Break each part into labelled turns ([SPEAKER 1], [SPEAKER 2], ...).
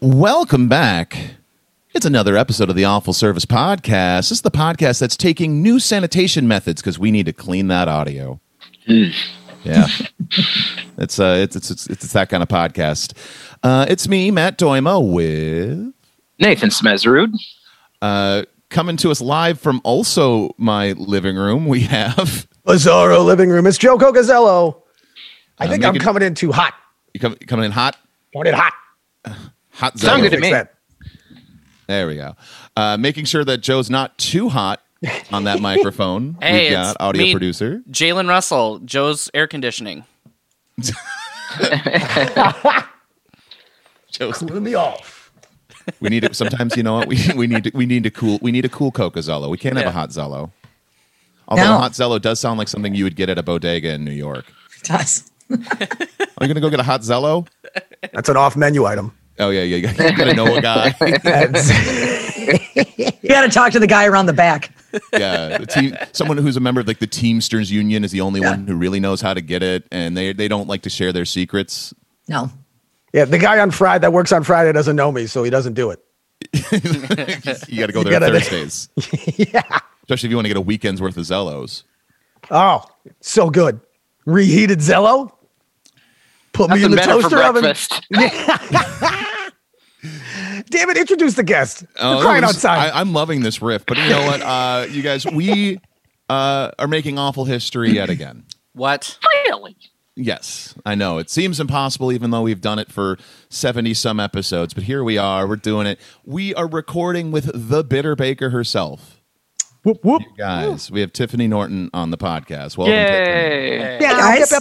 [SPEAKER 1] Welcome back. It's another episode of the Awful Service Podcast. This is the podcast that's taking new sanitation methods because we need to clean that audio. Yeah, it's uh, it's, it's it's it's that kind of podcast. Uh, it's me, Matt Doima, with
[SPEAKER 2] Nathan Smezrud.
[SPEAKER 1] uh, coming to us live from also my living room. We have
[SPEAKER 3] Lazaro living room. It's Joe Cocazello. I
[SPEAKER 1] Uh,
[SPEAKER 3] think
[SPEAKER 1] make
[SPEAKER 3] I'm
[SPEAKER 1] it-
[SPEAKER 3] coming in too hot.
[SPEAKER 1] you come, coming in hot,
[SPEAKER 3] Coming in hot.
[SPEAKER 1] hot.
[SPEAKER 2] Sound
[SPEAKER 1] Zello.
[SPEAKER 2] good to me.
[SPEAKER 3] Fix that.
[SPEAKER 1] There we go. Uh, making sure that Joe's not too hot on that microphone.
[SPEAKER 4] Hey,
[SPEAKER 1] We've
[SPEAKER 4] it's
[SPEAKER 1] got audio
[SPEAKER 4] me.
[SPEAKER 1] producer.
[SPEAKER 4] Jalen Russell, Joe's air conditioning.
[SPEAKER 1] Joe's
[SPEAKER 3] Cooling me off.
[SPEAKER 1] We need to, sometimes you know what we we need to, we need to cool we need a cool Coca Zello. We can't have
[SPEAKER 4] Yeah.
[SPEAKER 1] a hot Zello. Although
[SPEAKER 5] No.
[SPEAKER 1] hot Zello does sound like something you would get at a bodega in New York.
[SPEAKER 5] does.
[SPEAKER 1] Are you gonna go get a hot Zello?
[SPEAKER 3] That's an off menu item.
[SPEAKER 1] Oh yeah, yeah, yeah. You gotta know a guy.
[SPEAKER 3] That's-
[SPEAKER 5] You got to talk to the guy around the back.
[SPEAKER 1] yeah, the team, someone who's a member of like the Teamsters Union is the only
[SPEAKER 5] Yeah.
[SPEAKER 1] one who really knows how to get it, and they they don't like to share their secrets.
[SPEAKER 5] No.
[SPEAKER 3] yeah, the guy on Friday that works on Friday doesn't know me, so he doesn't do it.
[SPEAKER 1] You gotta go there
[SPEAKER 3] gotta-
[SPEAKER 1] Thursdays,
[SPEAKER 3] yeah.
[SPEAKER 1] especially if you want to get a weekend's worth of Zellos.
[SPEAKER 3] Oh, so good. Reheated Zello. Put me
[SPEAKER 2] Nothing
[SPEAKER 3] in the
[SPEAKER 2] better for
[SPEAKER 3] toaster oven.
[SPEAKER 2] breakfast.
[SPEAKER 3] Damn it! Introduce the guest.
[SPEAKER 1] Oh,
[SPEAKER 3] We're crying
[SPEAKER 1] this-
[SPEAKER 3] outside.
[SPEAKER 1] I, I'm loving this riff, but you know what, uh, you guys, we uh, are making awful history yet again.
[SPEAKER 4] What?
[SPEAKER 2] really?
[SPEAKER 1] Yes, I know it seems impossible, even though we've done it for seventy some episodes. But here we are, we're doing it. We are recording with the Bitter Baker herself,
[SPEAKER 3] whoop whoop.
[SPEAKER 1] guys. We have Tiffany Norton on the podcast. Welcome, Tiffany.
[SPEAKER 2] Yay!
[SPEAKER 5] Hey, guys.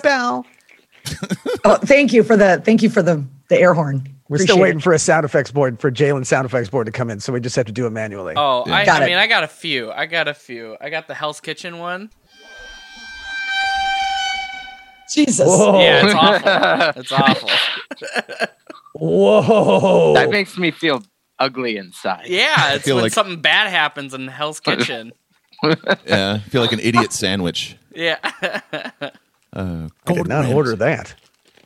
[SPEAKER 5] Oh, thank you for the thank you for the the air horn.
[SPEAKER 3] We're
[SPEAKER 5] Appreciate
[SPEAKER 3] still waiting
[SPEAKER 5] it.
[SPEAKER 3] for a sound effects board for Jalen sound effects board to come in, so we just have to do it manually.
[SPEAKER 4] Oh, I,
[SPEAKER 5] Got
[SPEAKER 4] I
[SPEAKER 5] it.
[SPEAKER 4] mean, I got a few. I got a few. I got the Hell's Kitchen one.
[SPEAKER 5] Jesus.
[SPEAKER 3] Whoa.
[SPEAKER 4] Yeah, it's awful. It's awful.
[SPEAKER 3] Whoa.
[SPEAKER 2] That makes me feel ugly inside.
[SPEAKER 4] Yeah, it's
[SPEAKER 1] feel
[SPEAKER 4] when
[SPEAKER 1] like-
[SPEAKER 4] something bad happens in Hell's Kitchen.
[SPEAKER 1] Yeah, I feel like an idiot sandwich.
[SPEAKER 4] Yeah.
[SPEAKER 3] I did not order that.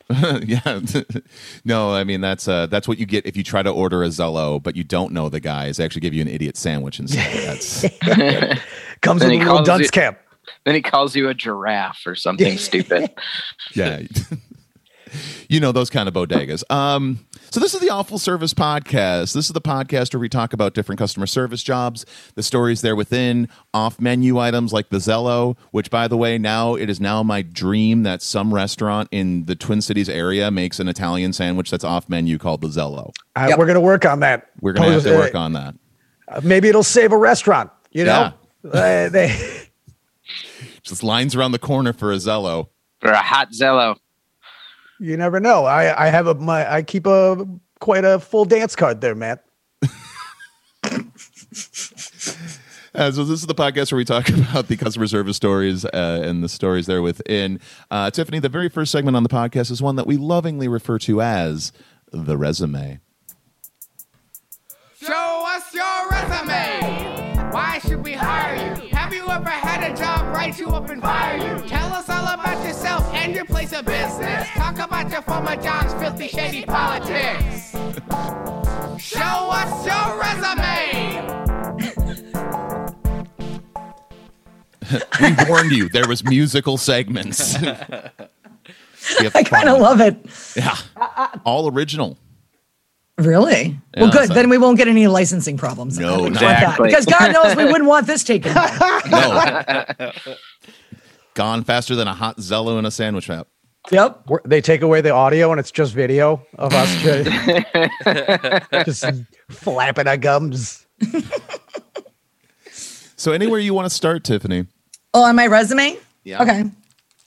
[SPEAKER 1] yeah, no, I mean that's uh, that's what you get if you try to order a Zello, but you don't know the guy. Is they actually give you an idiot sandwich instead. That's
[SPEAKER 3] Comes
[SPEAKER 2] Then
[SPEAKER 3] with a
[SPEAKER 2] he
[SPEAKER 3] little
[SPEAKER 2] calls
[SPEAKER 3] dunce
[SPEAKER 2] it-
[SPEAKER 3] cap.
[SPEAKER 2] Then he calls you a giraffe or something stupid.
[SPEAKER 1] yeah you know those kind of bodegas um so this is the awful service podcast this is the podcast where we talk about different customer service jobs the stories there within off menu items like the zello which by the way now it is now my dream that some restaurant in the twin cities area makes an italian sandwich that's off menu called the zello
[SPEAKER 3] Uh,
[SPEAKER 5] Yep.
[SPEAKER 3] We're going to work on that.
[SPEAKER 1] we're gonna have
[SPEAKER 3] Pose-
[SPEAKER 1] to work
[SPEAKER 3] uh,
[SPEAKER 1] on that
[SPEAKER 3] uh, Maybe it'll save a restaurant. You know, Uh, they,
[SPEAKER 1] just lines around the corner for a zello
[SPEAKER 2] or a hot Zello.
[SPEAKER 3] you never know. I, I have a my I keep a quite a full dance card there, Matt.
[SPEAKER 1] Uh, so this is the podcast where we talk about the customer service stories uh, and the stories there within. Uh, Tiffany, the very first segment on the podcast is one that we lovingly refer to as the resume.
[SPEAKER 6] Show us your resume. Why should we hire you? Have you ever had a job write you up and fire you? Tell us all about yourself and your place of business. Talk about your former job's filthy, shady politics. Show us your resume.
[SPEAKER 1] We warned you there was musical segments. We have
[SPEAKER 5] I kind of
[SPEAKER 1] fun.
[SPEAKER 5] love it.
[SPEAKER 1] yeah, all original.
[SPEAKER 5] Really?
[SPEAKER 1] Yeah,
[SPEAKER 5] well, good.
[SPEAKER 1] so-
[SPEAKER 5] Then we won't get any licensing problems.
[SPEAKER 1] No,
[SPEAKER 5] I wouldn't want
[SPEAKER 2] exactly.
[SPEAKER 5] that. Because God knows we wouldn't want this taken.
[SPEAKER 1] No, gone faster than a hot Zello in a sandwich wrap.
[SPEAKER 5] yep.
[SPEAKER 3] We're, they take away the audio and it's just video of us just, just flapping our gums.
[SPEAKER 1] So anywhere you want to start, Tiffany.
[SPEAKER 5] Oh, on my resume?
[SPEAKER 1] Yeah.
[SPEAKER 5] Okay.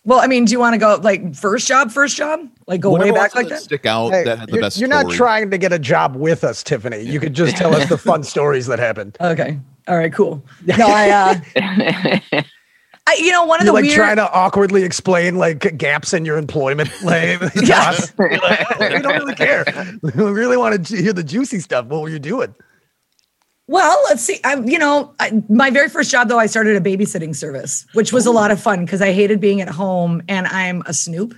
[SPEAKER 5] Well, I mean, do you want to go like first job, first job? Like go way
[SPEAKER 1] Whatever
[SPEAKER 5] back
[SPEAKER 1] ones
[SPEAKER 5] like that?
[SPEAKER 1] Stick out
[SPEAKER 3] Hey,
[SPEAKER 1] that had the
[SPEAKER 3] you're
[SPEAKER 1] best.
[SPEAKER 3] you're not
[SPEAKER 1] story.
[SPEAKER 3] trying to get a job with us, Tiffany. You could just tell us the fun stories that happened.
[SPEAKER 5] Okay. All right, cool. No, I uh I, you know, one of
[SPEAKER 3] You're
[SPEAKER 5] the
[SPEAKER 3] like
[SPEAKER 5] weird.
[SPEAKER 3] trying to awkwardly explain like gaps in your employment. Like, to
[SPEAKER 5] Yeah.
[SPEAKER 3] us. You're like, "Oh, we don't really care. We really want to hear the juicy stuff. What were you doing?
[SPEAKER 5] Well, let's see. I, you know, I, my very first job though, I started a babysitting service, which was a lot of fun because I hated being at home, and I'm a snoop,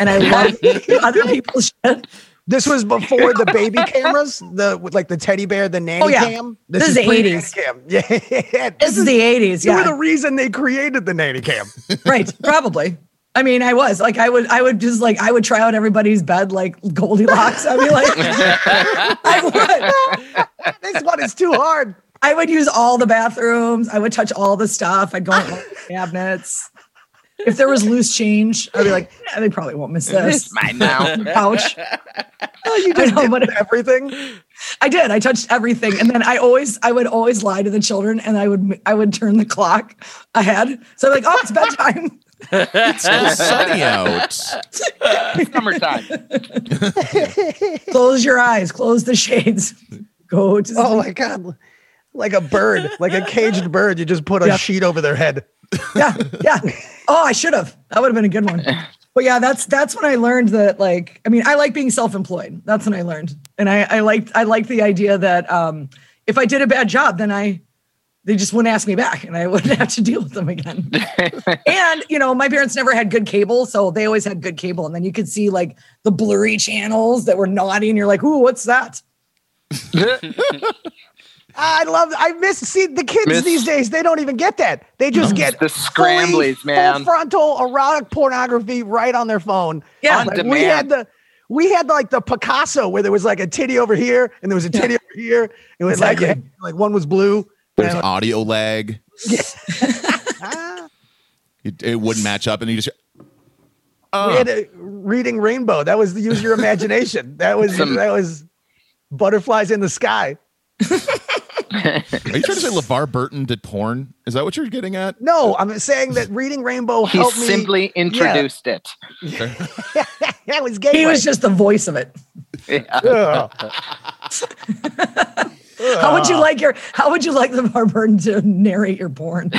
[SPEAKER 5] and I love other people's shit.
[SPEAKER 3] This was before the baby cameras, the with like the teddy bear, the nanny
[SPEAKER 5] Oh, yeah.
[SPEAKER 3] cam.
[SPEAKER 5] This is the
[SPEAKER 3] pre-nanny
[SPEAKER 5] 80s.
[SPEAKER 3] Cam. Yeah,
[SPEAKER 5] This is the '80s,
[SPEAKER 3] You were the
[SPEAKER 5] yeah,
[SPEAKER 3] reason they created the nanny cam.
[SPEAKER 5] right? Probably. I mean, I was like, I would, I would just like, I would try out everybody's bed like Goldilocks. I'd be like, I would.
[SPEAKER 3] this one is too hard.
[SPEAKER 5] I would use all the bathrooms. I would touch all the stuff. I'd go in all the cabinets. If there was loose change, I'd be like, "Nah, they probably won't miss this.
[SPEAKER 2] Mine now.
[SPEAKER 5] Ouch.
[SPEAKER 3] Oh, you
[SPEAKER 5] I
[SPEAKER 3] just
[SPEAKER 5] know,
[SPEAKER 3] did
[SPEAKER 5] but
[SPEAKER 3] everything.
[SPEAKER 5] I did. I touched everything. And then I always, I would always lie to the children and I would, I would turn the clock ahead. So I'm like, oh, it's bedtime.
[SPEAKER 1] so sunny out.
[SPEAKER 2] Summertime.
[SPEAKER 5] Close your eyes, close the shades. Go to
[SPEAKER 3] Oh my god. Like a bird, like a caged bird, you just put a
[SPEAKER 5] Yeah.
[SPEAKER 3] sheet over their head.
[SPEAKER 5] yeah, yeah. Oh, I should have. That would have been a good one. But yeah, that's that's when I learned that like I mean, I like being self-employed. That's when I learned. And I I liked I liked the idea that um if I did a bad job, then I they just wouldn't ask me back and I wouldn't have to deal with them again. and you know, my parents never had good cable, so they always had good cable. And then you could see like the blurry channels that were naughty, and you're like, ooh, what's that?
[SPEAKER 3] I love. I miss. See, the kids
[SPEAKER 2] Miss-
[SPEAKER 3] these days they don't even get that. They just get
[SPEAKER 2] The
[SPEAKER 3] fully
[SPEAKER 2] scramblies, man.
[SPEAKER 3] full frontal erotic pornography right on their phone.
[SPEAKER 5] Yeah.
[SPEAKER 2] On
[SPEAKER 3] Like,
[SPEAKER 2] demand.
[SPEAKER 3] we had the. We had like the Picasso where there was like a titty over here and there was a titty over here. It was like
[SPEAKER 5] Exactly.
[SPEAKER 3] like one was blue.
[SPEAKER 1] There's audio lag.
[SPEAKER 3] Ah,
[SPEAKER 1] It, it wouldn't match up, and you just
[SPEAKER 3] we had a reading rainbow. That was the use your imagination. That was
[SPEAKER 2] Some-
[SPEAKER 3] that was butterflies in the sky.
[SPEAKER 1] are you trying to say LeVar Burton did porn? Is that what you're getting at?
[SPEAKER 3] No, I'm saying that reading rainbow
[SPEAKER 2] He
[SPEAKER 3] helped me.
[SPEAKER 2] simply introduced it.
[SPEAKER 3] that was gay.
[SPEAKER 5] He was just the voice of it. How would
[SPEAKER 3] Ah.
[SPEAKER 5] you like your how would you like LeVar Burton to narrate your porn?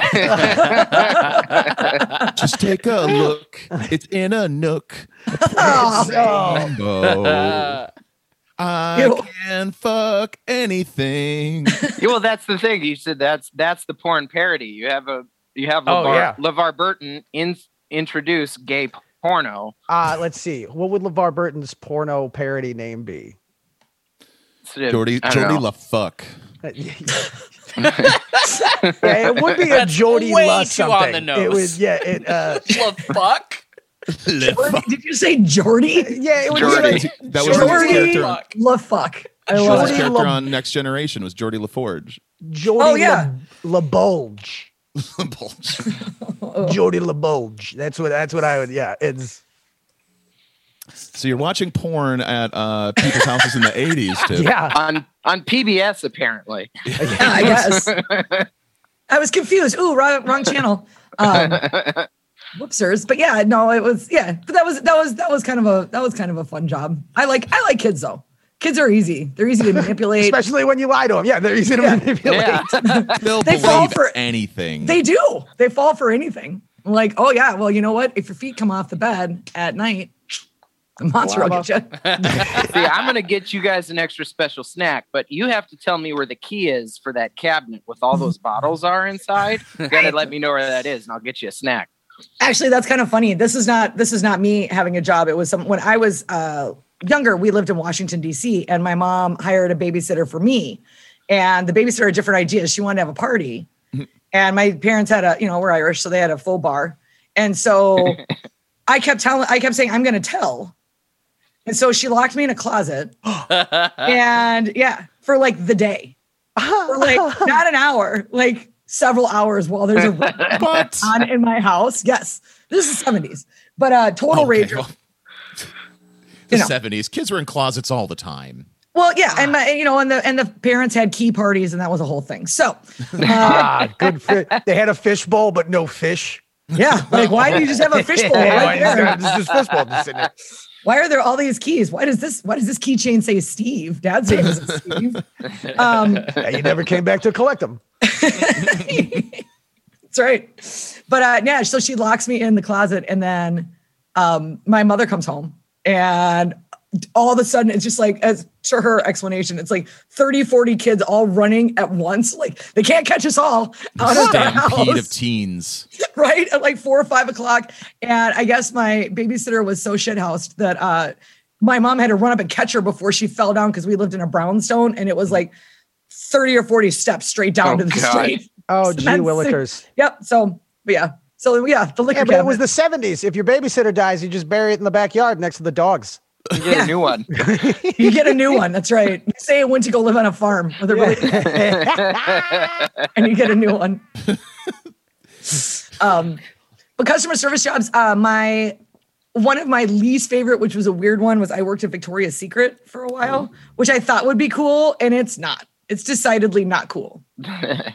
[SPEAKER 1] Just take a look. It's in a nook.
[SPEAKER 5] Ah.
[SPEAKER 3] Oh,
[SPEAKER 1] Oh, I
[SPEAKER 5] Ew.
[SPEAKER 1] can fuck anything.
[SPEAKER 2] Yeah, well, that's the thing. You said that's that's the porn parody. You have a you have LeVar,
[SPEAKER 4] yeah.
[SPEAKER 2] LeVar Burton in, introduce gay porno.
[SPEAKER 3] Uh, let's see. What would LeVar Burton's porno parody name be?
[SPEAKER 2] Sort of-
[SPEAKER 1] Jordy,
[SPEAKER 2] I don't
[SPEAKER 1] Jordy
[SPEAKER 2] know.
[SPEAKER 1] LaFuck.
[SPEAKER 3] Yeah, it would be a
[SPEAKER 4] That's
[SPEAKER 3] Jody
[SPEAKER 4] way
[SPEAKER 3] Lust
[SPEAKER 4] too on
[SPEAKER 3] something.
[SPEAKER 4] the nose.
[SPEAKER 3] It was yeah. It uh,
[SPEAKER 4] The fuck?
[SPEAKER 1] LaFuck.
[SPEAKER 5] Did you say Jordy?
[SPEAKER 3] yeah. It would
[SPEAKER 2] Jordy.
[SPEAKER 3] be like
[SPEAKER 1] That was his
[SPEAKER 5] Jordy.
[SPEAKER 1] character. On,
[SPEAKER 4] Fuck.
[SPEAKER 5] La fuck. I
[SPEAKER 1] that was
[SPEAKER 5] love
[SPEAKER 1] his
[SPEAKER 5] it.
[SPEAKER 3] Jordy
[SPEAKER 1] character
[SPEAKER 3] La-
[SPEAKER 1] on Next Generation was Jordy LaForge.
[SPEAKER 3] Jody
[SPEAKER 5] Oh, yeah.
[SPEAKER 3] La, LaBulge.
[SPEAKER 5] Oh.
[SPEAKER 3] Jody LaBulge. That's what. That's what I would. Yeah. It's
[SPEAKER 1] so you're watching porn at uh, people's houses in the 80s, too.
[SPEAKER 3] yeah.
[SPEAKER 2] on on PBS apparently.
[SPEAKER 5] Yeah, I guess. I was confused. Ooh, wrong, wrong channel. Um, whoopsers. But yeah, no, it was yeah. But that was that was that was kind of a that was kind of a fun job. I like I like kids though. Kids are easy. They're easy to manipulate.
[SPEAKER 3] Especially when you lie to him. Yeah. They're easy to manipulate.
[SPEAKER 2] Yeah.
[SPEAKER 1] They'll
[SPEAKER 5] They
[SPEAKER 1] believe
[SPEAKER 5] fall for-
[SPEAKER 1] anything.
[SPEAKER 5] They do. They fall for anything. I'm like, oh yeah, well, you know what? If your feet come off the bed at night, the monster will get you.
[SPEAKER 2] See, I'm gonna get you guys an extra special snack, but you have to tell me where the key is for that cabinet with all those bottles are inside. You gotta let me know where that is, and I'll get you a snack.
[SPEAKER 5] actually that's kind of funny this is not this is not me having a job it was some when i was uh younger we lived in washington d.c and my mom hired a babysitter for me and the babysitter had different ideas she wanted to have a party and my parents had a you know we're irish so they had a full bar and so i kept telling i kept saying i'm going to tell and so she locked me in a closet and yeah for like the day for like not an hour like several hours while there's a
[SPEAKER 1] but
[SPEAKER 5] on in my house. Yes, this is seventies, but uh, total
[SPEAKER 1] Okay,
[SPEAKER 5] rager.
[SPEAKER 1] well,
[SPEAKER 5] Well,
[SPEAKER 1] the
[SPEAKER 5] You know.
[SPEAKER 1] 70s. Kids were in closets all the time.
[SPEAKER 5] yeah, and my, you know, and the and the parents had key parties, and that was a whole thing. So, uh,
[SPEAKER 3] Ah, good. Fi- they had a fish bowl, but no fish.
[SPEAKER 5] yeah, like why do you just have a fishbowl right there?
[SPEAKER 3] It's just fish bowl just sitting there.
[SPEAKER 5] Why are there all these keys? Why does this why does this keychain say Steve? Dad's name is Steve. Um,
[SPEAKER 3] Yeah, you never came back to collect them.
[SPEAKER 5] it's That's right. But uh, yeah, so she locks me in the closet, and then um, my mother comes home, and all of a sudden, it's just like, as to her explanation, it's like 30, 40 kids all running at once. Like they can't catch us all out of our
[SPEAKER 1] Stampede of
[SPEAKER 5] house,
[SPEAKER 1] teens.
[SPEAKER 5] right? At like four or five o'clock. And I guess my babysitter was so shithoused that uh, my mom had to run up and catch her before she fell down because we lived in a brownstone, and it
[SPEAKER 1] Mm.
[SPEAKER 5] was like 30 or 40 steps straight down
[SPEAKER 2] Oh,
[SPEAKER 5] to the
[SPEAKER 2] God.
[SPEAKER 5] street.
[SPEAKER 3] Oh,
[SPEAKER 5] That's
[SPEAKER 3] gee,
[SPEAKER 5] sick.
[SPEAKER 3] willikers.
[SPEAKER 5] Yep. So, but yeah. So yeah, the liquor
[SPEAKER 3] Yeah, but it was
[SPEAKER 5] cabinet.
[SPEAKER 3] the 70s. If your babysitter dies, you just bury it in the backyard next to the dogs.
[SPEAKER 2] You get a new one.
[SPEAKER 5] you get a new one. That's right. You say it went to go live on a farm with a really, and you get a new one. um, but customer service jobs. Uh, my one of my least favorite, which was a weird one, was I worked at Victoria's Secret for a while, which I thought would be cool, and it's not. It's decidedly not cool.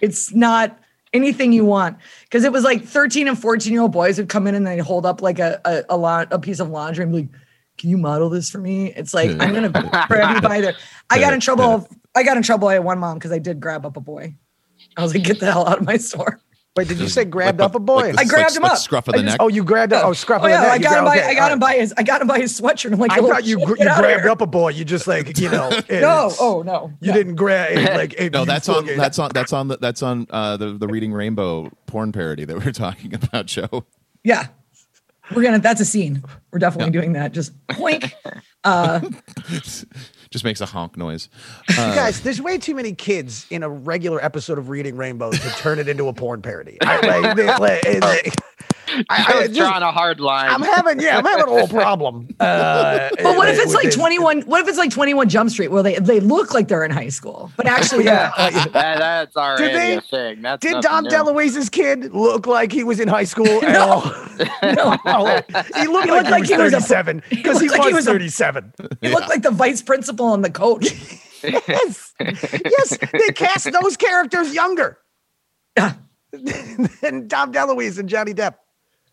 [SPEAKER 5] it's not anything you want because it was like 13 and 14 year old boys would come in and they'd hold up like a a, a, la- a piece of laundry and be like can you model this for me it's like i'm gonna grab you by the i got in trouble i got in trouble at one mom because i did grab up a boy i was like get the hell out of my store
[SPEAKER 3] Wait, did you say grabbed
[SPEAKER 1] Like,
[SPEAKER 3] up a boy?
[SPEAKER 1] like the-
[SPEAKER 5] I grabbed
[SPEAKER 1] like,
[SPEAKER 5] him
[SPEAKER 1] like
[SPEAKER 5] up.
[SPEAKER 1] Scruff of
[SPEAKER 5] I
[SPEAKER 1] the
[SPEAKER 5] just-
[SPEAKER 1] neck.
[SPEAKER 3] oh, you grabbed up. Oh, scruff
[SPEAKER 5] oh
[SPEAKER 3] of the
[SPEAKER 5] yeah
[SPEAKER 3] neck.
[SPEAKER 5] i
[SPEAKER 3] You
[SPEAKER 5] got
[SPEAKER 3] grabbed-
[SPEAKER 5] him by
[SPEAKER 3] okay,
[SPEAKER 5] i
[SPEAKER 3] all
[SPEAKER 5] got
[SPEAKER 3] right.
[SPEAKER 5] him by his i got him by his sweatshirt i'm like
[SPEAKER 3] I
[SPEAKER 5] "Little
[SPEAKER 3] thought you
[SPEAKER 5] shit,
[SPEAKER 3] gr-
[SPEAKER 5] get
[SPEAKER 3] you
[SPEAKER 5] out of
[SPEAKER 3] grabbed
[SPEAKER 5] here."
[SPEAKER 3] up a boy. You just like you know.
[SPEAKER 5] no
[SPEAKER 3] it's-
[SPEAKER 5] oh no
[SPEAKER 3] You
[SPEAKER 5] no.
[SPEAKER 3] didn't grab like. if
[SPEAKER 1] No,
[SPEAKER 3] you
[SPEAKER 1] that's on
[SPEAKER 3] fucking-
[SPEAKER 1] that's on that's on the that's on uh the, the Reading Rainbow porn parody that we were talking about, Joe.
[SPEAKER 5] yeah we're gonna that's a scene we're definitely doing that just poink uh
[SPEAKER 1] Just makes a honk noise. uh,
[SPEAKER 3] You guys, there's way too many kids in a regular episode of Reading Rainbow to turn it into a porn parody. I, like, they- like,
[SPEAKER 5] Oh.
[SPEAKER 3] it's like- I-
[SPEAKER 2] I
[SPEAKER 3] I
[SPEAKER 2] was
[SPEAKER 3] just-
[SPEAKER 2] drawing a hard line.
[SPEAKER 3] I'm having yeah, I'm having a whole problem. Uh,
[SPEAKER 5] But what if it's like
[SPEAKER 3] within-
[SPEAKER 5] 21? What if it's like 21 Jump Street where they, they look like they're in high school, but actually, they're not.
[SPEAKER 2] That- that's already
[SPEAKER 3] Did they-
[SPEAKER 2] a thing. That's
[SPEAKER 3] Did
[SPEAKER 2] nothing
[SPEAKER 3] Dom
[SPEAKER 2] new.
[SPEAKER 3] DeLuise's kid look like he was in high school at all?
[SPEAKER 5] No.
[SPEAKER 3] No, he looked like, he was
[SPEAKER 5] a-
[SPEAKER 3] 37
[SPEAKER 5] he
[SPEAKER 3] because he,
[SPEAKER 5] looked like he
[SPEAKER 3] was
[SPEAKER 5] was a-
[SPEAKER 3] 37.
[SPEAKER 5] They look like the vice principal and the coach.
[SPEAKER 3] yes, yes, they cast those characters younger
[SPEAKER 5] Yeah.
[SPEAKER 3] than Dom DeLuise and Johnny Depp.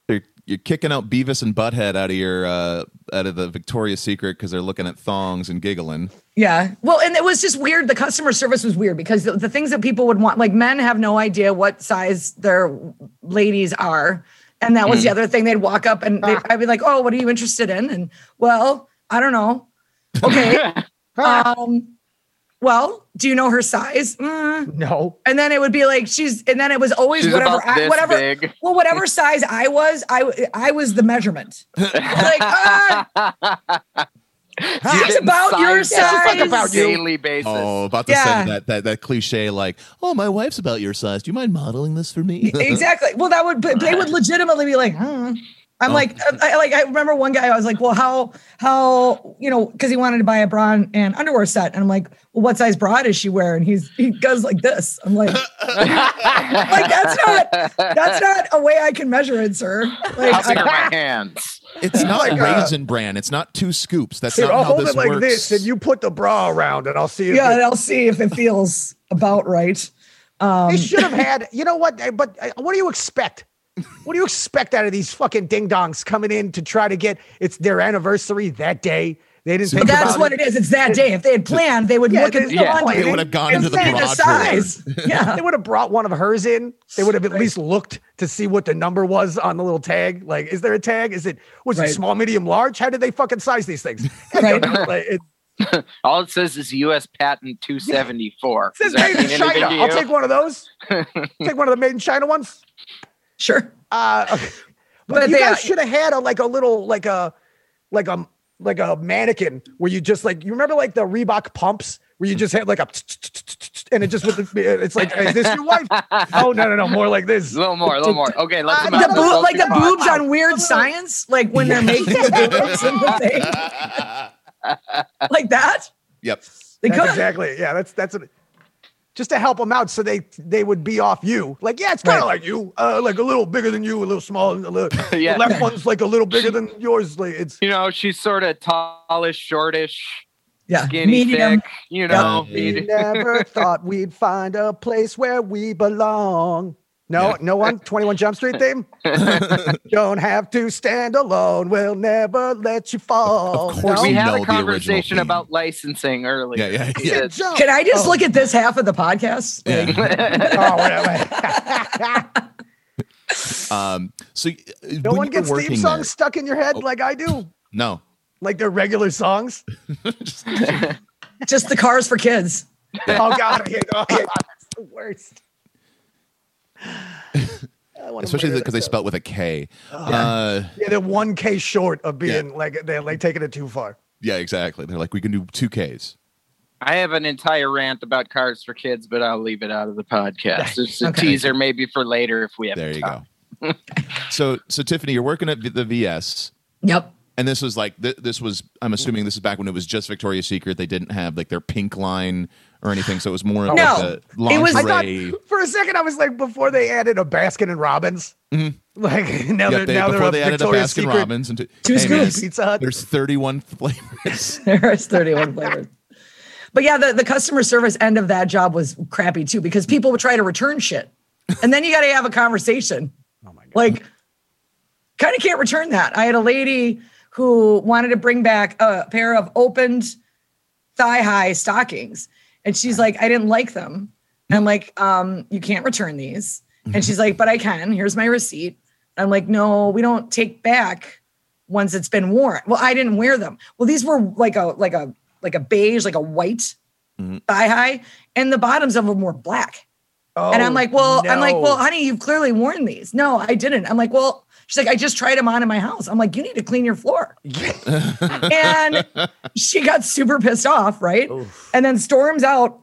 [SPEAKER 1] You're, you're kicking out Beavis and Butthead out of your uh out of the Victoria's Secret because they're looking at thongs and giggling.
[SPEAKER 5] Yeah. Well, and it was just weird. The customer service was weird because the, the things that people would want, like men have no idea what size their ladies are. And that
[SPEAKER 2] Mm.
[SPEAKER 5] was the other thing. They'd walk up and they, I'd be like, oh, what are you interested in? And well, I don't know. Okay. um, well, do you know her size? Mm,
[SPEAKER 3] No,
[SPEAKER 5] and then it would be like she's and then it was always
[SPEAKER 2] She's
[SPEAKER 5] whatever
[SPEAKER 2] about
[SPEAKER 5] I,
[SPEAKER 2] this
[SPEAKER 5] whatever
[SPEAKER 2] big.
[SPEAKER 5] well whatever size i was i i was the measurement like ah,
[SPEAKER 2] You
[SPEAKER 5] she's
[SPEAKER 2] didn't
[SPEAKER 5] about your
[SPEAKER 2] size up
[SPEAKER 5] size
[SPEAKER 2] on a daily basis.
[SPEAKER 1] Oh, about to
[SPEAKER 5] Yeah.
[SPEAKER 1] say that, that that cliche like, oh, my wife's about your size. Do you mind modeling this for me?
[SPEAKER 5] exactly well that would but they would legitimately be like hmm. i'm
[SPEAKER 1] Oh.
[SPEAKER 5] like I, I- like i remember one guy i was like well how how you know because he wanted to buy a bra and- and underwear set and i'm like well what size bra does she wear and he's he goes like this i'm like like that's not that's not a way i can measure it sir like
[SPEAKER 2] How big are my hands?
[SPEAKER 1] It's not
[SPEAKER 3] Like, uh,
[SPEAKER 1] raisin bran. It's not two scoops. That's
[SPEAKER 3] Here,
[SPEAKER 1] not
[SPEAKER 3] I'll
[SPEAKER 1] how
[SPEAKER 3] hold
[SPEAKER 1] this
[SPEAKER 3] it like
[SPEAKER 1] works.
[SPEAKER 3] this, and you put the bra around, and I'll see. If
[SPEAKER 5] yeah,
[SPEAKER 3] it-
[SPEAKER 5] and I'll see if it feels about right. Um,
[SPEAKER 3] They should have had. You know what? eh, But eh, what do you expect? What do you expect out of these fucking ding dongs coming in to try to get? It's their anniversary that day. They didn't think
[SPEAKER 5] that's
[SPEAKER 3] about
[SPEAKER 5] what
[SPEAKER 3] it.
[SPEAKER 5] it is. It's that day. If they had planned, they would
[SPEAKER 3] Yeah,
[SPEAKER 5] look at
[SPEAKER 3] they-
[SPEAKER 5] the
[SPEAKER 2] yeah.
[SPEAKER 5] laundry
[SPEAKER 1] They would have gone
[SPEAKER 5] and
[SPEAKER 1] into the
[SPEAKER 5] say
[SPEAKER 1] broad
[SPEAKER 5] size. Yeah,
[SPEAKER 3] They would have brought one of hers in. They would have at least looked to see what the number was on the little tag. Like, is there a tag? Is it was
[SPEAKER 5] Right.
[SPEAKER 3] it small, medium, large? How did they fucking size these things? I
[SPEAKER 5] Right.
[SPEAKER 3] don't know, like, it
[SPEAKER 2] All it says is U.S. Patent 274.
[SPEAKER 3] says
[SPEAKER 2] Does that
[SPEAKER 3] made in
[SPEAKER 2] mean anything
[SPEAKER 3] China.
[SPEAKER 2] to
[SPEAKER 3] I'll
[SPEAKER 2] you?
[SPEAKER 3] take one of those. take one of the made in China ones.
[SPEAKER 5] sure.
[SPEAKER 3] Uh, okay. but,
[SPEAKER 5] But
[SPEAKER 3] you
[SPEAKER 5] they-
[SPEAKER 3] guys should have had a like a little like a like a like a mannequin where you just like you remember like the Reebok pumps where you just had like a and it just with the, it's like is this your wife? Oh no no no more like this.
[SPEAKER 2] A little more, a little more. Okay, let's
[SPEAKER 3] Uh,
[SPEAKER 5] The
[SPEAKER 3] Not
[SPEAKER 5] boob, like the
[SPEAKER 3] multi-pod.
[SPEAKER 5] boobs on Weird Science, like when they're making the boobs and the thing, like that.
[SPEAKER 1] Yep.
[SPEAKER 5] They
[SPEAKER 3] That's
[SPEAKER 5] could.
[SPEAKER 3] exactly yeah. That's that's it. Just to help them out, so they they would be off you. Like, yeah, it's kind of
[SPEAKER 5] Right.
[SPEAKER 3] like you, uh, like a little bigger than you, a little smaller, than- a little.
[SPEAKER 2] Yeah.
[SPEAKER 3] The left one's like a little bigger than yours. Like, it's
[SPEAKER 2] You know, she's sort of tallish, shortish,
[SPEAKER 5] Yeah,
[SPEAKER 2] skinny,
[SPEAKER 5] medium.
[SPEAKER 2] thick. You know,
[SPEAKER 1] Yeah.
[SPEAKER 3] We
[SPEAKER 2] medi-
[SPEAKER 3] never thought we'd find a place where we belong. No,
[SPEAKER 1] Yeah.
[SPEAKER 3] no one. 21 Jump Street theme. Don't have to stand alone. We'll never let you fall.
[SPEAKER 1] Of course
[SPEAKER 3] No?
[SPEAKER 2] we
[SPEAKER 1] you
[SPEAKER 2] had
[SPEAKER 1] know the
[SPEAKER 2] a
[SPEAKER 1] original
[SPEAKER 2] conversation
[SPEAKER 1] theme.
[SPEAKER 2] about licensing earlier.
[SPEAKER 1] Yeah, yeah,
[SPEAKER 3] It's a
[SPEAKER 1] yeah.
[SPEAKER 3] joke.
[SPEAKER 5] Can I just
[SPEAKER 3] Oh.
[SPEAKER 5] look at this half of the podcast?
[SPEAKER 1] yeah.
[SPEAKER 3] Oh, wait, wait.
[SPEAKER 1] Um, so
[SPEAKER 3] No one gets theme songs stuck in your head
[SPEAKER 1] Oh.
[SPEAKER 3] like I do.
[SPEAKER 1] No,
[SPEAKER 3] Like they're regular songs.
[SPEAKER 5] Just the cars for kids.
[SPEAKER 3] oh God, I hate, oh, I hate- that's the worst. I wanna
[SPEAKER 1] especially
[SPEAKER 3] wear
[SPEAKER 1] because they
[SPEAKER 3] that. Oh.
[SPEAKER 1] spell it with a K. Uh,
[SPEAKER 3] yeah, they're one K short of being like they're like taking it too far.
[SPEAKER 1] yeah, exactly. They're like, we can do two Ks.
[SPEAKER 2] I have an entire rant about Cars for Kids, but I'll leave it out of the podcast. It's a
[SPEAKER 5] Okay.
[SPEAKER 2] teaser, maybe for later if we have.
[SPEAKER 1] There you
[SPEAKER 2] time.
[SPEAKER 1] go. so, so Tiffany, you're working at the VS,
[SPEAKER 5] Yep.
[SPEAKER 1] and this was like th- this was. I'm assuming this is back when it was just Victoria's Secret. They didn't have like their pink line or anything, so it was more of
[SPEAKER 5] No.
[SPEAKER 1] like the
[SPEAKER 5] It was- I
[SPEAKER 3] I
[SPEAKER 1] lingerie.
[SPEAKER 3] thought for a second I was like before they added a Baskin and Robbins. Like now
[SPEAKER 1] Mm-hmm. Yep,
[SPEAKER 3] they're
[SPEAKER 1] they,
[SPEAKER 3] now
[SPEAKER 1] before
[SPEAKER 3] they're
[SPEAKER 1] they
[SPEAKER 3] a
[SPEAKER 1] added a
[SPEAKER 3] Victoria's
[SPEAKER 1] Baskin
[SPEAKER 3] Secret
[SPEAKER 1] Robbins and t-
[SPEAKER 5] Two
[SPEAKER 1] hey, man,
[SPEAKER 5] scoops.
[SPEAKER 3] Pizza Hut.
[SPEAKER 1] There's 31 flavors.
[SPEAKER 5] There's 31 flavors. But yeah, the, the customer service end of that job was crappy too because people would try to return shit. And then you got to have a conversation. Oh my God. Like, kind of can't return that. I had a lady who wanted to bring back a pair of opened thigh high stockings. And she's like, I didn't like them. And I'm like, um, you can't return these. And she's like, but I can. Here's my receipt. I'm like, no, we don't take back ones that's been worn. Well, I didn't wear them. Well, these were like a like a like a beige, like a white thigh high, and the bottoms of them were black.
[SPEAKER 3] Oh,
[SPEAKER 5] and I'm like, well, I'm like,
[SPEAKER 3] no.
[SPEAKER 5] well, honey, you've clearly worn these. No, I didn't. I'm like, well, she's like, I just tried them on in my house. I'm like, you need to clean your floor. and she got super pissed off, right? And then storms out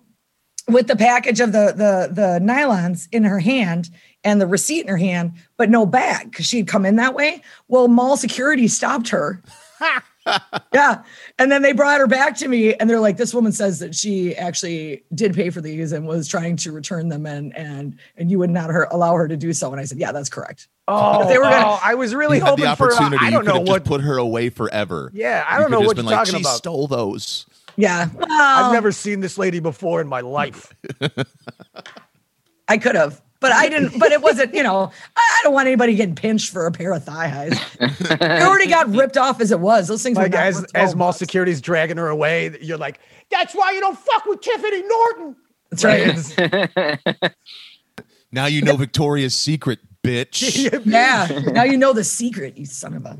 [SPEAKER 5] with the package of the the the nylons in her hand and the receipt in her hand, but no bag because she had come in that way. Well, mall security stopped her. yeah. And then they brought her back to me and they're like, this woman says that she actually did pay for these and was trying to return them and and and you would not her allow her to do so. And I said, Yeah, that's correct.
[SPEAKER 3] oh,
[SPEAKER 5] If they were gonna-
[SPEAKER 3] oh, I was really
[SPEAKER 1] you had
[SPEAKER 3] hoping
[SPEAKER 1] the opportunity.
[SPEAKER 3] for. I
[SPEAKER 1] you
[SPEAKER 3] don't
[SPEAKER 1] could
[SPEAKER 3] know
[SPEAKER 1] have
[SPEAKER 3] what.
[SPEAKER 1] just put her away forever.
[SPEAKER 3] yeah, I
[SPEAKER 1] You
[SPEAKER 3] don't
[SPEAKER 1] could
[SPEAKER 3] know
[SPEAKER 1] have
[SPEAKER 3] what
[SPEAKER 1] been
[SPEAKER 3] you're
[SPEAKER 1] like,
[SPEAKER 3] talking
[SPEAKER 1] she
[SPEAKER 3] about.
[SPEAKER 1] stole those.
[SPEAKER 5] Yeah. Well,
[SPEAKER 3] I've never seen this lady before in my life.
[SPEAKER 5] I could have, but I didn't. But it wasn't, you know, I, I don't want anybody getting pinched for a pair of thigh highs. I already got ripped off as it was. Those things
[SPEAKER 3] Like
[SPEAKER 5] were Oh, not
[SPEAKER 3] as
[SPEAKER 5] worth
[SPEAKER 3] as
[SPEAKER 5] 12
[SPEAKER 3] mall
[SPEAKER 5] bucks.
[SPEAKER 3] security's dragging her away, you're like, that's why you don't fuck with Tiffany Norton.
[SPEAKER 5] That's right.
[SPEAKER 3] It's-
[SPEAKER 1] Now you know Victoria's Secret, bitch.
[SPEAKER 5] yeah. Now you know the secret, you son of a.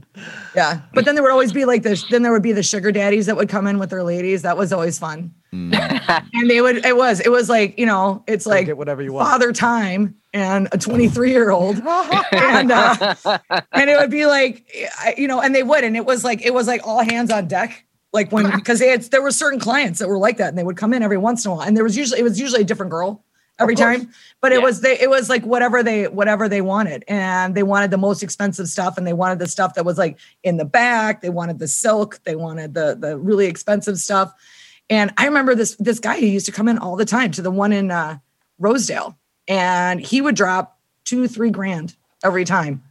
[SPEAKER 5] Yeah. But then there would always be like this. Then there would be the sugar daddies that would come in with their ladies. That was always fun. and they would. It was. It was like you know. It's like
[SPEAKER 3] get whatever you want.
[SPEAKER 5] Father time and a 23 year old. and uh, and it would be like I- you know. And they would. And it was like it was like all hands on deck. Like when because they had there were certain clients that were like that, and they would come in every once in a while. And there was usually it was usually a different girl every
[SPEAKER 3] course.
[SPEAKER 5] time but it
[SPEAKER 2] Yeah.
[SPEAKER 5] was they it was like whatever they whatever they wanted and they wanted the most expensive stuff and they wanted the stuff that was like in the back they wanted the silk they wanted the the really expensive stuff and i remember this this guy who used to come in all the time to the one in uh rosedale and he would drop two three grand every time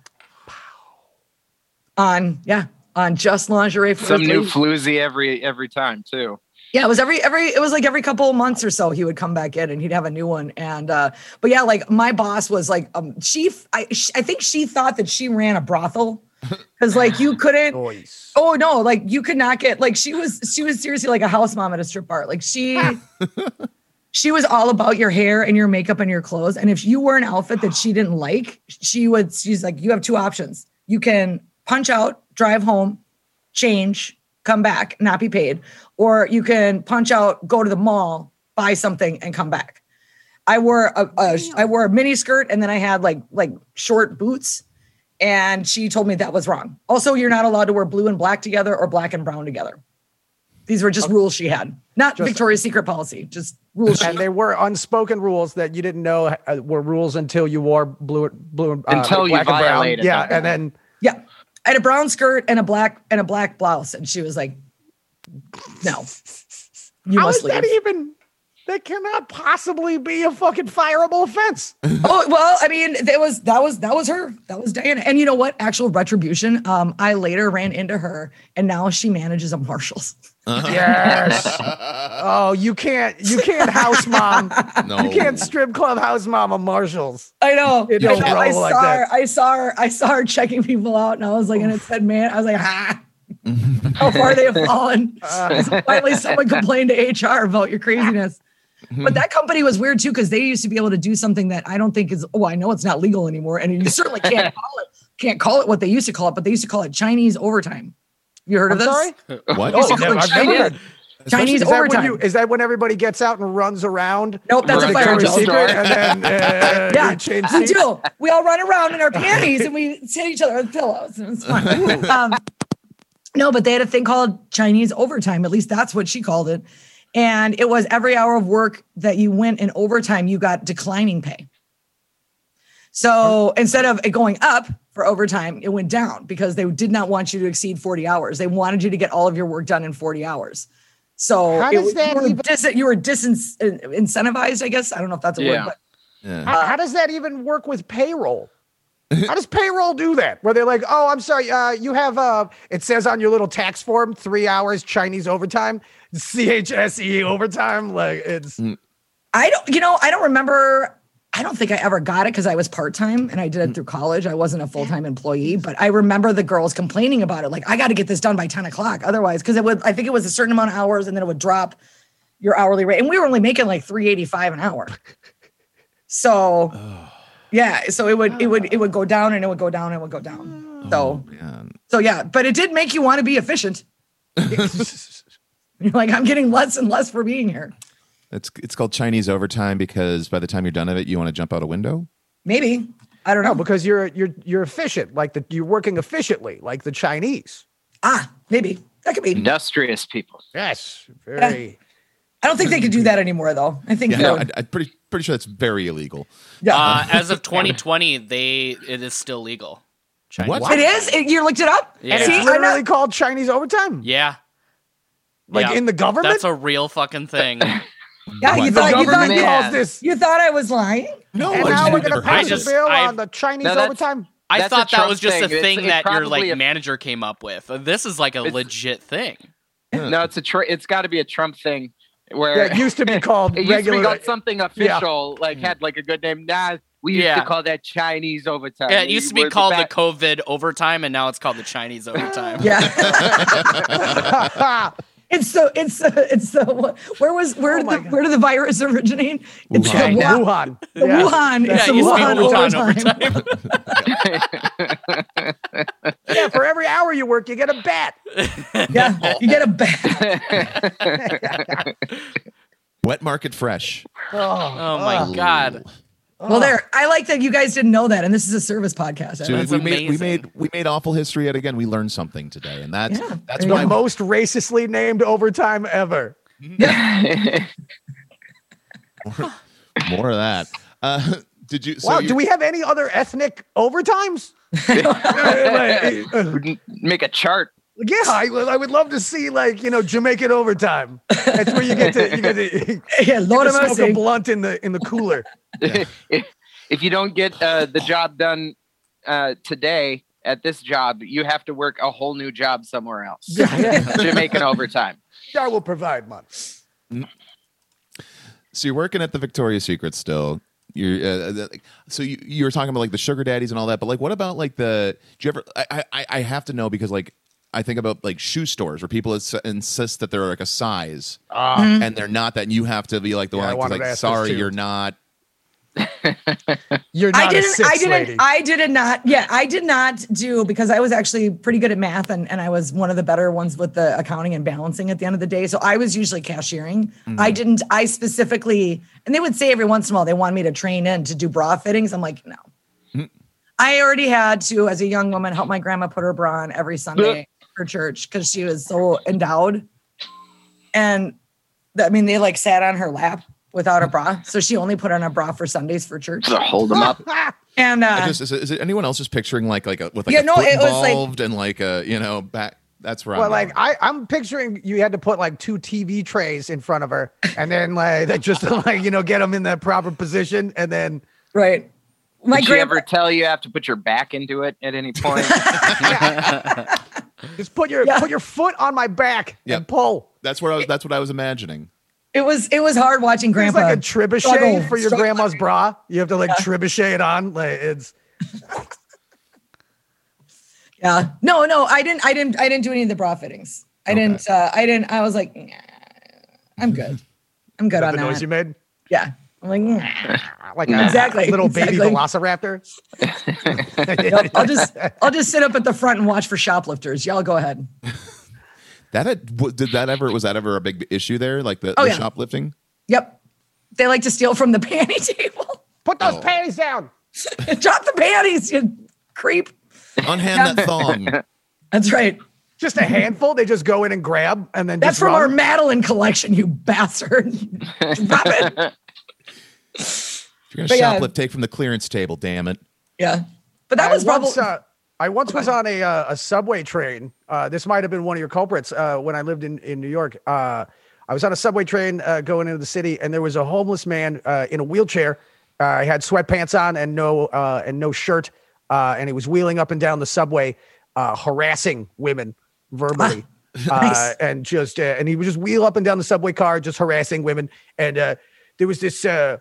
[SPEAKER 5] on yeah on just lingerie for
[SPEAKER 2] Some
[SPEAKER 5] his
[SPEAKER 2] new
[SPEAKER 5] lady.
[SPEAKER 2] floozy every every time too.
[SPEAKER 5] Yeah, it was every every it was like every couple of months or so he would come back in and he'd have a new one. And uh but yeah, like my boss was like um she I sh- I think she thought that she ran a brothel cuz like you couldn't
[SPEAKER 3] Choice.
[SPEAKER 5] Oh no, like you could not get like she was she was seriously like a house mom at a strip bar. Like she she was all about your hair and your makeup and your clothes. And if you wore an outfit that she didn't like, she would she's like, you have two options. You can punch out, drive home, change, come back, not be paid, or you can punch out, go to the mall, buy something, and come back. I wore a, a I wore a mini skirt and then I had like like short boots and she told me that was wrong. Also, you're not allowed to wear blue and black together or black and brown together. These were just rules she had, not Victoria's Secret policy, just rules. she
[SPEAKER 3] and they were unspoken rules that you didn't know uh, were rules until you wore blue, blue, and- uh,
[SPEAKER 2] Until you
[SPEAKER 3] black and brown.
[SPEAKER 2] violated
[SPEAKER 3] Yeah,
[SPEAKER 2] them.
[SPEAKER 3] and then
[SPEAKER 5] Yeah, I had a brown skirt and a black and a black blouse, and she was like, "No, you
[SPEAKER 3] how is
[SPEAKER 5] must leave."
[SPEAKER 3] that even? That cannot possibly be a fucking fireable offense.
[SPEAKER 5] oh well, I mean, that was that was that was her. That was Diana. And you know what? Actual retribution. Um, I later ran into her, and now she manages a Marshalls.
[SPEAKER 1] Uh-huh.
[SPEAKER 3] yes. Oh, you can't, you can't house mom.
[SPEAKER 1] no.
[SPEAKER 3] You can't strip club house mom on Marshalls.
[SPEAKER 5] I know.
[SPEAKER 3] It
[SPEAKER 5] I,
[SPEAKER 3] don't
[SPEAKER 5] know. I
[SPEAKER 3] roll
[SPEAKER 5] saw
[SPEAKER 3] like
[SPEAKER 5] her.
[SPEAKER 3] that.
[SPEAKER 5] I saw her. I saw her checking people out, and I was like, and it said, "Man," I was like, "Ha." How far they have fallen. Finally, someone complained to HR about your craziness. But that company was weird too because they used to be able to do something that I don't think is. Oh, I know it's not legal anymore, and you certainly can't call it can't call it what they used to call it, but they used to call it Chinese overtime. You heard of
[SPEAKER 3] I'm
[SPEAKER 5] this?
[SPEAKER 3] sorry?
[SPEAKER 1] What?
[SPEAKER 3] Oh,
[SPEAKER 5] call
[SPEAKER 3] I've
[SPEAKER 5] it
[SPEAKER 3] never
[SPEAKER 5] Chinese.
[SPEAKER 3] heard.
[SPEAKER 5] Chinese
[SPEAKER 3] is that when
[SPEAKER 5] overtime.
[SPEAKER 3] you- is that when everybody gets out and runs around?
[SPEAKER 5] Nope, that's
[SPEAKER 3] the
[SPEAKER 5] a fire
[SPEAKER 3] Victoria's
[SPEAKER 5] drill.
[SPEAKER 3] Secret, and then uh,
[SPEAKER 5] Yeah,
[SPEAKER 3] you change
[SPEAKER 5] we
[SPEAKER 3] seats?
[SPEAKER 5] do. We all run around in our panties and we hit each other with pillows, and it's fun. um, no, but they had a thing called Chinese overtime. At least that's what she called it, and it was every hour of work that you went in overtime, you got declining pay. So instead of it going up for overtime, it went down because they did not want you to exceed 40 hours. They wanted you to get all of your work done in 40 hours. So
[SPEAKER 7] How
[SPEAKER 5] it
[SPEAKER 7] does
[SPEAKER 5] was-
[SPEAKER 7] that
[SPEAKER 5] you, were
[SPEAKER 7] even-
[SPEAKER 5] dis- you were disincentivized, I guess. I don't know if that's a
[SPEAKER 2] Yeah.
[SPEAKER 5] word, but
[SPEAKER 1] Yeah.
[SPEAKER 3] How, how does that even work with payroll? How does payroll do that? Where they're like, "Oh, I'm sorry, uh, you have uh, it says on your little tax form three hours Chinese overtime, CHSE E overtime." Like it's
[SPEAKER 2] Mm.
[SPEAKER 5] I don't, you know, I don't remember. I don't think I ever got it because I was part time and I did it through college. I wasn't a full time employee, but I remember the girls complaining about it. Like, I got to get this done by 10 o'clock. Otherwise, because it would, I think it was a certain amount of hours and then it would drop your hourly rate. And we were only making like 385 an hour. So, yeah. So it would, it would, it would go down and it would go down and it would go down. So,
[SPEAKER 1] Oh, Man.
[SPEAKER 5] so yeah, but it did make you want to be efficient. You're like, I'm getting less and less for being here.
[SPEAKER 1] It's it's called Chinese overtime because by the time you're done of it, you want to jump out a window.
[SPEAKER 5] Maybe. I don't know.
[SPEAKER 3] no, because you're you're you're efficient, like the you're working efficiently, like the Chinese.
[SPEAKER 5] Ah, maybe that could
[SPEAKER 1] Mm.
[SPEAKER 5] be.
[SPEAKER 2] Industrious people.
[SPEAKER 3] Yes, very.
[SPEAKER 5] I don't think they could do that anymore, though. I think
[SPEAKER 1] Yeah,
[SPEAKER 5] they
[SPEAKER 1] no, I,
[SPEAKER 5] would-
[SPEAKER 1] I'm pretty pretty sure that's very illegal.
[SPEAKER 5] yeah.
[SPEAKER 4] Uh, as of 2020, they it is still legal. Chinese.
[SPEAKER 1] What?
[SPEAKER 5] it is. It, you looked it up.
[SPEAKER 4] Yeah.
[SPEAKER 3] It's
[SPEAKER 5] See, I'm
[SPEAKER 3] literally
[SPEAKER 5] not-
[SPEAKER 3] called Chinese overtime,
[SPEAKER 4] Yeah,
[SPEAKER 3] like
[SPEAKER 4] yeah.
[SPEAKER 3] in the government.
[SPEAKER 4] that's a real fucking thing.
[SPEAKER 5] yeah, you
[SPEAKER 1] What?
[SPEAKER 5] thought you thought
[SPEAKER 2] government-
[SPEAKER 5] you,
[SPEAKER 3] calls this.
[SPEAKER 5] you thought I was lying.
[SPEAKER 1] No,
[SPEAKER 3] And
[SPEAKER 1] I just
[SPEAKER 3] now we're
[SPEAKER 1] never
[SPEAKER 3] gonna
[SPEAKER 1] heard
[SPEAKER 3] pass
[SPEAKER 1] of
[SPEAKER 3] a
[SPEAKER 1] it.
[SPEAKER 4] just-
[SPEAKER 3] bill
[SPEAKER 4] I've-
[SPEAKER 3] on the Chinese
[SPEAKER 2] No, that's-
[SPEAKER 3] overtime.
[SPEAKER 4] I
[SPEAKER 2] That's a
[SPEAKER 4] thought that
[SPEAKER 2] Trump
[SPEAKER 4] was just a
[SPEAKER 2] thing. It's-
[SPEAKER 4] thing
[SPEAKER 2] it
[SPEAKER 4] that your like
[SPEAKER 2] probably-
[SPEAKER 4] manager came up with. This is like a
[SPEAKER 2] It's-
[SPEAKER 4] legit thing.
[SPEAKER 2] No, it's a tr- it's got to be a Trump thing where
[SPEAKER 3] Yeah, it used to be called
[SPEAKER 2] It used to
[SPEAKER 3] regular.
[SPEAKER 2] be called something official,
[SPEAKER 1] Mm.
[SPEAKER 2] like had like a good name. Nah, we used
[SPEAKER 4] Yeah.
[SPEAKER 2] to call that Chinese overtime.
[SPEAKER 4] Yeah, it used to be called the
[SPEAKER 2] back-
[SPEAKER 4] COVID overtime, and now it's called the Chinese overtime.
[SPEAKER 5] Yeah, it's so it's uh, it's the what- where was where
[SPEAKER 3] Oh
[SPEAKER 5] did
[SPEAKER 3] my
[SPEAKER 5] the,
[SPEAKER 3] God.
[SPEAKER 5] where did the virus originate? It's the,
[SPEAKER 4] China.
[SPEAKER 5] Wuhan.
[SPEAKER 3] Wuhan.
[SPEAKER 5] the
[SPEAKER 3] Yeah.
[SPEAKER 5] Wuhan.
[SPEAKER 4] Yeah,
[SPEAKER 5] It's
[SPEAKER 4] it
[SPEAKER 5] the
[SPEAKER 4] used to be
[SPEAKER 5] Wuhan,
[SPEAKER 4] Wuhan
[SPEAKER 5] overtime.
[SPEAKER 4] overtime.
[SPEAKER 3] Yeah, for every hour you work, you get a bat.
[SPEAKER 5] yeah, you get a bad.
[SPEAKER 1] Wet market fresh.
[SPEAKER 4] Oh my god!
[SPEAKER 5] Well, there. I like that you guys didn't know that, and this is a service podcast. I
[SPEAKER 1] Dude,
[SPEAKER 4] That's
[SPEAKER 1] we made we
[SPEAKER 4] amazing.
[SPEAKER 1] made we made awful history yet again. We learned something today, and that's
[SPEAKER 5] Yeah,
[SPEAKER 1] that's
[SPEAKER 5] there you
[SPEAKER 1] why
[SPEAKER 3] The
[SPEAKER 5] go.
[SPEAKER 3] most racistly named overtime ever.
[SPEAKER 1] more of that. Uh, did you? So
[SPEAKER 3] wow,
[SPEAKER 1] you-
[SPEAKER 3] do we have any other ethnic overtimes? Like, uh,
[SPEAKER 2] make a chart.
[SPEAKER 3] yeah, I, would- I would love to see like you know Jamaican overtime. That's where you get to you get to, you
[SPEAKER 5] yeah, Lord
[SPEAKER 3] get to
[SPEAKER 5] of
[SPEAKER 3] smoke a
[SPEAKER 5] mercy.
[SPEAKER 3] blunt in the in the cooler.
[SPEAKER 2] if, if you don't get uh, the job done uh, today at this job, you have to work a whole new job somewhere else. Jamaican overtime.
[SPEAKER 3] I will provide money.
[SPEAKER 1] So you're working at the Victoria's Secret still. You're uh, uh, like- so you, you were talking about like the sugar daddies and all that, but like what about like the? Do you ever? I I, I have to know because like I think about like shoe stores where people ins- insist that they're like a size
[SPEAKER 5] Ah. Mm-hmm.
[SPEAKER 1] and they're not that, and you have to be like the
[SPEAKER 3] Yeah, I
[SPEAKER 1] one
[SPEAKER 3] wanted
[SPEAKER 1] like,
[SPEAKER 3] to ask
[SPEAKER 1] like
[SPEAKER 3] this
[SPEAKER 1] sorry
[SPEAKER 3] too.
[SPEAKER 1] you're not.
[SPEAKER 3] You're not
[SPEAKER 5] I
[SPEAKER 3] a
[SPEAKER 5] didn't.
[SPEAKER 3] six
[SPEAKER 5] I didn't.
[SPEAKER 3] lady.
[SPEAKER 5] I did not. Yeah, I did not do because I was actually pretty good at math, and and I was one of the better ones with the accounting and balancing at the end of the day. So I was usually cashiering.
[SPEAKER 3] Mm-hmm.
[SPEAKER 5] I didn't. I specifically, and they would say every once in a while they want me to train in to do bra fittings. I'm like, no.
[SPEAKER 3] Mm-hmm.
[SPEAKER 5] I already had to, as a young woman, help my grandma put her bra on every Sunday at
[SPEAKER 3] Uh.
[SPEAKER 5] her church because she was so endowed, and th- I mean they like sat on her lap without a bra, so she only put on a bra for Sundays for church.
[SPEAKER 2] hold them up.
[SPEAKER 5] And uh,
[SPEAKER 1] I just is, it- is it anyone else just picturing like like a with like a
[SPEAKER 5] Yeah, no,
[SPEAKER 1] foot
[SPEAKER 5] it was, like-
[SPEAKER 1] involved and like a you know back that's where
[SPEAKER 3] Well,
[SPEAKER 1] I'm
[SPEAKER 3] like
[SPEAKER 1] at.
[SPEAKER 3] I, I'm picturing you had to put like two TV trays in front of her, and then like that just like you know get them in that proper position, and then
[SPEAKER 5] Right. My
[SPEAKER 2] Did she
[SPEAKER 5] grandpa,
[SPEAKER 2] ever tell you you have to put your back into it at any point?
[SPEAKER 3] just put your
[SPEAKER 5] Yeah.
[SPEAKER 3] put your foot on my back
[SPEAKER 1] Yep.
[SPEAKER 3] and pull.
[SPEAKER 1] that's what I was that's what I was imagining.
[SPEAKER 5] it was it was hard watching
[SPEAKER 3] It's
[SPEAKER 5] grandpa.
[SPEAKER 3] like a trebuchet
[SPEAKER 5] struggle-
[SPEAKER 3] for your
[SPEAKER 5] struggle.
[SPEAKER 3] grandma's bra. You have to like trebuchet it on. Like it's
[SPEAKER 5] Yeah. No, no, I didn't I didn't I didn't do any of the bra fittings. I didn't uh I didn't I was like "Nah, I'm good. I'm good
[SPEAKER 3] Is that
[SPEAKER 5] on
[SPEAKER 3] the
[SPEAKER 5] that.
[SPEAKER 3] noise you made?
[SPEAKER 5] yeah. I'm like, "Nah."
[SPEAKER 3] Like
[SPEAKER 2] Nah.
[SPEAKER 3] a
[SPEAKER 5] Exactly,
[SPEAKER 3] little baby
[SPEAKER 5] exactly.
[SPEAKER 3] velociraptor.
[SPEAKER 5] I'll just I'll just sit up at the front and watch for shoplifters. Y'all go ahead.
[SPEAKER 1] That had, w- did that ever was that ever a big issue there? Like the,
[SPEAKER 5] Oh,
[SPEAKER 1] the
[SPEAKER 5] yeah.
[SPEAKER 1] shoplifting?
[SPEAKER 5] Yep. They like to steal from the panty table.
[SPEAKER 3] Put those
[SPEAKER 1] Oh.
[SPEAKER 3] panties down.
[SPEAKER 5] Drop the panties, you creep.
[SPEAKER 1] Unhand that thong.
[SPEAKER 5] That's right.
[SPEAKER 3] Just a handful. They just go in and grab, and then
[SPEAKER 5] That's
[SPEAKER 3] just
[SPEAKER 5] from
[SPEAKER 3] run.
[SPEAKER 5] our Madeline collection, you bastard. Drop it.
[SPEAKER 1] If you're gonna
[SPEAKER 5] But yeah.
[SPEAKER 1] shoplift, take from the clearance table. Damn it!
[SPEAKER 5] Yeah. But that
[SPEAKER 3] I
[SPEAKER 5] was probably
[SPEAKER 3] once, uh, I once was on a uh, a subway train. Uh, this might have been one of your culprits uh, when I lived in in New York. Uh, I was on a subway train uh, going into the city, and there was a homeless man uh, in a wheelchair. Uh, he had sweatpants on and no uh, and no shirt, uh, and he was wheeling up and down the subway, uh, harassing women verbally.
[SPEAKER 5] Nice.
[SPEAKER 3] uh, and just uh, and he would just wheel up and down the subway car, just harassing women. And uh, there was this uh,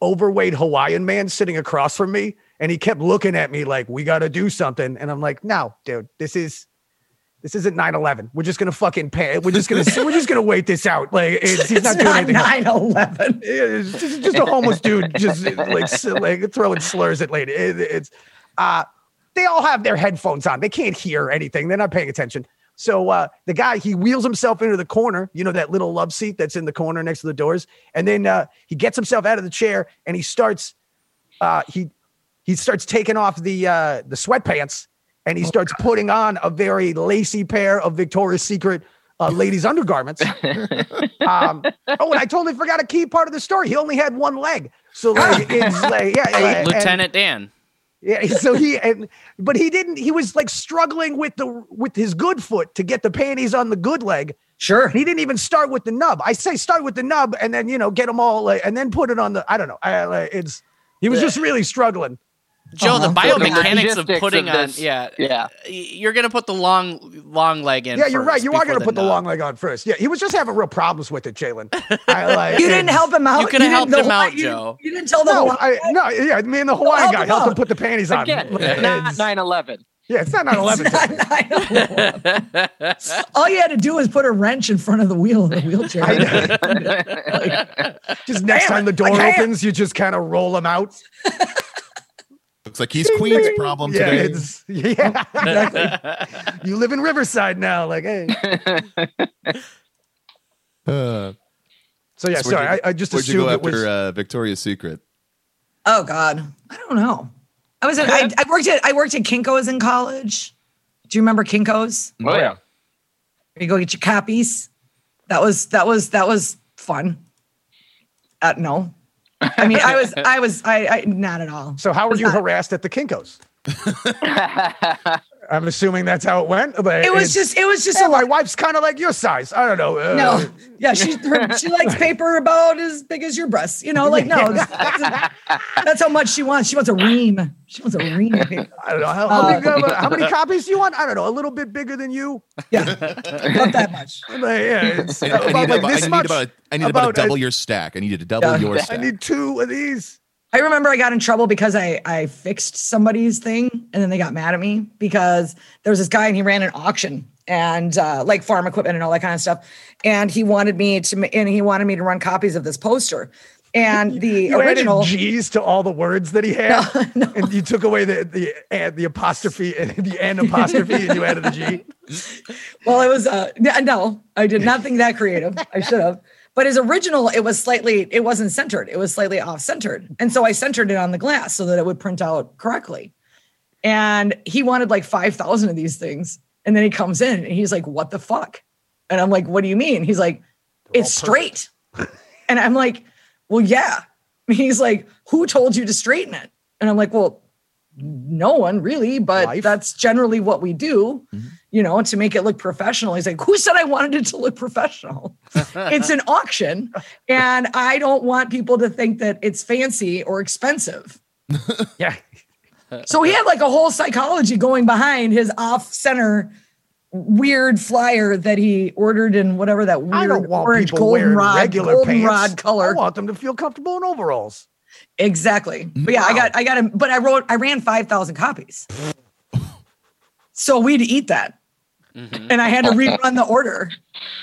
[SPEAKER 3] overweight Hawaiian man sitting across from me, and he kept looking at me like, "We got to do something." And I'm like, "No, dude, this is." This isn't 9-11. We're just gonna fucking pay. We're just gonna we're just gonna wait this out. Like it's, he's
[SPEAKER 5] it's
[SPEAKER 3] not doing
[SPEAKER 5] not
[SPEAKER 3] anything.
[SPEAKER 5] 9 11.
[SPEAKER 3] It's just, just a homeless dude just like s- like throwing slurs at lady. It- it's uh they all have their headphones on. They can't hear anything. They're not paying attention. So uh the guy he wheels himself into the corner, you know that little love seat that's in the corner next to the doors, and then uh he gets himself out of the chair and he starts uh he he starts taking off the uh the sweatpants and he starts putting on a very lacy pair of Victoria's Secret uh, ladies undergarments. Um, oh, and I totally forgot a key part of the story. He only had one leg. So like it's like yeah, like, and-
[SPEAKER 4] Lieutenant Dan.
[SPEAKER 3] yeah, so he and but he didn't he was like struggling with the with his good foot to get the panties on the good leg.
[SPEAKER 5] Sure.
[SPEAKER 3] And he didn't even start with the nub. I say start with the nub and then you know get them all like, and then put it on the I don't know. I, like, it's he was just really struggling.
[SPEAKER 4] Joe,
[SPEAKER 3] Uh-huh.
[SPEAKER 4] the biomechanics
[SPEAKER 2] The
[SPEAKER 4] of putting
[SPEAKER 2] logistics of
[SPEAKER 4] on
[SPEAKER 2] this-
[SPEAKER 4] yeah,
[SPEAKER 2] Yeah.
[SPEAKER 4] y- you're gonna put the long long leg in.
[SPEAKER 3] Yeah, you're right.
[SPEAKER 4] first
[SPEAKER 3] You are going
[SPEAKER 4] before
[SPEAKER 3] to put the
[SPEAKER 4] nub.
[SPEAKER 3] long leg on first. Yeah, he was just having real problems with it, Jalen. I, like,
[SPEAKER 5] You didn't
[SPEAKER 3] it's-
[SPEAKER 5] help him out.
[SPEAKER 4] You coulda
[SPEAKER 5] didn't-
[SPEAKER 4] helped
[SPEAKER 5] the
[SPEAKER 4] him
[SPEAKER 5] Hawaii-
[SPEAKER 4] out,
[SPEAKER 5] you didn't-
[SPEAKER 4] Joe.
[SPEAKER 5] You didn't tell the Oh,
[SPEAKER 3] No,
[SPEAKER 5] no,
[SPEAKER 3] I no, yeah, me and the Hawaiian
[SPEAKER 5] help
[SPEAKER 3] guy
[SPEAKER 5] him
[SPEAKER 3] helped him
[SPEAKER 5] out.
[SPEAKER 3] put the panties on.
[SPEAKER 2] Again,
[SPEAKER 3] Like,
[SPEAKER 2] not
[SPEAKER 3] it's-
[SPEAKER 2] 9 11.
[SPEAKER 3] yeah, it's not 9/11.
[SPEAKER 5] All you had to do was put a wrench in front of the wheel of the wheelchair.
[SPEAKER 3] I know. Just next time
[SPEAKER 5] Damn
[SPEAKER 3] the
[SPEAKER 5] it, I
[SPEAKER 3] door
[SPEAKER 5] can't.
[SPEAKER 3] opens, you just kind of roll them out.
[SPEAKER 1] Looks like he's Queen's problem
[SPEAKER 3] yeah,
[SPEAKER 1] today.
[SPEAKER 3] it's- yeah, exactly. you live in Riverside now, like hey.
[SPEAKER 1] Uh,
[SPEAKER 3] So yeah,
[SPEAKER 1] So where'd
[SPEAKER 3] sorry,
[SPEAKER 1] you-
[SPEAKER 3] I, I just
[SPEAKER 1] where'd you go
[SPEAKER 3] assumed it
[SPEAKER 1] after
[SPEAKER 3] was.
[SPEAKER 1] uh, Victoria's Secret?
[SPEAKER 5] Oh God, I don't know. I was at, I, I worked at I worked at Kinkos in college. Do you remember Kinkos?
[SPEAKER 2] Oh, yeah.
[SPEAKER 5] Where you go get your copies. That was that was that was fun. Uh, no, I mean I was I was I, I not at all.
[SPEAKER 3] so how were you harassed at the Kinkos? I'm assuming that's how it went. But
[SPEAKER 5] It
[SPEAKER 3] it's-
[SPEAKER 5] was just it was just
[SPEAKER 3] "Hey,
[SPEAKER 5] a
[SPEAKER 3] my
[SPEAKER 5] lot.
[SPEAKER 3] wife's kind of like your size. I don't know. uh,
[SPEAKER 5] No, yeah, she her, she likes paper about as big as your breasts. You know, like no, that's, that's- that's how much she wants. She wants a ream. She wants a ream. Of paper.
[SPEAKER 3] I don't know. How,
[SPEAKER 5] Uh,
[SPEAKER 3] how, many, uh, how many copies do you want? I don't know. A little bit bigger than you.
[SPEAKER 5] Yeah, not that much.
[SPEAKER 3] Like, yeah, it's
[SPEAKER 1] I, I
[SPEAKER 3] about
[SPEAKER 1] need,
[SPEAKER 3] like
[SPEAKER 1] about, I
[SPEAKER 3] this
[SPEAKER 1] need
[SPEAKER 3] much.
[SPEAKER 1] about a, I need about,
[SPEAKER 3] about
[SPEAKER 1] a
[SPEAKER 3] a-
[SPEAKER 1] double your stack. I needed to double
[SPEAKER 5] Yeah.
[SPEAKER 1] your
[SPEAKER 3] I
[SPEAKER 1] stack.
[SPEAKER 3] need two of these.
[SPEAKER 5] I remember I got in trouble because I I fixed somebody's thing and then they got mad at me because there was this guy and he ran an auction and uh, like farm equipment and all that kind of stuff and he wanted me to ma- and he wanted me to run copies of this poster and the
[SPEAKER 3] You
[SPEAKER 5] original
[SPEAKER 3] added G's to all the words that he had, and you took away the the and the apostrophe and the and apostrophe, and you added the G.
[SPEAKER 5] well it was uh n- no I did not think that creative I should have but his original it was slightly it wasn't centered it was slightly off centered and so I centered it on the glass so that it would print out correctly and he wanted like 5,000 of these things. And then he comes in and he's like, What the fuck? And I'm like, What do you mean? He's like, It's straight. and I'm like, Well, yeah. And he's like, Who told you to straighten it? And I'm like, Well, no one really, but
[SPEAKER 3] Life.
[SPEAKER 5] that's generally what we do, you know, to make it look professional. He's like, Who said I wanted it to look professional? it's an auction. And I don't want people to think that it's fancy or expensive.
[SPEAKER 3] Yeah,
[SPEAKER 5] So he had like a whole psychology going behind his off center weird flyer that he ordered in whatever that weird
[SPEAKER 3] I don't want
[SPEAKER 5] orange
[SPEAKER 3] people wearing
[SPEAKER 5] goldenrod
[SPEAKER 3] regular
[SPEAKER 5] goldenrod
[SPEAKER 3] pants. I
[SPEAKER 5] color.
[SPEAKER 3] want them to feel comfortable in overalls.
[SPEAKER 5] Exactly. But yeah, I got I got him, but I wrote I ran five thousand copies. so we'd eat that. and I had to rerun the order,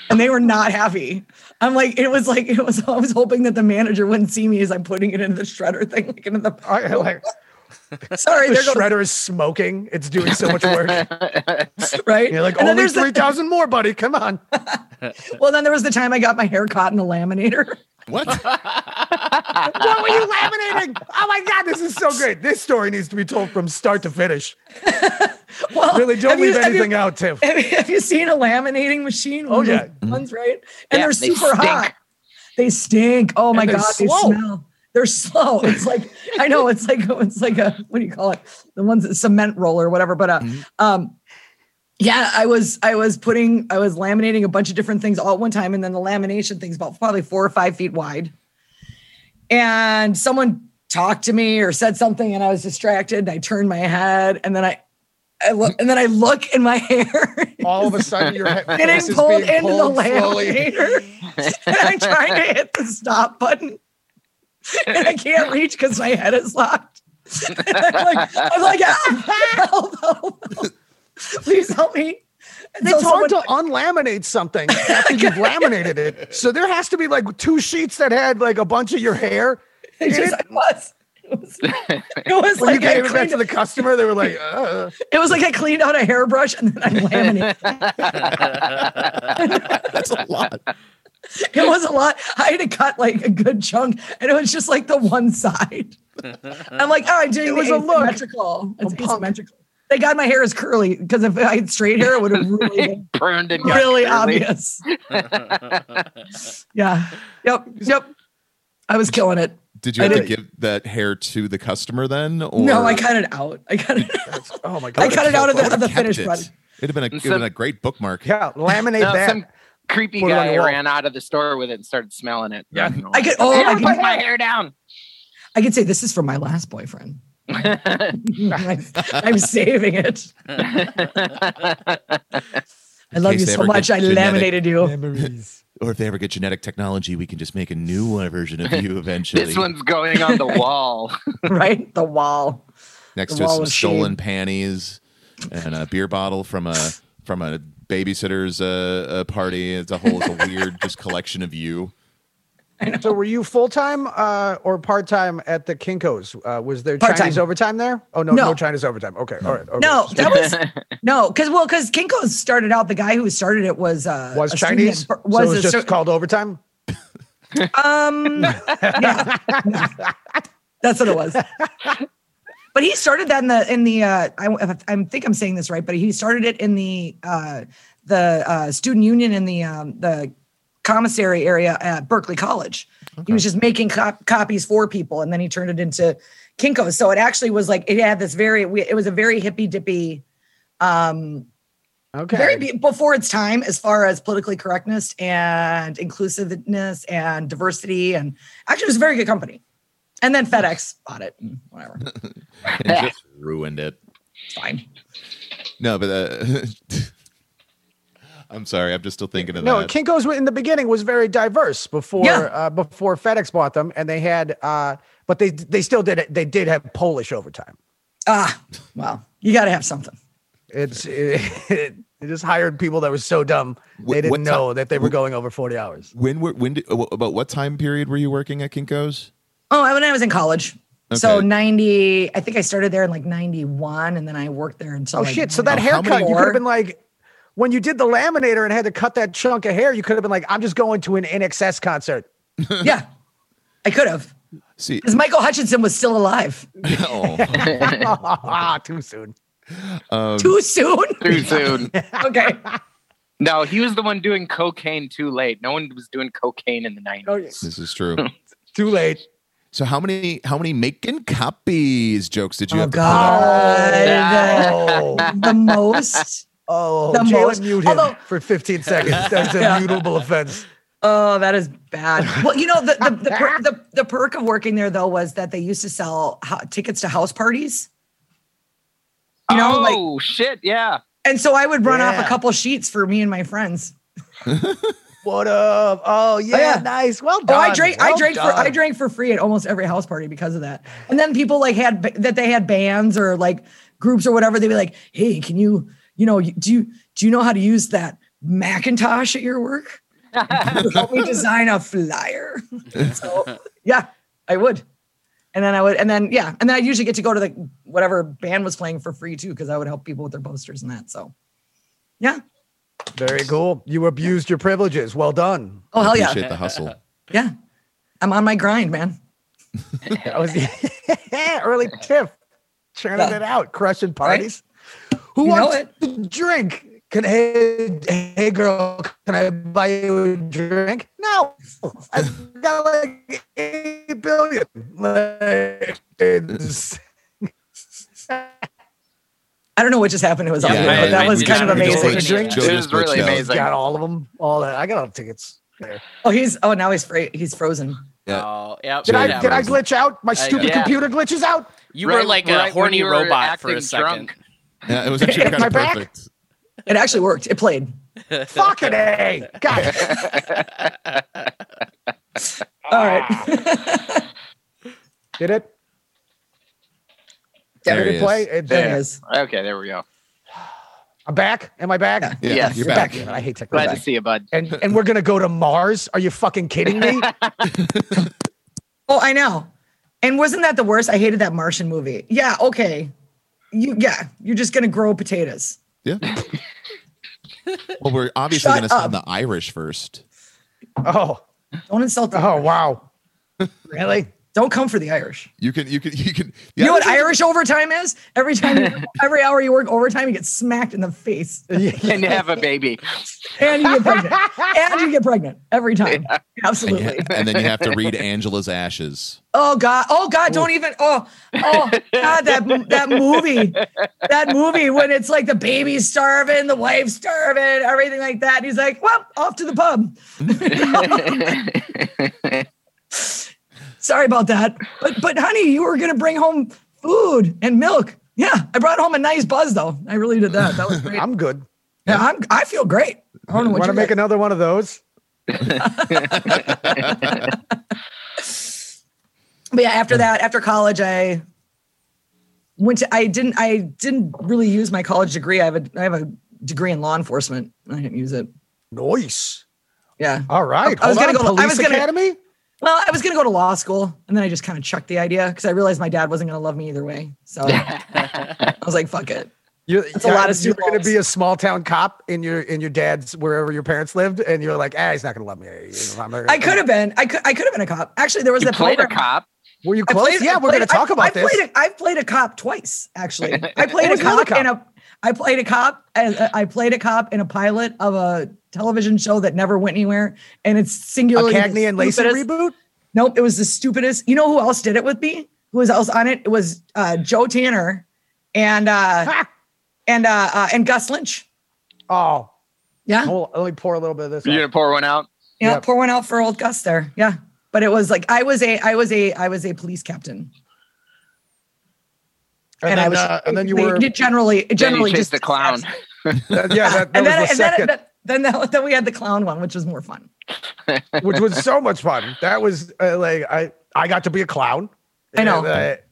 [SPEAKER 5] and they were not happy. I'm like, it was like it was. I was hoping that the manager wouldn't see me as I'm putting it into the shredder thing, like into the.
[SPEAKER 3] I, like,
[SPEAKER 5] Sorry,
[SPEAKER 3] the
[SPEAKER 5] there goes
[SPEAKER 3] shredder is smoking. It's doing so much work. And
[SPEAKER 5] right.
[SPEAKER 3] you're like,
[SPEAKER 5] And then
[SPEAKER 3] only
[SPEAKER 5] there's the-
[SPEAKER 3] three thousand more, buddy. Come on.
[SPEAKER 5] well, then there was the time I got my hair caught in a laminator.
[SPEAKER 1] What?
[SPEAKER 3] What were you laminating? Oh my god, this is so great. This story needs to be told from start to finish.
[SPEAKER 5] Well,
[SPEAKER 3] Really, don't
[SPEAKER 5] have you-
[SPEAKER 3] leave
[SPEAKER 5] have you-
[SPEAKER 3] anything out, Tiff.
[SPEAKER 5] Have you, have you seen a laminating machine?
[SPEAKER 3] Oh,
[SPEAKER 5] One of
[SPEAKER 3] yeah.
[SPEAKER 5] those ones right, and
[SPEAKER 2] Yeah,
[SPEAKER 5] they're
[SPEAKER 2] they
[SPEAKER 5] super hot.
[SPEAKER 2] stink.
[SPEAKER 5] They stink. Oh my
[SPEAKER 3] And they're
[SPEAKER 5] god,
[SPEAKER 3] slow.
[SPEAKER 5] they smell. They're slow. It's like I know. It's like it's like a what do you call it? The ones that cement roller or whatever. But uh,
[SPEAKER 3] Mm-hmm.
[SPEAKER 5] um, yeah, I was I was putting I was laminating a bunch of different things all at one time, and then the lamination thing's about probably four or five feet wide. And someone talked to me or said something, and I was distracted. And I turned my head, and then I, I look, and then I look, and my hair
[SPEAKER 3] All of a sudden, your head face
[SPEAKER 5] getting
[SPEAKER 3] Oh, is
[SPEAKER 5] pulled
[SPEAKER 3] being
[SPEAKER 5] into
[SPEAKER 3] pulled
[SPEAKER 5] the
[SPEAKER 3] slowly.
[SPEAKER 5] laminator. and I'm trying to hit the stop button. And I can't reach because my head is locked. And I'm like, I'm like, "Ah, help, help, help. Please help me. And so
[SPEAKER 3] It's hard to
[SPEAKER 5] someone-
[SPEAKER 3] unlaminate something after you've laminated it. So there has to be like two sheets that had like a bunch of your hair.
[SPEAKER 5] it just, I was. It was, it was
[SPEAKER 3] When
[SPEAKER 5] like
[SPEAKER 3] you
[SPEAKER 5] I
[SPEAKER 3] gave it back
[SPEAKER 5] cleaned,
[SPEAKER 3] to the customer, they were like, uh.
[SPEAKER 5] it was like I cleaned out a hairbrush and then I laminated.
[SPEAKER 1] That's a lot.
[SPEAKER 5] it was a lot. I had to cut like a good chunk, and it was just like the one side. I'm like, oh, I'm doing
[SPEAKER 3] It
[SPEAKER 5] it
[SPEAKER 3] was
[SPEAKER 5] was
[SPEAKER 3] a look.
[SPEAKER 5] asymmetrical. It's
[SPEAKER 3] punk.
[SPEAKER 5] asymmetrical. Thank God my hair is curly because if I had straight hair, it would have really been
[SPEAKER 2] Burned and
[SPEAKER 5] really obvious. Yeah. Yep. Yep. I was killing it.
[SPEAKER 1] Did you
[SPEAKER 5] I
[SPEAKER 1] have to
[SPEAKER 5] did-
[SPEAKER 1] give that hair to the customer then? Or
[SPEAKER 5] No, I cut it out. I cut it.
[SPEAKER 3] oh my God.
[SPEAKER 5] I cut it out of the, of the
[SPEAKER 1] Kept
[SPEAKER 5] finished
[SPEAKER 1] it.
[SPEAKER 5] product.
[SPEAKER 1] It'd have been a, it'd been a great bookmark.
[SPEAKER 3] Yeah, laminate
[SPEAKER 2] No,
[SPEAKER 3] that.
[SPEAKER 2] some creepy
[SPEAKER 3] Put it on
[SPEAKER 2] guy
[SPEAKER 3] your wall.
[SPEAKER 2] ran out of the store with it and started smelling it.
[SPEAKER 1] Yeah.
[SPEAKER 2] Definitely.
[SPEAKER 5] I could. Oh,
[SPEAKER 2] Yeah,
[SPEAKER 5] I
[SPEAKER 2] put
[SPEAKER 5] could,
[SPEAKER 2] my hair down.
[SPEAKER 5] I could say this is from my last boyfriend. I'm, I'm saving it. I love
[SPEAKER 1] case
[SPEAKER 5] you
[SPEAKER 1] they
[SPEAKER 5] so
[SPEAKER 1] ever
[SPEAKER 5] much.
[SPEAKER 1] get
[SPEAKER 5] I
[SPEAKER 1] genetic-
[SPEAKER 5] laminated you.
[SPEAKER 3] Memories.
[SPEAKER 1] Or if they ever get genetic technology, we can just make a new version of you eventually.
[SPEAKER 2] this one's going on the wall.
[SPEAKER 5] right? The wall.
[SPEAKER 1] Next
[SPEAKER 5] the
[SPEAKER 1] to
[SPEAKER 5] wall
[SPEAKER 1] some
[SPEAKER 5] of
[SPEAKER 1] stolen
[SPEAKER 5] shame.
[SPEAKER 1] panties and a beer bottle from a from a babysitter's uh, uh, party. It's a whole it's a weird just collection of you.
[SPEAKER 3] So were you full time uh, or part time at the Kinkos? Uh, was there
[SPEAKER 5] Part-time.
[SPEAKER 3] Chinese overtime there? Oh no, no,
[SPEAKER 5] No.
[SPEAKER 3] Chinese overtime. Okay, all right. okay.
[SPEAKER 5] No, that was no, because well, because Kinko's started out. The guy who started it was uh,
[SPEAKER 3] was
[SPEAKER 5] a student
[SPEAKER 3] Chinese?
[SPEAKER 5] at- was,
[SPEAKER 3] so it was
[SPEAKER 5] a
[SPEAKER 3] just
[SPEAKER 5] stu-
[SPEAKER 3] called overtime.
[SPEAKER 5] um, yeah, that's what it was. But he started that in the in the uh, I, I think I'm saying this right, but he started it in the uh, the uh, student union in the um, the commissary area at Berkeley College. He was just making cop- copies for people, and then he turned it into Kinko's. So it actually was like it had this very we- it was a very hippy dippy. Um,
[SPEAKER 3] Okay.
[SPEAKER 5] very be- before its time as far as politically correctness and inclusiveness and diversity and actually it was a very good company and then fedex bought it and whatever
[SPEAKER 1] And just ruined it.
[SPEAKER 5] it's fine
[SPEAKER 1] No, but uh, I'm sorry. I'm just still thinking of
[SPEAKER 3] no,
[SPEAKER 1] that.
[SPEAKER 3] Kinkos in the beginning was very diverse before
[SPEAKER 5] Yeah.
[SPEAKER 3] uh, before FedEx bought them, and they had, uh, but they they still did it. They did have Polish overtime.
[SPEAKER 5] ah well you got to have something
[SPEAKER 3] It's it, it, just hired people that were so dumb
[SPEAKER 1] Wh-
[SPEAKER 3] they
[SPEAKER 1] what
[SPEAKER 3] didn't
[SPEAKER 1] ti-
[SPEAKER 3] know that they were going over forty hours.
[SPEAKER 1] When were when did, about what time period were you working at Kinko's?
[SPEAKER 5] oh and when i was in college so
[SPEAKER 1] Okay.
[SPEAKER 5] 90 i think i started there in like 91 and then i worked there until
[SPEAKER 3] Oh
[SPEAKER 5] like
[SPEAKER 3] shit! So that
[SPEAKER 1] Oh, how
[SPEAKER 3] haircut,
[SPEAKER 5] many
[SPEAKER 3] you could have
[SPEAKER 5] more?
[SPEAKER 3] been like, when you did the laminator and had to cut that chunk of hair, you could have been like, I'm just going to an NXS concert.
[SPEAKER 5] yeah i could have
[SPEAKER 1] See,
[SPEAKER 5] because michael hutchinson was still alive
[SPEAKER 1] oh,
[SPEAKER 3] Ah, Too soon. Um.
[SPEAKER 5] too soon
[SPEAKER 2] Too soon.
[SPEAKER 5] okay
[SPEAKER 2] No, he was the one doing cocaine too late. No one was doing cocaine in the 90s.
[SPEAKER 3] Oh, yeah.
[SPEAKER 1] this is true.
[SPEAKER 3] Too late.
[SPEAKER 1] So how many how many making copies jokes did you
[SPEAKER 5] oh
[SPEAKER 1] have? to put up?
[SPEAKER 5] god
[SPEAKER 3] Oh,
[SPEAKER 5] the most
[SPEAKER 3] oh.
[SPEAKER 5] The
[SPEAKER 3] Jalen
[SPEAKER 5] most-
[SPEAKER 3] mute him
[SPEAKER 5] although-
[SPEAKER 3] for 15 seconds. That's a
[SPEAKER 5] Yeah.
[SPEAKER 3] mutable offense.
[SPEAKER 5] Oh, that is bad. Well, you know the the, the, per- the the perk of working there though was that they used to sell ho- tickets to house parties. You know, like
[SPEAKER 2] oh shit, yeah.
[SPEAKER 5] and so I would run off
[SPEAKER 3] Yeah.
[SPEAKER 5] a couple sheets for me and my friends.
[SPEAKER 3] What up? Oh yeah,
[SPEAKER 5] yeah.
[SPEAKER 3] nice. Well
[SPEAKER 5] Oh,
[SPEAKER 3] done.
[SPEAKER 5] I drank I
[SPEAKER 3] Well
[SPEAKER 5] drank for I
[SPEAKER 3] done.
[SPEAKER 5] drank for free at almost every house party because of that. And then people like had ba- that they had bands or like groups or whatever. They'd be like, "Hey, can you you know you- do you Do you know how to use that Macintosh at your work? Help me design a flyer. so, yeah, I would. And then I would, and then yeah, and then I'd usually get to go to the whatever band was playing for free too, because I would help people with their posters and that. So, yeah.
[SPEAKER 3] Very cool. You abused your privileges. Well done.
[SPEAKER 5] Oh hell yeah,
[SPEAKER 1] Appreciate the hustle.
[SPEAKER 5] yeah. I'm on my grind, man.
[SPEAKER 3] That was the early tiff, churning
[SPEAKER 5] Yeah.
[SPEAKER 3] it out, crushing parties. Who
[SPEAKER 5] You know
[SPEAKER 3] wants to drink? Can hey, hey girl, can I buy you a drink? No, I've got like eight billion. Like, it's-
[SPEAKER 5] I don't know what just happened. It was
[SPEAKER 4] Yeah,
[SPEAKER 5] all
[SPEAKER 1] I-
[SPEAKER 5] but that
[SPEAKER 1] I-
[SPEAKER 5] was
[SPEAKER 1] we
[SPEAKER 5] kind
[SPEAKER 1] just-
[SPEAKER 5] of
[SPEAKER 1] we just
[SPEAKER 5] amazing.
[SPEAKER 1] glitched-
[SPEAKER 3] Drink.
[SPEAKER 1] Joe
[SPEAKER 2] It
[SPEAKER 1] just
[SPEAKER 2] was really
[SPEAKER 1] glitched out.
[SPEAKER 2] amazing.
[SPEAKER 3] got all of them, all that. I got all the tickets. There.
[SPEAKER 5] Oh, he's oh now he's fra- he's frozen.
[SPEAKER 1] Yeah.
[SPEAKER 4] Oh, yeah.
[SPEAKER 3] Did I
[SPEAKER 1] Yeah,
[SPEAKER 3] did I
[SPEAKER 1] Rosen.
[SPEAKER 3] glitch out? My
[SPEAKER 4] I-
[SPEAKER 3] stupid
[SPEAKER 2] yeah.
[SPEAKER 3] computer glitches out.
[SPEAKER 4] You were
[SPEAKER 2] Right-
[SPEAKER 4] like
[SPEAKER 2] right
[SPEAKER 4] a
[SPEAKER 2] when
[SPEAKER 4] horny
[SPEAKER 2] you were
[SPEAKER 4] robot for a
[SPEAKER 2] acting
[SPEAKER 4] second.
[SPEAKER 2] drunk.
[SPEAKER 1] Yeah, it was actually
[SPEAKER 3] Hit
[SPEAKER 1] kind
[SPEAKER 3] my
[SPEAKER 1] of
[SPEAKER 3] back.
[SPEAKER 1] perfect.
[SPEAKER 5] It actually worked. It played.
[SPEAKER 3] Fucking a. God.
[SPEAKER 5] All
[SPEAKER 1] Ah,
[SPEAKER 5] right.
[SPEAKER 3] Did it?
[SPEAKER 1] There
[SPEAKER 3] Did
[SPEAKER 1] he
[SPEAKER 3] it play?
[SPEAKER 1] is.
[SPEAKER 3] It did.
[SPEAKER 5] there it is.
[SPEAKER 2] Okay, there we go.
[SPEAKER 3] I'm back. Am I back?
[SPEAKER 1] Yeah,
[SPEAKER 2] Yes.
[SPEAKER 1] you're back.
[SPEAKER 3] Damn it, I hate
[SPEAKER 2] Glad
[SPEAKER 3] technology.
[SPEAKER 2] to see you, bud.
[SPEAKER 3] And and we're gonna go to Mars. Are you fucking kidding me?
[SPEAKER 5] Oh, I know. And wasn't that the worst? I hated that Martian movie. Yeah, okay. You yeah, you're just gonna grow potatoes.
[SPEAKER 1] Yeah. well, we're obviously
[SPEAKER 5] Shut
[SPEAKER 1] going to send the
[SPEAKER 5] up.
[SPEAKER 1] Irish first.
[SPEAKER 3] oh,
[SPEAKER 5] Don't insult them.
[SPEAKER 3] oh wow. Really?
[SPEAKER 5] Don't come for the Irish.
[SPEAKER 1] You can, you can, you can.
[SPEAKER 5] You know what
[SPEAKER 1] Irish?
[SPEAKER 5] Irish overtime is? Every time you, every hour you work overtime, you get smacked in the face.
[SPEAKER 2] And you have a baby.
[SPEAKER 5] And you get pregnant. and you get pregnant every time. Absolutely.
[SPEAKER 1] Yeah, and then you have to read Angela's Ashes.
[SPEAKER 5] Oh God! Oh God! Don't even! Oh, oh God! That that movie, that movie when it's like the baby's starving, the wife's starving, everything like that. And he's like, "Well, off to the pub." Sorry about that, but but honey, you were gonna bring home food and milk. Yeah, I brought home a nice buzz though. I really did that. That was great.
[SPEAKER 3] I'm good.
[SPEAKER 5] Yeah, I'm, I feel great. I don't know what
[SPEAKER 3] Want to
[SPEAKER 5] you're
[SPEAKER 3] make
[SPEAKER 5] making.
[SPEAKER 3] another one of those?
[SPEAKER 5] But yeah, after that, after college, I went to I didn't I didn't really use my college degree. I have a I have a degree in law enforcement. I didn't use it.
[SPEAKER 3] Nice.
[SPEAKER 5] Yeah.
[SPEAKER 3] All right.
[SPEAKER 5] I was
[SPEAKER 3] Hold
[SPEAKER 5] gonna
[SPEAKER 3] on,
[SPEAKER 5] go- I
[SPEAKER 3] Police
[SPEAKER 5] was gonna-
[SPEAKER 3] Academy.
[SPEAKER 5] Well, I was gonna go to law school and then I just kind of chucked the idea because I realized my dad wasn't gonna love me either way. So I was like, fuck it.
[SPEAKER 3] You,
[SPEAKER 5] That's a lot of
[SPEAKER 3] you were going to
[SPEAKER 5] syllables.
[SPEAKER 3] be a small town cop in your in your dad's wherever your parents lived, and you're like, ah, he's not going to love me. You know, I'm not gonna-
[SPEAKER 5] I could have been. I could I could have been a cop. Actually, there was
[SPEAKER 2] You
[SPEAKER 5] a
[SPEAKER 2] played a
[SPEAKER 5] program-
[SPEAKER 2] cop.
[SPEAKER 3] Were you
[SPEAKER 5] I
[SPEAKER 3] close?
[SPEAKER 5] played-
[SPEAKER 3] yeah,
[SPEAKER 5] I
[SPEAKER 3] we're going to
[SPEAKER 5] played-
[SPEAKER 3] talk
[SPEAKER 5] I-
[SPEAKER 3] about
[SPEAKER 5] I
[SPEAKER 3] this.
[SPEAKER 5] Played a, I've played a cop twice, actually. I played a
[SPEAKER 3] was another
[SPEAKER 5] cop, in a. I played a cop. As a, I played a cop in a pilot of a television show that never went anywhere, and it's
[SPEAKER 3] a
[SPEAKER 5] singularly. the
[SPEAKER 3] Cagney and Lacey
[SPEAKER 5] stupidest-
[SPEAKER 3] reboot.
[SPEAKER 5] Nope, it was the stupidest. You know who else did it with me? Who was else on it? It was uh, Joe Tanner, and uh,
[SPEAKER 3] Ha!
[SPEAKER 5] and uh, uh, and Gus Lynch.
[SPEAKER 3] Oh,
[SPEAKER 5] Yeah,
[SPEAKER 3] hold, let me pour a little bit of this.
[SPEAKER 2] You're
[SPEAKER 3] out.
[SPEAKER 2] gonna pour one out.
[SPEAKER 5] yeah.
[SPEAKER 3] Yep.
[SPEAKER 5] Pour one out for old Gus there. Yeah, but it was like I was a I was a I was a police captain.
[SPEAKER 3] And,
[SPEAKER 5] and
[SPEAKER 3] then,
[SPEAKER 5] I was
[SPEAKER 3] uh, and then you were, uh,
[SPEAKER 5] basically- generally
[SPEAKER 2] Then you
[SPEAKER 5] generally
[SPEAKER 2] chase
[SPEAKER 5] just
[SPEAKER 2] the clown.
[SPEAKER 3] yeah, that, that was the
[SPEAKER 5] and then, and then,
[SPEAKER 3] second,
[SPEAKER 5] then, then, that- then we had the clown one, which was more fun.
[SPEAKER 3] which was so much fun. That was uh, like I I got to be a clown.
[SPEAKER 5] I know.
[SPEAKER 3] And, uh,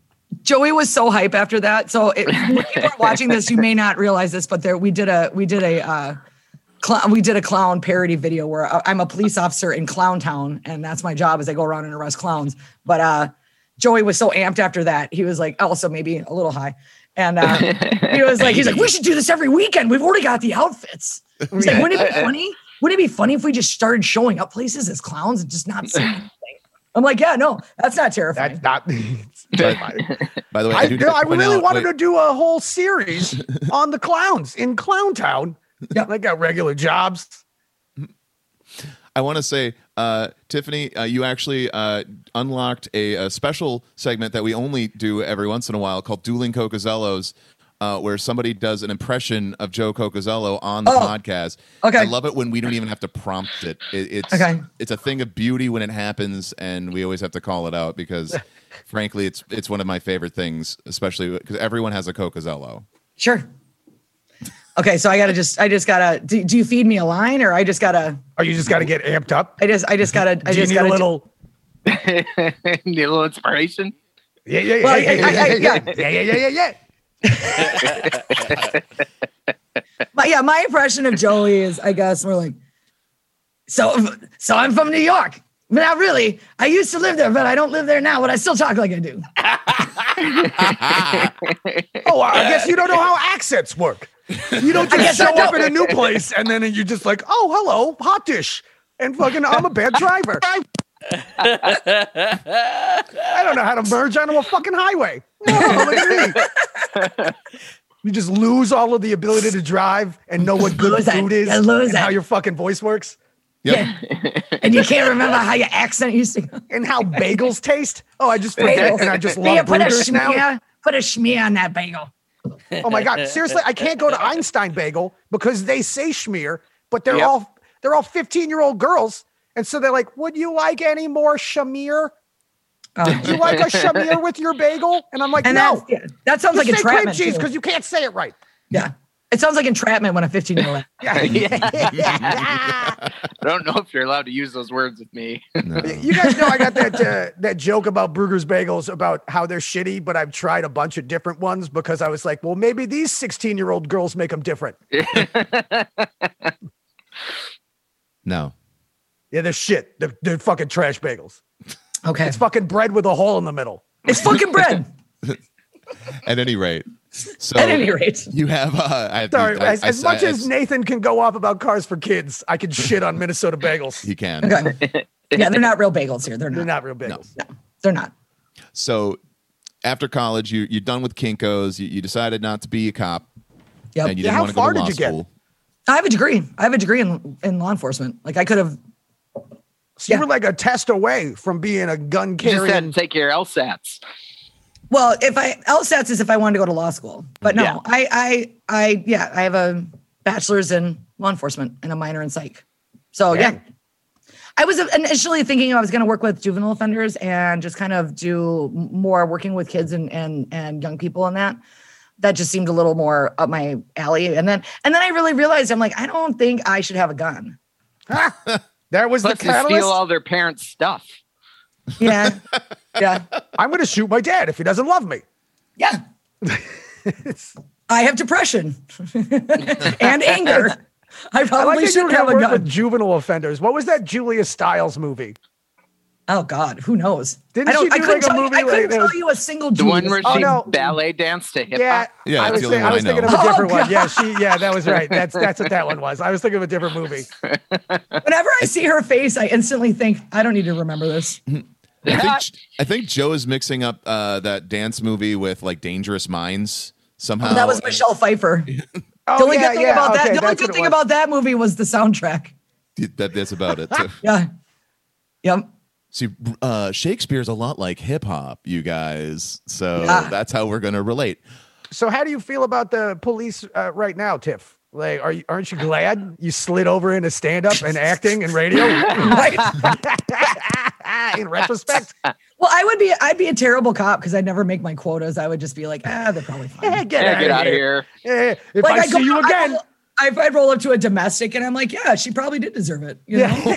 [SPEAKER 5] Joey was so hype after that. So it, when people are watching this, you may not realize this, but there we did a we did a uh, clown we did a clown parody video where I- I'm a police officer in Clown Town, and that's my job is I go around and arrest clowns. But uh, Joey was so amped after that, he was like, also maybe a little high, and uh, he was like, he's like, we should do this every weekend. We've already got the outfits. He's like, wouldn't it be funny? Wouldn't it be funny if we just started showing up places as clowns and just not saying anything? I'm like, yeah, no, that's not terrifying.
[SPEAKER 3] that's not.
[SPEAKER 1] By the way, I,
[SPEAKER 3] I,
[SPEAKER 1] do
[SPEAKER 3] you
[SPEAKER 1] need
[SPEAKER 3] know,
[SPEAKER 1] to
[SPEAKER 3] I
[SPEAKER 1] point
[SPEAKER 3] really
[SPEAKER 1] out-
[SPEAKER 3] wanted
[SPEAKER 1] wait,
[SPEAKER 3] to do a whole series on the clowns in Clown Town.
[SPEAKER 5] Yeah.
[SPEAKER 3] They got regular jobs.
[SPEAKER 1] I want to say, uh, Tiffany, uh, you actually uh, unlocked a, a special segment that we only do every once in a while called Dueling Cocozellos, uh, where somebody does an impression of Joe Cocozello on the
[SPEAKER 5] Oh.
[SPEAKER 1] podcast.
[SPEAKER 5] Okay.
[SPEAKER 1] I love it when we don't even have to prompt it. it it's,
[SPEAKER 5] Okay.
[SPEAKER 1] it's a thing of beauty when it happens, and we always have to call it out because, frankly, it's it's one of my favorite things, especially because everyone has a Cocozello.
[SPEAKER 5] Sure. Okay, so I gotta just, I just gotta. Do, do you feed me a line, or I just gotta,
[SPEAKER 3] Or Oh, you just got to get amped up.
[SPEAKER 5] I just, I just gotta, I
[SPEAKER 3] Do you
[SPEAKER 5] just
[SPEAKER 3] need a
[SPEAKER 5] gotta. do-
[SPEAKER 3] little?
[SPEAKER 2] Need a little inspiration.
[SPEAKER 3] Yeah, yeah, yeah,
[SPEAKER 5] Well,
[SPEAKER 3] yeah,
[SPEAKER 5] I- I-
[SPEAKER 3] yeah,
[SPEAKER 5] I-
[SPEAKER 3] yeah, yeah, yeah, yeah, yeah, yeah.
[SPEAKER 5] But yeah, my impression of Joey is, I guess, more like, so, so I'm from New York. But not really. I used to live there, but I don't live there now. But I still talk like I do.
[SPEAKER 3] Oh, I guess you don't know how accents work. You don't
[SPEAKER 5] I
[SPEAKER 3] just
[SPEAKER 5] guess I
[SPEAKER 3] show up in
[SPEAKER 5] don't.
[SPEAKER 3] a new place and then you're just like, oh, hello, hot dish. And fucking, I'm a bad driver. I don't know how to merge onto a fucking highway. Oh, look at me. You just lose all of the ability to drive and know what good
[SPEAKER 5] Lose it.
[SPEAKER 3] food is
[SPEAKER 5] You lose
[SPEAKER 3] and how
[SPEAKER 5] it.
[SPEAKER 3] your fucking voice works
[SPEAKER 1] Yep.
[SPEAKER 5] And you can't remember how your accent used to go.
[SPEAKER 3] and how bagels taste. Oh, I just forget
[SPEAKER 5] Bagels.
[SPEAKER 3] and I just
[SPEAKER 5] Yeah,
[SPEAKER 3] love
[SPEAKER 5] put a
[SPEAKER 3] burgers now.
[SPEAKER 5] schmear, put a schmear on that bagel.
[SPEAKER 3] Oh my god, seriously, I can't go to Einstein Bagel because they say schmear, but they're
[SPEAKER 2] Yep.
[SPEAKER 3] all they're all 15-year-old girls. And so they're like, "Would you like any more shamir?
[SPEAKER 5] Oh.
[SPEAKER 3] Do you like a shamir with your bagel?" And I'm like,
[SPEAKER 5] And
[SPEAKER 3] "No."
[SPEAKER 5] that's, yeah, that sounds
[SPEAKER 3] You
[SPEAKER 5] like
[SPEAKER 3] say cream
[SPEAKER 5] entrapment.
[SPEAKER 3] cheese
[SPEAKER 5] too.
[SPEAKER 3] because you can't say it right.
[SPEAKER 5] yeah, it sounds like entrapment when a 15 year old.
[SPEAKER 3] Yeah.
[SPEAKER 2] I don't know if you're allowed to use those words with me.
[SPEAKER 1] No.
[SPEAKER 3] you guys know I got that uh, that joke about Brugger's bagels about how they're shitty, but I've tried a bunch of different ones because I was like, well, maybe these 16 year old girls make them different.
[SPEAKER 1] No.
[SPEAKER 3] Yeah, they're shit. They're, they're fucking trash bagels.
[SPEAKER 5] Okay,
[SPEAKER 3] It's fucking bread with a hole in the middle.
[SPEAKER 5] it's fucking bread.
[SPEAKER 1] At any rate. So
[SPEAKER 5] At any rate,
[SPEAKER 1] you have uh I,
[SPEAKER 3] Sorry,
[SPEAKER 1] I-
[SPEAKER 3] as,
[SPEAKER 1] I-
[SPEAKER 3] as much
[SPEAKER 1] I-
[SPEAKER 3] as Nathan can go off about cars for kids, I can shit on Minnesota bagels.
[SPEAKER 1] he can.
[SPEAKER 5] okay. yeah, they're not real bagels here. They're
[SPEAKER 3] They're not
[SPEAKER 5] not.
[SPEAKER 3] real bagels.
[SPEAKER 5] They're not.
[SPEAKER 1] So after college, you you're done with Kinkos. You, you decided not to be a cop,
[SPEAKER 5] Yep.
[SPEAKER 1] and you
[SPEAKER 3] Yeah,
[SPEAKER 1] didn't
[SPEAKER 3] how
[SPEAKER 1] want to go
[SPEAKER 3] far
[SPEAKER 1] to
[SPEAKER 3] did
[SPEAKER 1] law
[SPEAKER 3] you get?
[SPEAKER 1] school.
[SPEAKER 5] I have a degree. I have a degree in in law enforcement. Like I could have.
[SPEAKER 3] So
[SPEAKER 5] Yeah.
[SPEAKER 3] you were like a test away from being a gun
[SPEAKER 2] You just had to
[SPEAKER 3] carrying.
[SPEAKER 2] take your LSATs.
[SPEAKER 5] Well, if I LSATs is if I wanted to go to law school, but no,
[SPEAKER 2] Yeah.
[SPEAKER 5] I I I yeah, I have a bachelor's in law enforcement and a minor in psych. So yeah, I was initially thinking I was going to work with juvenile offenders and just kind of do more working with kids and and and young people and that. That just seemed a little more up my alley. And then and then I really realized I'm like I don't think I should have a gun.
[SPEAKER 3] That was
[SPEAKER 2] Plus,
[SPEAKER 3] the
[SPEAKER 2] they steal
[SPEAKER 3] catalyst.
[SPEAKER 2] all their parents' stuff.
[SPEAKER 5] Yeah, yeah,
[SPEAKER 3] I'm going to shoot my dad if he doesn't love me.
[SPEAKER 5] yeah.
[SPEAKER 3] It's-
[SPEAKER 5] I have depression and anger. I
[SPEAKER 3] I
[SPEAKER 5] probably
[SPEAKER 3] like that you don't have
[SPEAKER 5] shouldn't have a
[SPEAKER 3] work
[SPEAKER 5] gun.
[SPEAKER 3] with juvenile offenders. What was that Julia Stiles movie?
[SPEAKER 5] Oh God, who knows?
[SPEAKER 3] Didn't
[SPEAKER 5] I don't.
[SPEAKER 3] she
[SPEAKER 5] I
[SPEAKER 3] do,
[SPEAKER 5] couldn't,
[SPEAKER 3] like, a
[SPEAKER 5] tell, you,
[SPEAKER 3] movie
[SPEAKER 5] I couldn't
[SPEAKER 3] like that
[SPEAKER 5] tell
[SPEAKER 3] was-
[SPEAKER 5] you a single.
[SPEAKER 2] The one
[SPEAKER 5] Judas.
[SPEAKER 2] where she
[SPEAKER 3] Oh, no.
[SPEAKER 2] ballet danced to hip
[SPEAKER 3] Yeah,
[SPEAKER 2] hop.
[SPEAKER 1] Yeah,
[SPEAKER 3] I
[SPEAKER 1] that's
[SPEAKER 3] was,
[SPEAKER 1] the only
[SPEAKER 3] thinking,
[SPEAKER 1] one
[SPEAKER 3] I was
[SPEAKER 1] I know.
[SPEAKER 3] thinking of a
[SPEAKER 5] Oh,
[SPEAKER 3] different one.
[SPEAKER 5] God.
[SPEAKER 3] Yeah, she. Yeah, that was right. That's that's what that one was. I was thinking of a different movie.
[SPEAKER 5] Whenever I see her face, I instantly think I don't need to remember this.
[SPEAKER 1] I think, I think Joe is mixing up uh, that dance movie with like Dangerous Minds somehow.
[SPEAKER 5] Oh, that was Michelle Pfeiffer.
[SPEAKER 3] Oh,
[SPEAKER 5] the only
[SPEAKER 3] yeah,
[SPEAKER 5] good thing
[SPEAKER 3] yeah,
[SPEAKER 5] about that.
[SPEAKER 3] okay,
[SPEAKER 5] The only
[SPEAKER 3] that's what
[SPEAKER 5] good
[SPEAKER 3] it
[SPEAKER 5] thing
[SPEAKER 3] was.
[SPEAKER 5] about that movie was the soundtrack.
[SPEAKER 1] That, that's about it. Too.
[SPEAKER 5] Yeah. Yep.
[SPEAKER 1] See, uh, Shakespeare's a lot like hip hop, you guys. So
[SPEAKER 5] Yeah.
[SPEAKER 1] that's how we're gonna relate.
[SPEAKER 3] So, how do you feel about the police uh, right now, Tiff? Like, are you aren't you glad you slid over into stand up and acting and radio? In retrospect,
[SPEAKER 5] Well, I would be. I'd be a terrible cop because I'd never make my quotas. I would just be like, ah, they're probably
[SPEAKER 3] eh,
[SPEAKER 5] fine.
[SPEAKER 3] get,
[SPEAKER 2] Yeah, get out of here.
[SPEAKER 3] Eh, if
[SPEAKER 5] like
[SPEAKER 3] I, see you again,
[SPEAKER 5] I, I roll up to a domestic and I'm like, yeah, she probably did deserve it. You
[SPEAKER 3] Yeah.
[SPEAKER 5] know,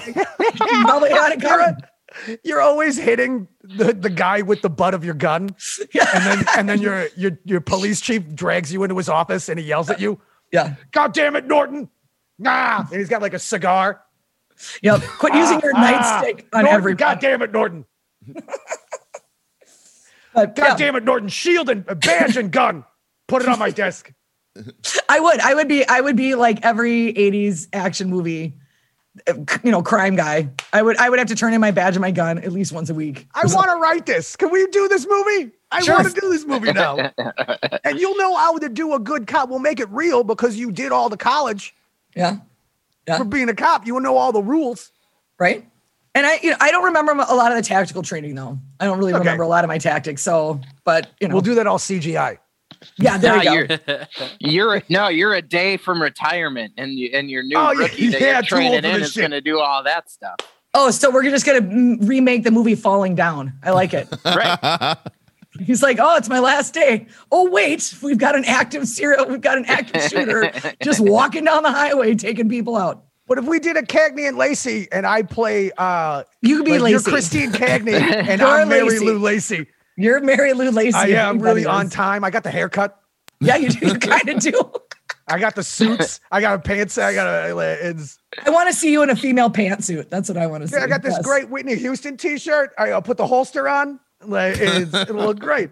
[SPEAKER 5] She probably had it
[SPEAKER 3] you're,
[SPEAKER 5] coming.
[SPEAKER 3] you're always hitting the, the guy with the butt of your gun, and then and then your your your police chief drags you into his office and he yells at you,
[SPEAKER 5] Yeah.
[SPEAKER 3] "God damn it, Norton!" Nah, and he's got like a cigar.
[SPEAKER 5] Yep. Quit using your
[SPEAKER 3] Ah,
[SPEAKER 5] nightstick on
[SPEAKER 3] Norton,
[SPEAKER 5] every
[SPEAKER 3] God damn it, Norton!
[SPEAKER 5] But
[SPEAKER 3] God
[SPEAKER 5] yeah,
[SPEAKER 3] damn it, Norton! Shield and badge and gun. Put it on my desk.
[SPEAKER 5] I would. I would be. I would be like every '80s action movie, uh, c- you know, crime guy. I would. I would have to turn in my badge and my gun at least once a week.
[SPEAKER 3] I want to write this. Can we do this movie? I
[SPEAKER 5] Sure.
[SPEAKER 3] want to do this movie now. and you'll know how to do a good cop. We'll make it real because you did all the college
[SPEAKER 5] Yeah.
[SPEAKER 3] for being a cop. You will know all the rules.
[SPEAKER 5] Right. And I, you know, I don't remember a lot of the tactical training though. I don't really
[SPEAKER 3] Okay.
[SPEAKER 5] remember a lot of my tactics. So, but you know,
[SPEAKER 3] We'll do that all CGI.
[SPEAKER 5] yeah, there
[SPEAKER 2] No,
[SPEAKER 5] you go.
[SPEAKER 2] you're, you're a- no, you're a day from retirement, and you, and your new
[SPEAKER 3] Oh, yeah,
[SPEAKER 2] rookie that you're
[SPEAKER 3] yeah, too old
[SPEAKER 2] training
[SPEAKER 3] for
[SPEAKER 2] in
[SPEAKER 3] this
[SPEAKER 2] is
[SPEAKER 3] shit.
[SPEAKER 2] going to do all that stuff.
[SPEAKER 5] Oh, so we're just gonna mm, remake the movie Falling Down. I like it.
[SPEAKER 2] Right?
[SPEAKER 5] He's like, oh, it's my last day. Oh, wait, we've got an active serial, we've got an active shooter just walking down the highway taking people out.
[SPEAKER 3] But if we did a Cagney and Lacey and I play uh
[SPEAKER 5] You could be
[SPEAKER 3] like, you're
[SPEAKER 5] Lacey.
[SPEAKER 3] Christine Cagney and
[SPEAKER 5] You're
[SPEAKER 3] I'm Mary
[SPEAKER 5] Lacey.
[SPEAKER 3] Lou Lacey.
[SPEAKER 5] You're Mary Lou Lacey.
[SPEAKER 3] I
[SPEAKER 5] if
[SPEAKER 3] am
[SPEAKER 5] anybody
[SPEAKER 3] really on
[SPEAKER 5] is.
[SPEAKER 3] time. I got the haircut.
[SPEAKER 5] Yeah, you do. You kind of do.
[SPEAKER 3] I got the suits. I got a pants. I got a. It's,
[SPEAKER 5] I want to see you in a female pantsuit. That's what I want to see.
[SPEAKER 3] I got this
[SPEAKER 5] Yes.
[SPEAKER 3] great Whitney Houston T-shirt. I, will put the holster on. Like it's, it'll look great.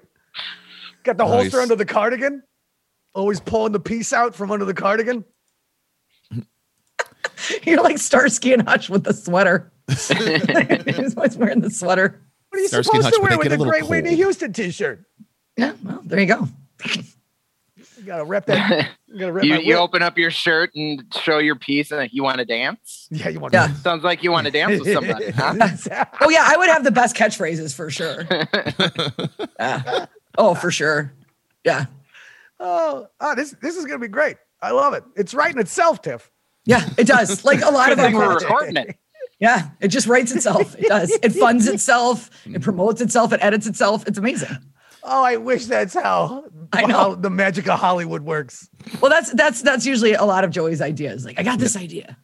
[SPEAKER 3] Got the
[SPEAKER 1] Nice.
[SPEAKER 3] holster under the cardigan. Always pulling the piece out from under the cardigan.
[SPEAKER 5] You're like Starsky and Hutch with the sweater. He's always wearing the sweater.
[SPEAKER 3] What are you
[SPEAKER 1] Starsky and Hutch,
[SPEAKER 3] supposed to
[SPEAKER 1] but
[SPEAKER 3] wear
[SPEAKER 1] they
[SPEAKER 3] with
[SPEAKER 1] get a
[SPEAKER 3] a
[SPEAKER 1] little
[SPEAKER 3] great Whitney
[SPEAKER 1] cold.
[SPEAKER 3] Houston T-shirt?
[SPEAKER 5] Yeah, well, there you go.
[SPEAKER 3] You gotta rep that. You gotta rep
[SPEAKER 2] You,
[SPEAKER 3] my
[SPEAKER 2] you
[SPEAKER 3] Whit-
[SPEAKER 2] open up your shirt and show your piece, and you want to dance.
[SPEAKER 3] Yeah, you want
[SPEAKER 5] Yeah.
[SPEAKER 2] Sounds like you want to dance with somebody. huh?
[SPEAKER 5] Oh yeah, I would have the best catchphrases for sure. Yeah. Oh, for sure. Yeah.
[SPEAKER 3] oh, ah, this this is gonna be great. I love it. It's writing itself, Tiff.
[SPEAKER 5] Yeah, it does. Like a lot
[SPEAKER 2] Good
[SPEAKER 5] of our
[SPEAKER 2] thing we're
[SPEAKER 5] projects.
[SPEAKER 2] recording it.
[SPEAKER 5] Yeah, it just writes itself. It does. It funds itself. It promotes itself. It edits itself. It's amazing.
[SPEAKER 3] Oh, I wish that's how,
[SPEAKER 5] I know.
[SPEAKER 3] how the magic of Hollywood works.
[SPEAKER 5] Well, that's that's that's usually a lot of Joey's ideas. Like, I got this idea.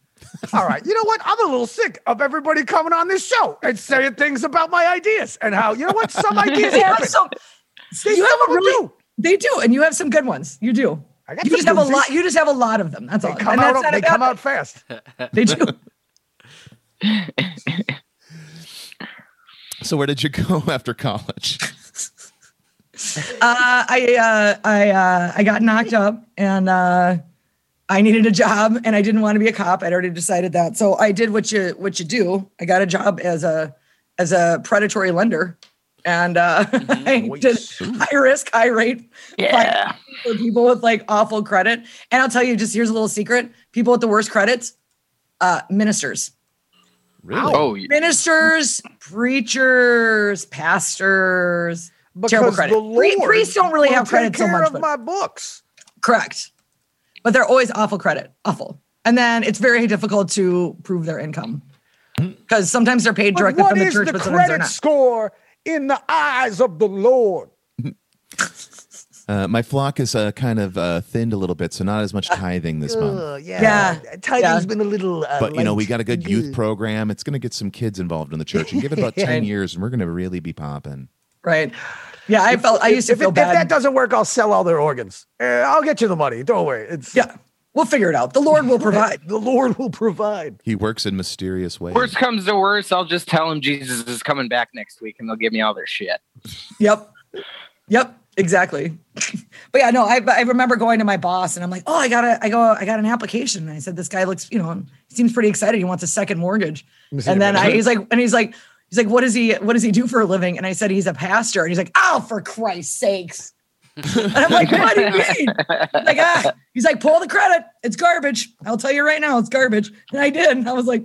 [SPEAKER 3] All right. You know what? I'm a little sick of everybody coming on this show and saying things about my ideas and how, you know what? Some ideas
[SPEAKER 5] You have
[SPEAKER 3] happen.
[SPEAKER 5] some-
[SPEAKER 3] They-
[SPEAKER 5] you
[SPEAKER 3] some
[SPEAKER 5] have
[SPEAKER 3] of
[SPEAKER 5] a
[SPEAKER 3] them
[SPEAKER 5] really-
[SPEAKER 3] do.
[SPEAKER 5] they do, and you have some good ones. You do.
[SPEAKER 3] I got
[SPEAKER 5] You
[SPEAKER 3] some
[SPEAKER 5] just have a
[SPEAKER 3] doozies.
[SPEAKER 5] lot. You just have a lot of them. That's
[SPEAKER 3] They
[SPEAKER 5] all.
[SPEAKER 3] come
[SPEAKER 5] And that's
[SPEAKER 3] out.
[SPEAKER 5] not a
[SPEAKER 3] They
[SPEAKER 5] bad
[SPEAKER 3] come
[SPEAKER 5] thing.
[SPEAKER 3] out fast.
[SPEAKER 5] They do.
[SPEAKER 1] So where did you go after college?
[SPEAKER 5] uh, I uh, I uh, I got knocked up and uh, I needed a job and I didn't want to be a cop. I'd already decided that, so I did what you what you do. I got a job as a as a predatory lender, and uh, I did high risk, high rate.
[SPEAKER 2] Yeah.
[SPEAKER 5] fi- for people with like awful credit. And I'll tell you, just here's a little secret: people with the worst credits, uh, ministers
[SPEAKER 1] Really?
[SPEAKER 2] Oh, y-
[SPEAKER 5] ministers, preachers, pastors. terrible
[SPEAKER 3] Because
[SPEAKER 5] credit.
[SPEAKER 3] the
[SPEAKER 5] Pre-
[SPEAKER 3] Lord
[SPEAKER 5] priests don't really
[SPEAKER 3] will
[SPEAKER 5] have credit
[SPEAKER 3] take
[SPEAKER 5] so
[SPEAKER 3] care
[SPEAKER 5] much,
[SPEAKER 3] of
[SPEAKER 5] but-
[SPEAKER 3] my books.
[SPEAKER 5] Correct. But they're always awful credit, awful. And then it's very difficult to prove their income because sometimes they're paid
[SPEAKER 3] But
[SPEAKER 5] directly
[SPEAKER 3] what
[SPEAKER 5] from the
[SPEAKER 3] is
[SPEAKER 5] church,
[SPEAKER 3] the
[SPEAKER 5] but sometimes they're
[SPEAKER 3] credit
[SPEAKER 5] not.
[SPEAKER 3] score in the eyes of the Lord?
[SPEAKER 1] Uh, my flock is uh, kind of uh, thinned a little bit, so not as much tithing this month.
[SPEAKER 3] Uh, yeah.
[SPEAKER 5] Yeah,
[SPEAKER 3] Tithing's
[SPEAKER 5] yeah.
[SPEAKER 3] been a little. Uh,
[SPEAKER 1] Um, But you know, we
[SPEAKER 3] light.
[SPEAKER 1] got a good youth program. It's going to get some kids involved in the church, and give it about ten
[SPEAKER 5] Right.
[SPEAKER 1] years, and we're going to really be popping.
[SPEAKER 5] Right. Yeah, I felt I used to
[SPEAKER 3] If, it,
[SPEAKER 5] feel
[SPEAKER 3] if that
[SPEAKER 5] bad.
[SPEAKER 3] doesn't work, I'll sell all their organs. Uh, I'll get you the money. Don't worry. It's
[SPEAKER 5] yeah, we'll figure it out. The Lord will provide.
[SPEAKER 3] The Lord will provide.
[SPEAKER 1] He works in mysterious ways.
[SPEAKER 2] worst comes to worst, I'll just tell them Jesus is coming back next week, and they'll give me all their shit.
[SPEAKER 5] Yep. Yep. Exactly. but yeah, no, I, I remember going to my boss and I'm like, oh, I got a, I go, I got an application. And I said, this guy looks, you know, he seems pretty excited. He wants a second mortgage. And then I, he's like, and he's like, he's like, what does he, what does he do for a living? And I said, he's a pastor. And he's like, oh, for Christ's sakes. and I'm like, what do you mean? He's like, ah, he's like, pull the credit. It's garbage. I'll tell you right now, it's garbage. And I did. And I was like,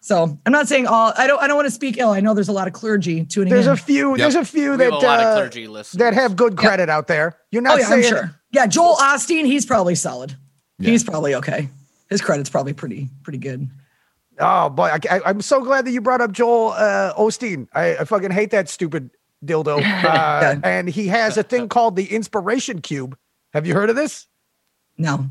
[SPEAKER 5] so I'm not saying all, I don't, I don't want to speak ill. I know there's a lot of clergy tuning
[SPEAKER 3] There's
[SPEAKER 5] in.
[SPEAKER 3] a few. There's a few
[SPEAKER 4] We
[SPEAKER 3] that
[SPEAKER 4] have a lot
[SPEAKER 3] uh,
[SPEAKER 4] of clergy listeners.
[SPEAKER 3] that have good credit out there. You're not
[SPEAKER 5] oh, yeah,
[SPEAKER 3] saying
[SPEAKER 5] I'm sure. Yeah, Joel Osteen, he's probably solid.
[SPEAKER 1] Yeah.
[SPEAKER 5] He's probably okay. His credit's probably pretty pretty good.
[SPEAKER 3] Oh boy, I, I, I'm so glad that you brought up Joel uh, Osteen. I, I fucking hate that stupid dildo. Uh, And he has a thing called the Inspiration Cube. Have you heard of this?
[SPEAKER 5] No.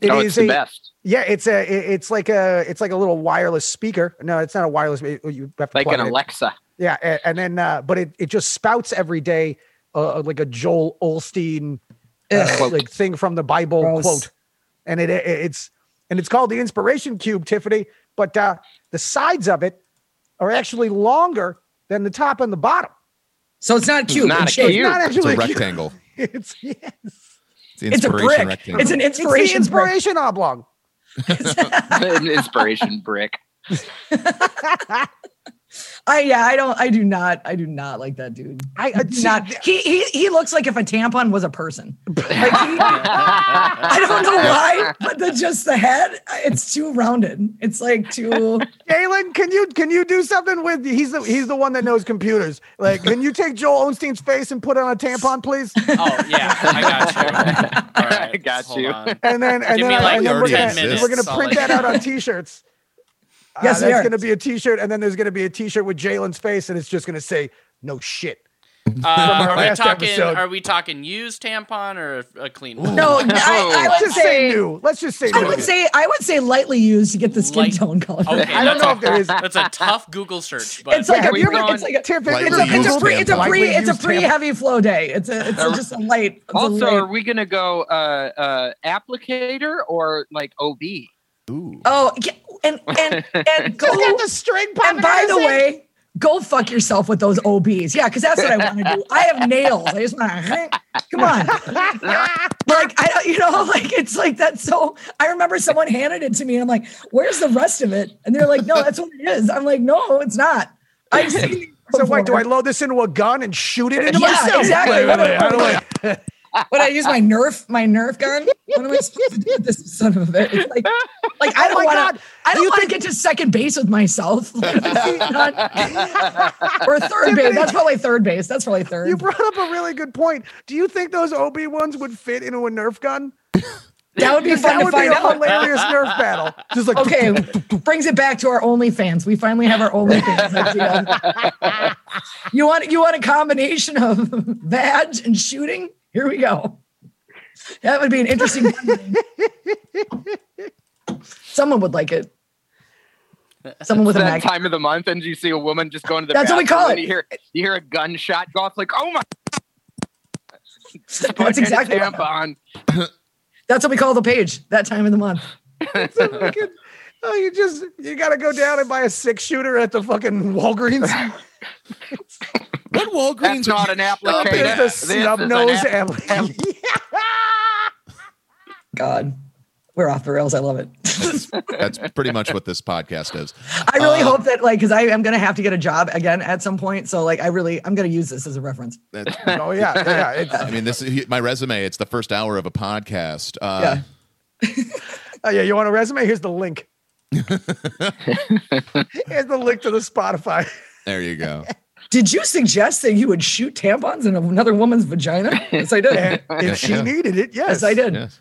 [SPEAKER 3] It
[SPEAKER 2] oh,
[SPEAKER 3] is
[SPEAKER 2] it's the
[SPEAKER 3] a-
[SPEAKER 2] best.
[SPEAKER 3] Yeah, it's a it- it's like a it's like a little wireless speaker. No, it's not a wireless. it- you have to
[SPEAKER 2] Like
[SPEAKER 3] plug
[SPEAKER 2] an
[SPEAKER 3] it in.
[SPEAKER 2] Alexa.
[SPEAKER 3] Yeah, a- and, then uh, but it, it just spouts every day uh, like a Joel Olstein uh,
[SPEAKER 5] Ugh.
[SPEAKER 3] like thing from the Bible
[SPEAKER 5] Gross.
[SPEAKER 3] quote, and it, it- it's and it's called the Inspiration Cube, Tiffany. But uh, the sides of it are actually longer than the top and the bottom.
[SPEAKER 5] So it's not cute.
[SPEAKER 2] not
[SPEAKER 5] it's
[SPEAKER 2] a
[SPEAKER 5] shaped.
[SPEAKER 2] cute.
[SPEAKER 3] Not
[SPEAKER 1] It's
[SPEAKER 3] actually
[SPEAKER 1] a rectangle.
[SPEAKER 3] It's yes.
[SPEAKER 1] It's the
[SPEAKER 5] It's a
[SPEAKER 1] inspiration
[SPEAKER 5] brick.
[SPEAKER 1] rectangle.
[SPEAKER 5] It's an
[SPEAKER 3] It's the
[SPEAKER 5] inspiration brick.
[SPEAKER 3] inspiration oblong.
[SPEAKER 2] An inspiration brick.
[SPEAKER 5] I yeah, I don't I do not I do not like that dude.
[SPEAKER 3] I, uh,
[SPEAKER 5] I
[SPEAKER 3] I
[SPEAKER 5] do not he he he looks like if a tampon was a person. Like, he- I don't know why, but the just the head, it's too rounded. It's like too
[SPEAKER 3] Jalen, can you can you do something with he's the he's the one that knows computers. Like, can you take Joel Osteen's face and put it on a tampon, please?
[SPEAKER 4] Oh yeah, I got you. All right,
[SPEAKER 2] I got
[SPEAKER 4] hold
[SPEAKER 2] you.
[SPEAKER 4] on.
[SPEAKER 3] And then and
[SPEAKER 4] Give
[SPEAKER 3] then,
[SPEAKER 4] me,
[SPEAKER 3] I-
[SPEAKER 4] like,
[SPEAKER 3] and then we're
[SPEAKER 1] 30
[SPEAKER 3] gonna
[SPEAKER 1] minutes.
[SPEAKER 3] we're gonna
[SPEAKER 4] I'll
[SPEAKER 3] print
[SPEAKER 4] let
[SPEAKER 3] that
[SPEAKER 4] you
[SPEAKER 3] out
[SPEAKER 4] know.
[SPEAKER 3] on t-shirts. Uh,
[SPEAKER 5] Yes, we
[SPEAKER 3] that's
[SPEAKER 5] are.
[SPEAKER 3] gonna be a t-shirt, and then there's gonna be a t-shirt with Jalen's face, and it's just gonna say, no shit.
[SPEAKER 4] Uh,
[SPEAKER 3] our
[SPEAKER 4] are we
[SPEAKER 3] last
[SPEAKER 4] talking?
[SPEAKER 3] episode.
[SPEAKER 4] Are we talking used tampon or a, a clean? one?
[SPEAKER 5] No,
[SPEAKER 4] Oh.
[SPEAKER 5] I, I
[SPEAKER 3] Let's
[SPEAKER 5] would
[SPEAKER 3] just say
[SPEAKER 5] say.
[SPEAKER 3] new. Let's just say
[SPEAKER 5] I
[SPEAKER 3] new.
[SPEAKER 5] would say I would say lightly used to get the skin
[SPEAKER 4] Light-
[SPEAKER 5] tone color.
[SPEAKER 4] Okay,
[SPEAKER 3] I don't
[SPEAKER 4] that's
[SPEAKER 3] know
[SPEAKER 4] a-
[SPEAKER 3] if there is.
[SPEAKER 4] That's a tough Google search, but
[SPEAKER 5] It's like
[SPEAKER 2] Yeah,
[SPEAKER 5] a,
[SPEAKER 2] we've
[SPEAKER 5] you're,
[SPEAKER 2] gone-
[SPEAKER 5] it's like a,
[SPEAKER 3] Tiff, if
[SPEAKER 1] Lightly
[SPEAKER 5] it's
[SPEAKER 3] you're
[SPEAKER 5] a,
[SPEAKER 3] gonna
[SPEAKER 5] it's a
[SPEAKER 1] used
[SPEAKER 5] pre, it's a
[SPEAKER 1] tampon.
[SPEAKER 5] pre,
[SPEAKER 3] Lightly
[SPEAKER 5] it's a
[SPEAKER 3] used
[SPEAKER 5] pre
[SPEAKER 3] tampon.
[SPEAKER 5] heavy flow day. It's a,
[SPEAKER 3] Uh,
[SPEAKER 5] it's a, just a light. It's a
[SPEAKER 2] Also,
[SPEAKER 5] light.
[SPEAKER 2] are we gonna go uh, uh, applicator or like OB?
[SPEAKER 1] Ooh.
[SPEAKER 5] Oh, yeah, and and and go.
[SPEAKER 3] Just get the string
[SPEAKER 5] and
[SPEAKER 3] popping out
[SPEAKER 5] by
[SPEAKER 3] of
[SPEAKER 5] the
[SPEAKER 3] his head.
[SPEAKER 5] way, go fuck yourself with those OBs. Yeah, because that's what I want to do. I have nails. I just want to. Come on, like I don't, you know, like it's like that's so. I remember someone handed it to me, and I'm like, "Where's the rest of it?" And they're like, "No, that's what it is." I'm like, "No, it's not." I've seen. it
[SPEAKER 3] So what? Do I
[SPEAKER 5] before."
[SPEAKER 3] load this into a gun and shoot it into
[SPEAKER 5] Yeah,
[SPEAKER 3] myself?
[SPEAKER 5] exactly.
[SPEAKER 3] Wait, wait, wait,
[SPEAKER 5] What
[SPEAKER 3] how
[SPEAKER 5] do
[SPEAKER 3] do I-
[SPEAKER 5] What I use my Nerf, my Nerf gun. What am I supposed to do with this son of a bitch? It's like, like I
[SPEAKER 3] Oh
[SPEAKER 5] don't
[SPEAKER 3] my
[SPEAKER 5] want
[SPEAKER 3] God.
[SPEAKER 5] to. I
[SPEAKER 3] Do
[SPEAKER 5] don't
[SPEAKER 3] you
[SPEAKER 5] want to
[SPEAKER 3] think-
[SPEAKER 5] get to second base with myself, or third base. That's probably third base. That's probably third.
[SPEAKER 3] You brought up a really good point. Do you think those OB ones would fit into a Nerf gun?
[SPEAKER 5] that would be fun
[SPEAKER 3] That
[SPEAKER 5] to
[SPEAKER 3] would be
[SPEAKER 5] find
[SPEAKER 3] a
[SPEAKER 5] out.
[SPEAKER 3] hilarious Nerf battle. Just like
[SPEAKER 5] Okay, brings it back to our OnlyFans. We finally have our OnlyFans. idea. you want you want a combination of badge and shooting? Here we go. That would be an interesting. Someone would like it. Someone with a
[SPEAKER 2] that
[SPEAKER 5] mag.
[SPEAKER 2] time of the month, and you see a woman just going to the
[SPEAKER 5] That's what we
[SPEAKER 2] bathroom
[SPEAKER 5] call
[SPEAKER 2] and
[SPEAKER 5] it.
[SPEAKER 2] You hear you hear a gunshot go off, like oh my!
[SPEAKER 5] That's exactly. what-
[SPEAKER 2] tampon.
[SPEAKER 5] that's what we call the page. That time of the month.
[SPEAKER 3] it's a fucking- oh, you just you gotta go down and buy a six shooter at the fucking Walgreens.
[SPEAKER 1] What Walgreens?
[SPEAKER 2] That's not
[SPEAKER 1] are
[SPEAKER 2] an
[SPEAKER 1] you shopping
[SPEAKER 2] applicator.
[SPEAKER 1] at?
[SPEAKER 3] It's
[SPEAKER 2] This
[SPEAKER 3] the
[SPEAKER 2] is an
[SPEAKER 3] snub nose
[SPEAKER 2] app-
[SPEAKER 3] alley.
[SPEAKER 5] God, we're off the rails. I love it.
[SPEAKER 1] That's pretty much what this podcast is.
[SPEAKER 5] I really
[SPEAKER 2] Uh,
[SPEAKER 1] Um,
[SPEAKER 5] hope that like because I am gonna have to get a job again at some point. So like I really I'm gonna use this as a reference.
[SPEAKER 1] That's-
[SPEAKER 3] Oh yeah, yeah. It's,
[SPEAKER 1] I mean, this is my resume. It's the first hour of a podcast. Uh,
[SPEAKER 5] Yeah.
[SPEAKER 3] oh, yeah. You want a resume? Here's the link. Here's the link to the Spotify.
[SPEAKER 1] There you go.
[SPEAKER 5] Did you suggest that you would shoot tampons in another woman's vagina? Yes, I
[SPEAKER 3] And
[SPEAKER 5] did.
[SPEAKER 3] if she
[SPEAKER 1] Yeah.
[SPEAKER 3] needed it, yes,
[SPEAKER 5] yes, I did.
[SPEAKER 1] Yes.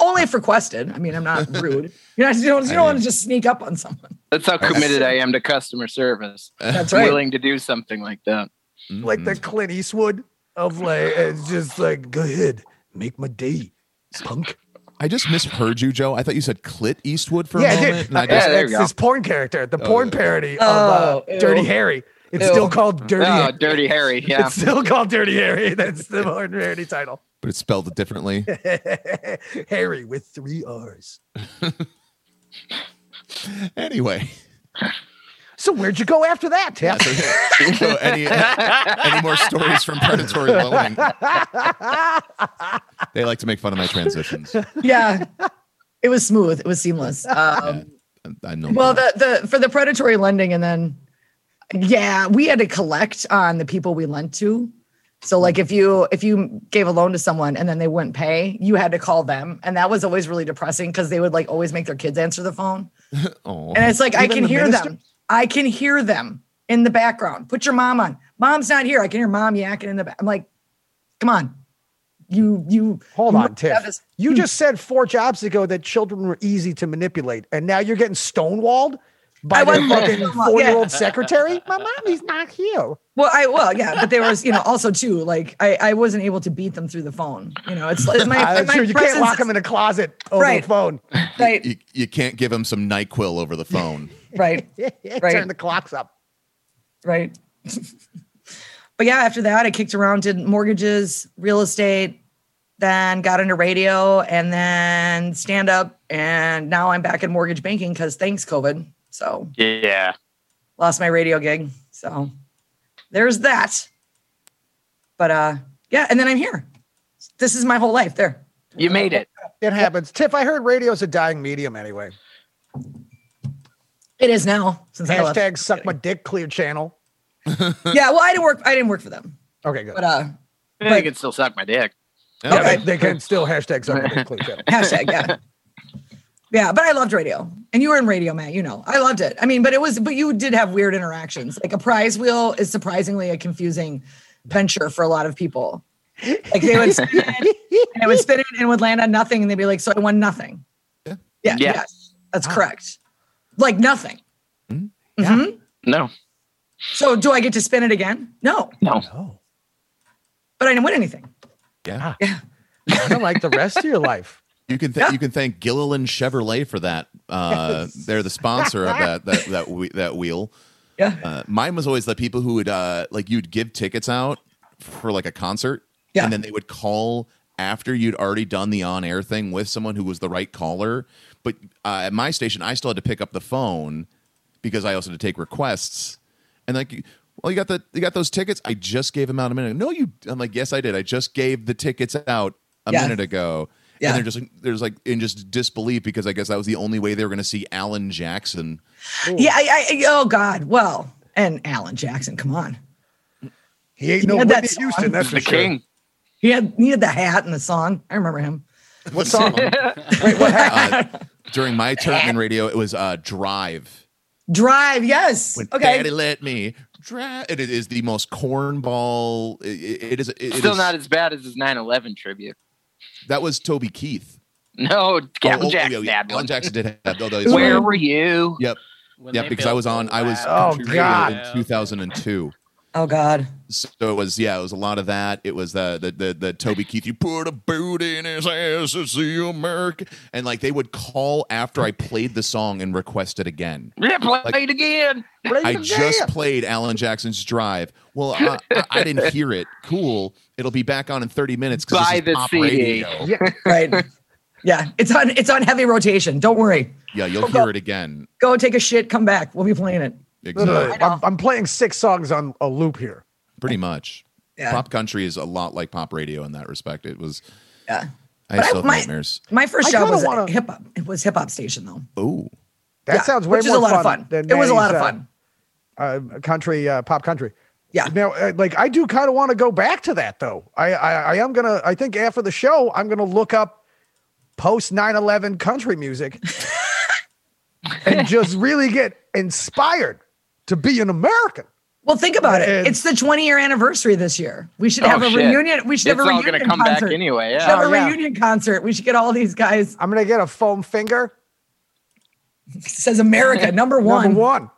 [SPEAKER 5] Only if requested. I mean, I'm not rude. You're not, you don't, you
[SPEAKER 1] I-
[SPEAKER 5] don't want to just sneak up on someone.
[SPEAKER 2] That's how committed I am to customer service.
[SPEAKER 5] That's
[SPEAKER 2] I'm
[SPEAKER 5] right.
[SPEAKER 2] willing to do something like that.
[SPEAKER 3] Like the Clint Eastwood of like, it's just like, go ahead, make my day, punk.
[SPEAKER 1] Mm-hmm. I just misheard you, Joe. I thought you said Clit Eastwood for
[SPEAKER 3] yeah,
[SPEAKER 1] a
[SPEAKER 3] I
[SPEAKER 1] moment.
[SPEAKER 3] did.
[SPEAKER 1] and I
[SPEAKER 3] Uh,
[SPEAKER 1] just,
[SPEAKER 2] Yeah, there you
[SPEAKER 3] that's
[SPEAKER 2] go.
[SPEAKER 3] his porn character, the porn parody
[SPEAKER 5] Oh,
[SPEAKER 3] of uh, Dirty
[SPEAKER 5] ew.
[SPEAKER 3] Harry. It's
[SPEAKER 5] Ew.
[SPEAKER 3] still called Dirty.
[SPEAKER 2] Oh,
[SPEAKER 3] Harry.
[SPEAKER 2] Dirty Harry. Yeah.
[SPEAKER 3] It's still called Dirty Harry. That's the porn parody title.
[SPEAKER 1] but it's spelled it differently.
[SPEAKER 3] Harry with three R's.
[SPEAKER 1] Anyway,
[SPEAKER 3] So where'd you go after that, Tap?
[SPEAKER 1] so any any more stories from predatory lowing? They like to make fun of my transitions.
[SPEAKER 5] Yeah. It was smooth. It was seamless. Um,
[SPEAKER 1] I know.
[SPEAKER 5] Well, the the for the predatory lending, and then yeah, we had to collect on the people we lent to. So like if you if you gave a loan to someone and then they wouldn't pay, you had to call them, and that was always really depressing because they would like always make their kids answer the phone,
[SPEAKER 1] Aw.
[SPEAKER 5] and it's like I
[SPEAKER 3] Even
[SPEAKER 5] can
[SPEAKER 3] the
[SPEAKER 5] hear
[SPEAKER 3] minister?
[SPEAKER 5] them, I can hear them in the background. Put your mom on. Mom's not here. I can hear mom yakking in the back. I'm like, come on, you you
[SPEAKER 3] Hold
[SPEAKER 5] you
[SPEAKER 3] on,
[SPEAKER 5] must have
[SPEAKER 3] Tiff.
[SPEAKER 5] this-
[SPEAKER 3] You just said four jobs ago that children were easy to manipulate, and now you're getting stonewalled by
[SPEAKER 5] I
[SPEAKER 3] the
[SPEAKER 5] wasn't
[SPEAKER 3] fucking
[SPEAKER 5] stonewalled,
[SPEAKER 3] four-year-old secretary. My mommy's not here.
[SPEAKER 5] Well, I well, yeah, but there was, you know, also too, like I, I wasn't able to beat them through the phone. You know, it's, it's my,
[SPEAKER 3] I'm
[SPEAKER 5] my
[SPEAKER 3] sure you
[SPEAKER 5] presence
[SPEAKER 3] can't lock them in a closet over
[SPEAKER 5] Right.
[SPEAKER 3] the phone.
[SPEAKER 5] is- right,
[SPEAKER 1] you, you can't give him some Nyquil over the phone.
[SPEAKER 5] right, Right.
[SPEAKER 3] Turn the clocks up.
[SPEAKER 5] right. but yeah, after that, I kicked around, did mortgages, real estate, then got into radio, and then stand up, and now I'm back in mortgage banking because thanks COVID. So
[SPEAKER 2] Yeah.
[SPEAKER 5] lost my radio gig. So there's that. But uh, yeah, and then I'm here. This is my whole life. There.
[SPEAKER 2] You made it.
[SPEAKER 3] It happens. Tiff, I heard radio's a dying medium anyway.
[SPEAKER 5] It is now since I left.
[SPEAKER 3] Hashtag suck my dick clear channel.
[SPEAKER 5] yeah well i didn't work i didn't work for them
[SPEAKER 3] Okay, good.
[SPEAKER 5] but uh
[SPEAKER 2] I
[SPEAKER 5] But-
[SPEAKER 2] can still suck my dick.
[SPEAKER 3] Yeah,
[SPEAKER 5] okay.
[SPEAKER 3] they, they can still hashtag suck my dick clear channel.
[SPEAKER 5] hashtag yeah yeah but i loved radio and you were in radio matt you know i loved it i mean but it was but you did have weird interactions like a prize wheel is surprisingly a confusing venture for a lot of people like they would spin it and it would spin it and it would land on nothing and they'd be like so i won nothing
[SPEAKER 1] Yeah.
[SPEAKER 5] yeah yeah,
[SPEAKER 2] Yeah.
[SPEAKER 5] that's correct like nothing
[SPEAKER 1] Mhm.
[SPEAKER 5] Mhm.
[SPEAKER 2] No.
[SPEAKER 5] so do i get to spin it again no
[SPEAKER 2] No.
[SPEAKER 3] No.
[SPEAKER 5] but I didn't win anything.
[SPEAKER 1] Yeah.
[SPEAKER 3] kind of like the rest of your life.
[SPEAKER 1] You can th- you can thank Gilliland Chevrolet for that. Uh, They're the sponsor of that that that, we- that wheel.
[SPEAKER 5] Yeah.
[SPEAKER 1] Uh, mine was always the people who would uh, like you'd give tickets out for like a concert,
[SPEAKER 5] Yeah.
[SPEAKER 1] and then they would call after you'd already done the on air thing with someone who was the right caller. But uh, at my station, I still had to pick up the phone because I also had to take requests. And like, well, you got the you got those tickets. I just gave them out a minute. ago. No, you. I'm like, yes, I did. I just gave the tickets out a
[SPEAKER 5] Yeah.
[SPEAKER 1] minute ago.
[SPEAKER 5] Yeah.
[SPEAKER 1] And they're just like, there's like in just disbelief because I guess that was the only way they were going to see Alan Jackson.
[SPEAKER 5] Yeah. I, I, oh God. Well, and Alan Jackson, come on.
[SPEAKER 3] He ain't no
[SPEAKER 5] had
[SPEAKER 3] Whitney
[SPEAKER 5] that song.
[SPEAKER 3] Houston. That's for
[SPEAKER 2] the
[SPEAKER 3] sure.
[SPEAKER 2] king.
[SPEAKER 5] He had, he had the hat and the song. I remember him.
[SPEAKER 3] What song?
[SPEAKER 1] Uh, During my term in radio, it was uh, Drive.
[SPEAKER 5] Drive. Yes.
[SPEAKER 1] When
[SPEAKER 5] okay.
[SPEAKER 1] Daddy let me drive, and it is the most cornball. It, it- it is it, it
[SPEAKER 2] Still
[SPEAKER 1] is-
[SPEAKER 2] not as bad as his 9/11 tribute.
[SPEAKER 1] that was Toby Keith.
[SPEAKER 2] No, Alan
[SPEAKER 1] Oh, oh,
[SPEAKER 2] Jackson
[SPEAKER 1] yeah, yeah.
[SPEAKER 2] had
[SPEAKER 1] Alan
[SPEAKER 2] one.
[SPEAKER 1] Jackson did have. Oh, that is-
[SPEAKER 2] Where were you?
[SPEAKER 1] Yep.
[SPEAKER 4] When
[SPEAKER 1] Yeah,
[SPEAKER 4] they
[SPEAKER 1] because
[SPEAKER 4] built
[SPEAKER 1] I was on.
[SPEAKER 4] the
[SPEAKER 1] I was.
[SPEAKER 4] lab.
[SPEAKER 3] Oh,
[SPEAKER 1] country radio
[SPEAKER 3] God.
[SPEAKER 1] In 2002.
[SPEAKER 5] Oh God.
[SPEAKER 1] So it was yeah, it was a lot of that. It was the the the, the Toby Keith. You put a boot in his ass, it's the American, and like they would call after I played the song and request it again.
[SPEAKER 2] Yeah, play it again.
[SPEAKER 1] I just played Alan Jackson's Drive. Well, I, I, I didn't hear it. Cool, it'll be back on in 30 minutes. 'cause this
[SPEAKER 2] Buy
[SPEAKER 1] is
[SPEAKER 2] the
[SPEAKER 1] pop
[SPEAKER 2] CD.
[SPEAKER 1] radio. Yeah.
[SPEAKER 5] Right. yeah. It's on, it's on heavy rotation. Don't worry.
[SPEAKER 1] you'll hear it again.
[SPEAKER 5] Go take a shit. Come back. We'll be playing it.
[SPEAKER 1] Exactly.
[SPEAKER 3] Literally, I'm, I'm playing six songs on a loop here.
[SPEAKER 1] Pretty much.
[SPEAKER 5] Yeah.
[SPEAKER 1] Pop country is a lot like pop radio in that respect. It was.
[SPEAKER 5] Yeah.
[SPEAKER 1] I
[SPEAKER 5] But I-
[SPEAKER 1] still have
[SPEAKER 5] my-
[SPEAKER 1] nightmares.
[SPEAKER 5] My first
[SPEAKER 3] I
[SPEAKER 5] job
[SPEAKER 3] kinda
[SPEAKER 5] was
[SPEAKER 3] wanna-
[SPEAKER 5] hip hop. It was hip hop station though.
[SPEAKER 1] Oh,
[SPEAKER 3] That
[SPEAKER 5] Yeah,
[SPEAKER 3] sounds way
[SPEAKER 5] which
[SPEAKER 3] more
[SPEAKER 5] is a lot of
[SPEAKER 3] fun.
[SPEAKER 5] fun.
[SPEAKER 3] than
[SPEAKER 5] It was a lot of
[SPEAKER 3] Manny's, uh,
[SPEAKER 5] fun.
[SPEAKER 3] uh, country uh, pop country.
[SPEAKER 5] Yeah.
[SPEAKER 3] Now, uh, like I do kind of want to go back to that though. I, I I am gonna. I think after the show, I'm gonna look up post 9/11 country music and just really get inspired to be an American.
[SPEAKER 5] Well, think about it.
[SPEAKER 3] And-
[SPEAKER 5] It's the 20 year anniversary this year. We should
[SPEAKER 2] Oh,
[SPEAKER 5] have a
[SPEAKER 2] shit.
[SPEAKER 5] reunion. We should
[SPEAKER 2] It's
[SPEAKER 5] have a
[SPEAKER 2] all
[SPEAKER 5] reunion
[SPEAKER 2] gonna come
[SPEAKER 5] concert.
[SPEAKER 2] back anyway.
[SPEAKER 5] We should
[SPEAKER 2] Yeah.
[SPEAKER 5] have
[SPEAKER 3] Oh,
[SPEAKER 5] a
[SPEAKER 3] yeah.
[SPEAKER 5] reunion concert. We should get all these guys.
[SPEAKER 3] I'm gonna get a foam finger.
[SPEAKER 5] It says America number one.
[SPEAKER 3] Number one.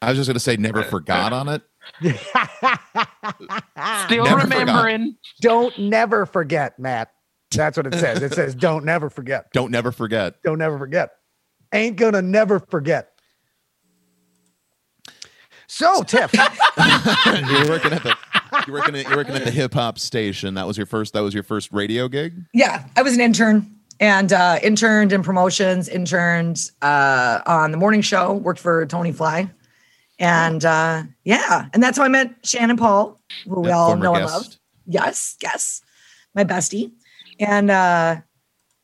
[SPEAKER 1] I was just gonna say never forgot on it.
[SPEAKER 2] Still
[SPEAKER 1] Never
[SPEAKER 2] remembering.
[SPEAKER 3] Don't never forget, Matt. That's what it says. It says don't never forget.
[SPEAKER 1] Don't never forget.
[SPEAKER 3] Don't never forget. Ain't gonna never forget. So, Tiff,
[SPEAKER 1] you were working at the you were working at, you were working at the hip hop station. That was your first. That was your first radio gig.
[SPEAKER 5] Yeah, I was an intern and uh, interned in promotions, interned uh, on the morning show, worked for Tony Fly. And uh, yeah, and that's how I met Shannon Paul, who we
[SPEAKER 1] That
[SPEAKER 5] all
[SPEAKER 1] former
[SPEAKER 5] know
[SPEAKER 1] guest.
[SPEAKER 5] and love. Yes, yes, my bestie. And uh,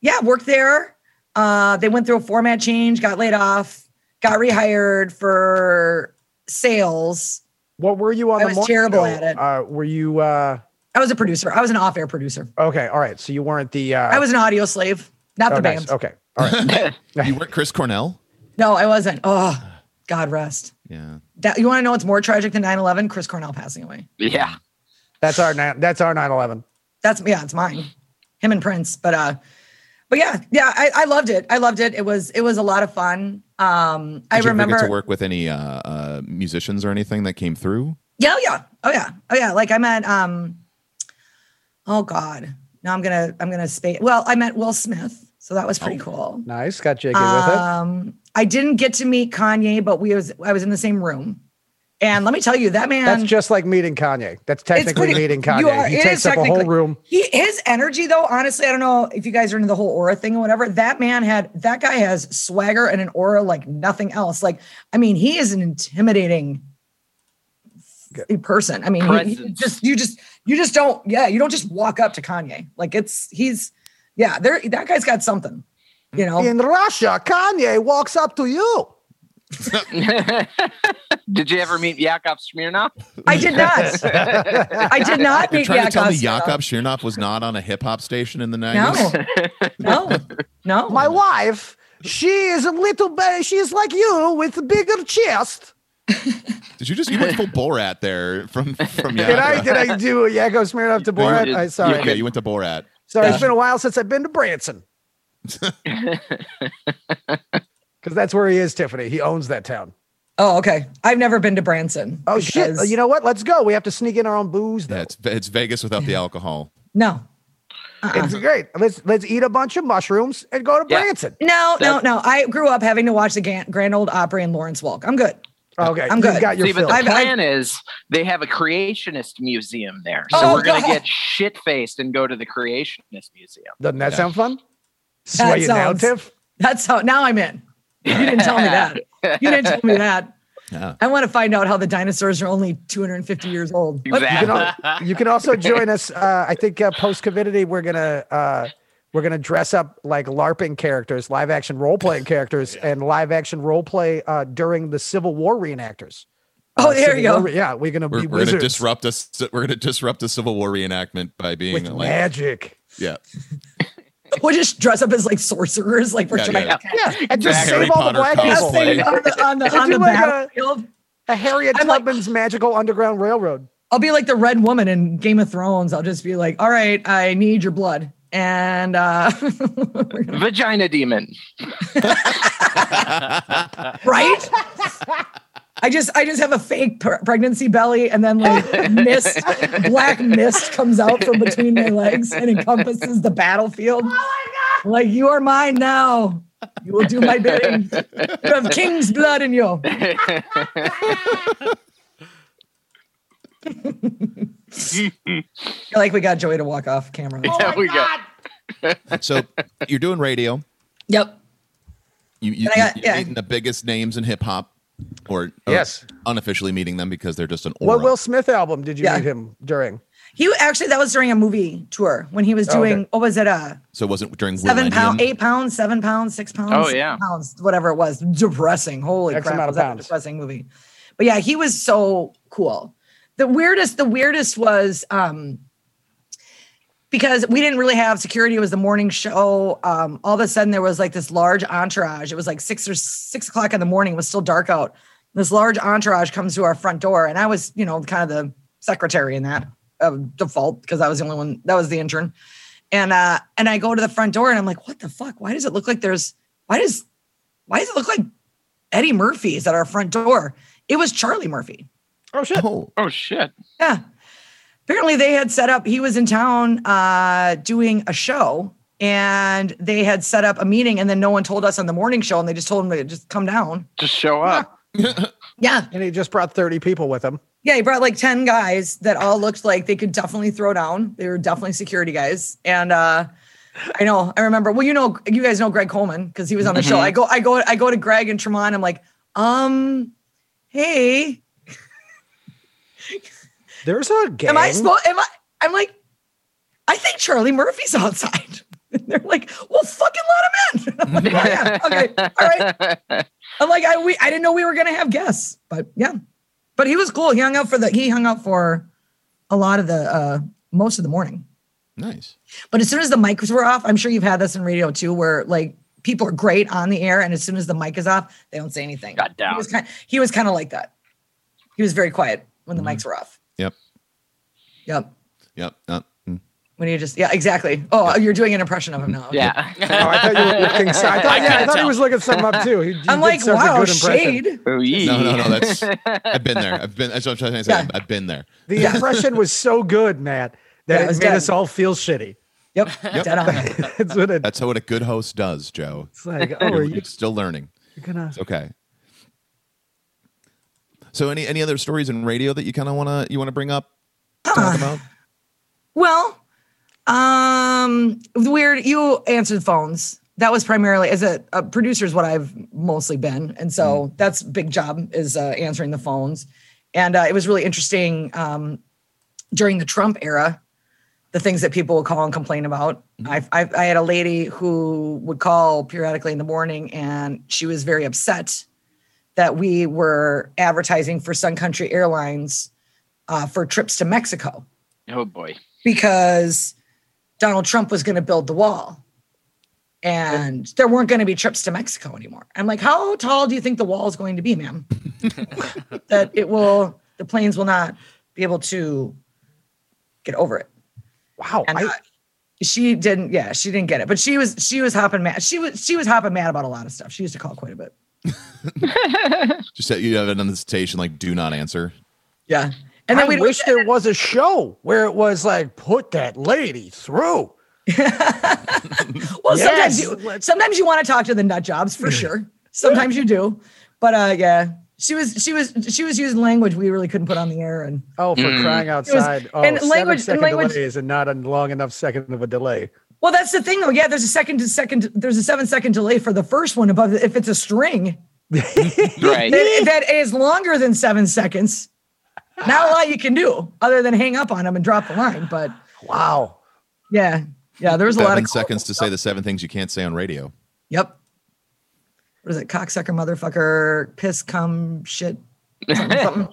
[SPEAKER 5] yeah, worked there. Uh, they went through a format change, got laid off, got rehired for sales.
[SPEAKER 3] what were you on?
[SPEAKER 5] I
[SPEAKER 3] the
[SPEAKER 5] was
[SPEAKER 3] morning
[SPEAKER 5] terrible
[SPEAKER 3] show?
[SPEAKER 5] at it.
[SPEAKER 3] Uh, were you uh,
[SPEAKER 5] I was a producer. I was an off-air producer.
[SPEAKER 3] okay? All right, so you weren't the. Uh,
[SPEAKER 5] I was an audio slave, not
[SPEAKER 3] oh,
[SPEAKER 5] the
[SPEAKER 3] nice,
[SPEAKER 5] band.
[SPEAKER 3] Okay, all right.
[SPEAKER 1] You were at Chris Cornell.
[SPEAKER 5] No, I wasn't. Oh, God rest.
[SPEAKER 1] Yeah.
[SPEAKER 5] That, you want to know what's more tragic than 9 11? Chris Cornell passing away.
[SPEAKER 2] Yeah.
[SPEAKER 3] That's our ni- that's our 9/11.
[SPEAKER 5] That's, yeah, it's mine. Him and Prince. But, uh, but yeah, yeah, I, I loved it. I loved it. It was, it was a lot of fun. Um, I
[SPEAKER 1] Did you ever
[SPEAKER 5] remember.
[SPEAKER 1] get to work with any uh, uh, musicians or anything that came through.
[SPEAKER 5] Yeah, oh, yeah. Oh yeah. Oh yeah. Like I met um oh God. Now I'm gonna I'm gonna space well, I met Will Smith, so that was
[SPEAKER 1] Oh,
[SPEAKER 5] pretty cool.
[SPEAKER 3] Nice, got jiggy
[SPEAKER 5] Um I didn't get to meet Kanye, but we was I was in the same room. And let me tell you, that man
[SPEAKER 3] That's just like meeting Kanye. That's technically
[SPEAKER 5] pretty-
[SPEAKER 3] meeting
[SPEAKER 5] you
[SPEAKER 3] Kanye.
[SPEAKER 5] are-
[SPEAKER 3] he
[SPEAKER 5] it
[SPEAKER 3] takes
[SPEAKER 5] is
[SPEAKER 3] up a whole
[SPEAKER 5] technically-
[SPEAKER 3] room.
[SPEAKER 5] He his energy though, honestly, I don't know if you guys are into the whole aura thing or whatever. That man had that guy has swagger and an aura like nothing else. Like, I mean, he is an intimidating f- person. I mean, he- he,
[SPEAKER 2] Presence.
[SPEAKER 5] just you just you just don't yeah, you don't just walk up to Kanye. Like it's he's yeah, there that guy's got something, you know.
[SPEAKER 3] In Russia, Kanye walks up to you.
[SPEAKER 2] Did you ever meet Yakov Smirnoff?
[SPEAKER 5] I did not. I did not
[SPEAKER 1] You're
[SPEAKER 5] meet
[SPEAKER 1] trying to tell me
[SPEAKER 5] Yakov Smirnoff.
[SPEAKER 1] Yakov Smirnoff was not on a hip hop station in the 90s?
[SPEAKER 5] No. No. No.
[SPEAKER 3] My wife, she is a little bit. She's like you with a bigger chest.
[SPEAKER 1] Did you just you went full Borat there from from Yakov?
[SPEAKER 3] Did I did I do a Yakov Smirnoff to Borat?
[SPEAKER 2] did.
[SPEAKER 3] I sorry.
[SPEAKER 1] Yeah, you went to Borat.
[SPEAKER 3] Sorry, it's been a while since I've been to Branson. Because that's where he is, Tiffany. He owns that town.
[SPEAKER 5] Oh, okay. I've never been to Branson.
[SPEAKER 3] Oh shit!
[SPEAKER 5] because-
[SPEAKER 3] You know what? Let's go. We have to sneak in our own booze. Though.
[SPEAKER 1] Yeah, it's, it's Vegas without the alcohol.
[SPEAKER 5] no, Uh-uh.
[SPEAKER 3] It's great. Let's let's eat a bunch of mushrooms and go to
[SPEAKER 2] Yeah.
[SPEAKER 3] Branson.
[SPEAKER 5] no, no,
[SPEAKER 2] That's-
[SPEAKER 5] no. I grew up having to watch the Gan- Grand Old Opry in Lawrence Walk. I'm good.
[SPEAKER 3] Okay,
[SPEAKER 5] I'm
[SPEAKER 3] you've
[SPEAKER 5] good.
[SPEAKER 3] Got your
[SPEAKER 2] See, but
[SPEAKER 3] fill.
[SPEAKER 2] the
[SPEAKER 5] I've- I've-
[SPEAKER 2] plan is they have a creationist museum there, so
[SPEAKER 5] Oh,
[SPEAKER 2] we're gonna
[SPEAKER 5] God.
[SPEAKER 2] get shit faced and go to the creationist museum.
[SPEAKER 3] Doesn't that
[SPEAKER 1] Yeah.
[SPEAKER 3] sound fun? Sway it down,
[SPEAKER 5] sounds-
[SPEAKER 3] Tiff.
[SPEAKER 5] That's how. Now I'm in. You didn't tell me that. You didn't tell me that.
[SPEAKER 1] Yeah.
[SPEAKER 5] I want to find out how the dinosaurs are only 250 years old. What-
[SPEAKER 3] You can,
[SPEAKER 2] Exactly.
[SPEAKER 3] al- you can also join us. Uh, I think uh, post covidity, we're gonna uh, we're gonna dress up like LARPing characters, live action role playing characters, and live action role play uh, during the Civil War reenactors.
[SPEAKER 5] Oh,
[SPEAKER 3] Uh,
[SPEAKER 5] there
[SPEAKER 3] Civil
[SPEAKER 5] you go.
[SPEAKER 3] War re- yeah, we're gonna
[SPEAKER 1] We're,
[SPEAKER 3] be
[SPEAKER 1] we're gonna
[SPEAKER 3] wizards
[SPEAKER 1] disrupt us. We're gonna disrupt the Civil War reenactment by being
[SPEAKER 3] with
[SPEAKER 1] like,
[SPEAKER 3] magic.
[SPEAKER 1] yeah,
[SPEAKER 5] We'll just dress up as like sorcerers, like we're
[SPEAKER 1] Yeah,
[SPEAKER 5] trying
[SPEAKER 1] yeah.
[SPEAKER 5] to
[SPEAKER 3] Yeah, and just
[SPEAKER 1] Harry
[SPEAKER 3] save all
[SPEAKER 1] Potter
[SPEAKER 3] the black
[SPEAKER 1] cosplay.
[SPEAKER 3] people.
[SPEAKER 5] on the, on the,
[SPEAKER 3] Could
[SPEAKER 5] on
[SPEAKER 3] you
[SPEAKER 5] the
[SPEAKER 3] like a-
[SPEAKER 5] battlefield.
[SPEAKER 3] A Harriet
[SPEAKER 5] I'm like-
[SPEAKER 3] Tubman's magical underground railroad.
[SPEAKER 5] I'll be like the red woman in Game of Thrones. I'll just be like, all right, I need your blood. And uh
[SPEAKER 2] Vagina demon.
[SPEAKER 5] right? I just I just have a fake pre- pregnancy belly and then like mist, black mist comes out from between my legs and encompasses the battlefield. Like you are mine now. You will do my bidding. You have king's blood in you. I feel like we got Joey to walk off camera.
[SPEAKER 6] Oh
[SPEAKER 2] There we go.
[SPEAKER 1] So you're doing radio.
[SPEAKER 5] Yep.
[SPEAKER 1] You, you,
[SPEAKER 5] And I got-
[SPEAKER 1] you're
[SPEAKER 5] yeah.
[SPEAKER 1] meeting the biggest names in hip hop, or, or
[SPEAKER 3] Yes.
[SPEAKER 1] unofficially meeting them because they're just an
[SPEAKER 3] What
[SPEAKER 1] aura.
[SPEAKER 3] Will Smith album did you
[SPEAKER 5] Yeah.
[SPEAKER 3] meet him during?
[SPEAKER 5] He actually that was during a movie tour when he was
[SPEAKER 3] Oh, okay.
[SPEAKER 5] doing what was it? Uh
[SPEAKER 1] so it wasn't during
[SPEAKER 5] seven pound,
[SPEAKER 1] Millennium?
[SPEAKER 5] eight pounds, seven pounds, six pounds.
[SPEAKER 2] Oh,
[SPEAKER 5] seven
[SPEAKER 2] yeah.
[SPEAKER 5] pounds, whatever it was. Depressing. Holy
[SPEAKER 3] X
[SPEAKER 5] crap,
[SPEAKER 3] amount
[SPEAKER 5] was
[SPEAKER 3] of
[SPEAKER 5] that a
[SPEAKER 3] pounds.
[SPEAKER 5] depressing movie. But yeah, he was so cool. The weirdest, the weirdest was um because we didn't really have security. It was the morning show. Um, all of a sudden there was like this large entourage. It was like six or six o'clock in the morning. It was still dark out. This large entourage comes to our front door, and I was, you know, kind of the secretary in that uh, default because I was the only one that was the intern and uh and I go to the front door and I'm like, what the fuck? Why does it look like there's why does why does it look like Eddie Murphy is at our front door? It was Charlie Murphy.
[SPEAKER 3] Oh shit!
[SPEAKER 1] Oh,
[SPEAKER 2] Oh shit.
[SPEAKER 5] Yeah. Apparently they had set up, he was in town uh doing a show and they had set up a meeting and then no one told us on the morning show and they just told him to just come down.
[SPEAKER 2] Just show up.
[SPEAKER 5] Yeah.
[SPEAKER 3] And he just brought thirty people with him.
[SPEAKER 5] Yeah, he brought like 10 guys that all looked like they could definitely throw down. They were definitely security guys. And uh I know, I remember. Well, you know, you guys know Greg Coleman because he was on the show. I go, I go, I go to Greg and Tremont. I'm like, um, hey,
[SPEAKER 3] There's a gang.
[SPEAKER 5] am I supposed am I I'm like, I think Charlie Murphy's outside. And they're like, well, fucking let him in. I'm like, oh, yeah, okay, all right. I'm like, I we I didn't know we were gonna have guests, but yeah. But he was cool. He hung out for the he hung out for a lot of the uh most of the morning.
[SPEAKER 1] nice.
[SPEAKER 5] But as soon as the mics were off, I'm sure you've had this in radio too, where like people are great on the air, and as soon as the mic is off, they don't say anything.
[SPEAKER 2] Got down.
[SPEAKER 5] He was kind he was kind of like that. He was very quiet when the mics were off.
[SPEAKER 1] Yep.
[SPEAKER 5] Yep.
[SPEAKER 1] Yep. Uh, mm.
[SPEAKER 5] When you just yeah, exactly. Oh, you're doing an impression of him now. Okay.
[SPEAKER 2] Yeah.
[SPEAKER 3] Oh, I thought you were looking. So I thought,
[SPEAKER 4] I
[SPEAKER 3] yeah, I
[SPEAKER 4] couldn't
[SPEAKER 3] thought he
[SPEAKER 4] tell.
[SPEAKER 3] was looking something up too. He, he
[SPEAKER 5] I'm
[SPEAKER 3] did
[SPEAKER 5] like,
[SPEAKER 3] such a
[SPEAKER 5] wow,
[SPEAKER 3] good impression.
[SPEAKER 5] shade.
[SPEAKER 2] Oh, yee.
[SPEAKER 1] No, no, no. That's I've been there. I've been. That's what I'm trying to say.
[SPEAKER 5] Yeah.
[SPEAKER 1] I've- I've been there.
[SPEAKER 3] The impression was so good, Matt, that
[SPEAKER 5] Yeah, it
[SPEAKER 3] it
[SPEAKER 5] was
[SPEAKER 3] made
[SPEAKER 5] dead.
[SPEAKER 3] us all feel shitty.
[SPEAKER 5] Yep. Dead on.
[SPEAKER 3] That's what it,
[SPEAKER 1] That's what a good host does, Joe.
[SPEAKER 3] it's like. Oh, are
[SPEAKER 1] You're,
[SPEAKER 3] you
[SPEAKER 1] you're still learning.
[SPEAKER 3] gonna?
[SPEAKER 1] It's okay. So any any other stories in radio that you kind of wanna you wanna bring up?
[SPEAKER 3] Ah.
[SPEAKER 1] Talk about.
[SPEAKER 5] Well, um, weird. You answered phones. That was primarily as a, a producer is what I've mostly been, and so that's big job is uh, answering the phones. And uh, it was really interesting um, during the Trump era, the things that people would call and complain about. I, I, I had a lady who would call periodically in the morning, and she was very upset that we were advertising for Sun Country Airlines uh, for trips to Mexico
[SPEAKER 2] Oh boy.
[SPEAKER 5] because Donald Trump was going to build the wall and there weren't going to be trips to Mexico anymore. I'm like, how tall do you think the wall is going to be, ma'am? that it will, the planes will not be able to get over it.
[SPEAKER 3] Wow,
[SPEAKER 5] And
[SPEAKER 3] I,
[SPEAKER 5] uh, she didn't, yeah, she didn't get it, but she was, she was hopping mad. She was, she was hopping mad about a lot of stuff. She used to call quite a bit.
[SPEAKER 1] Just that you have an invitation like "Do not answer."
[SPEAKER 5] Yeah.
[SPEAKER 3] And
[SPEAKER 5] And then
[SPEAKER 3] I
[SPEAKER 5] we'd
[SPEAKER 3] wish there was a show where it was like, put that lady through.
[SPEAKER 5] Well,
[SPEAKER 3] Yes.
[SPEAKER 5] sometimes you sometimes you want to talk to the nut jobs for sure. Sometimes you do, but uh, yeah, she was she was she was using language we really couldn't put on the air, and
[SPEAKER 3] Oh, for
[SPEAKER 2] Mm.
[SPEAKER 3] crying outside! oh,
[SPEAKER 5] and
[SPEAKER 3] seven
[SPEAKER 5] language- and
[SPEAKER 3] second
[SPEAKER 5] language-
[SPEAKER 3] delays and not a long enough second of a delay.
[SPEAKER 5] well, that's the thing though. Yeah, there's a second to second there's a seven second delay for the first one above the, if it's a string
[SPEAKER 2] Right.
[SPEAKER 5] that, that is longer than seven seconds. Not a lot you can do other than hang up on them and drop the line, but
[SPEAKER 3] Wow.
[SPEAKER 5] yeah, yeah, there was a lot
[SPEAKER 1] Seven
[SPEAKER 5] of
[SPEAKER 1] seconds to say the seven things you can't say on radio.
[SPEAKER 5] Yep. What is it? Cocksucker, motherfucker, piss, cum, shit, something, something.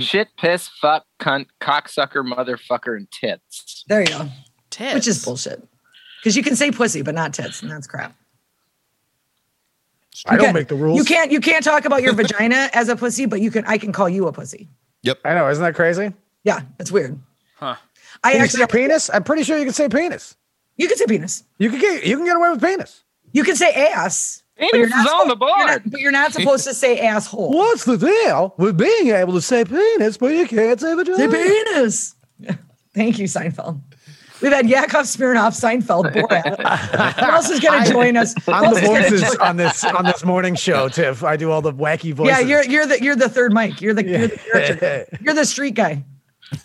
[SPEAKER 2] Shit, piss, fuck, cunt, cocksucker, motherfucker, and tits.
[SPEAKER 5] There you go.
[SPEAKER 4] Tits.
[SPEAKER 5] Which is bullshit. Because you can say pussy, but not tits, and that's crap.
[SPEAKER 3] I
[SPEAKER 5] You
[SPEAKER 3] don't
[SPEAKER 5] can't-
[SPEAKER 3] make the rules.
[SPEAKER 5] You can't you can't talk about your vagina as a pussy, but you can I can call you a pussy.
[SPEAKER 3] I know. Isn't that crazy?
[SPEAKER 5] Yeah, that's weird.
[SPEAKER 4] Huh.
[SPEAKER 5] I
[SPEAKER 3] Can you
[SPEAKER 5] actually
[SPEAKER 3] say penis? I'm pretty sure you can say penis.
[SPEAKER 5] you can say penis.
[SPEAKER 3] You can get you can get away with penis.
[SPEAKER 5] You can say ass. but
[SPEAKER 2] Penis
[SPEAKER 5] you're not
[SPEAKER 2] is on the
[SPEAKER 5] supposed- you're not-
[SPEAKER 2] board.
[SPEAKER 5] but you're not supposed to say asshole.
[SPEAKER 3] What's the deal with being able to say penis, but you can't say
[SPEAKER 5] Say
[SPEAKER 3] vagina?
[SPEAKER 5] penis. Thank you, Seinfeld. We've had Yakov Smirnoff, Seinfeld, Borat. Who else is going to join us? Who
[SPEAKER 3] I'm
[SPEAKER 5] else
[SPEAKER 3] the
[SPEAKER 5] is gonna join-
[SPEAKER 3] voices on this on this morning show, Tiff. I do all the wacky voices.
[SPEAKER 5] Yeah, you're you're the you're the third mic. You're the you're the character. guy. You're the street guy.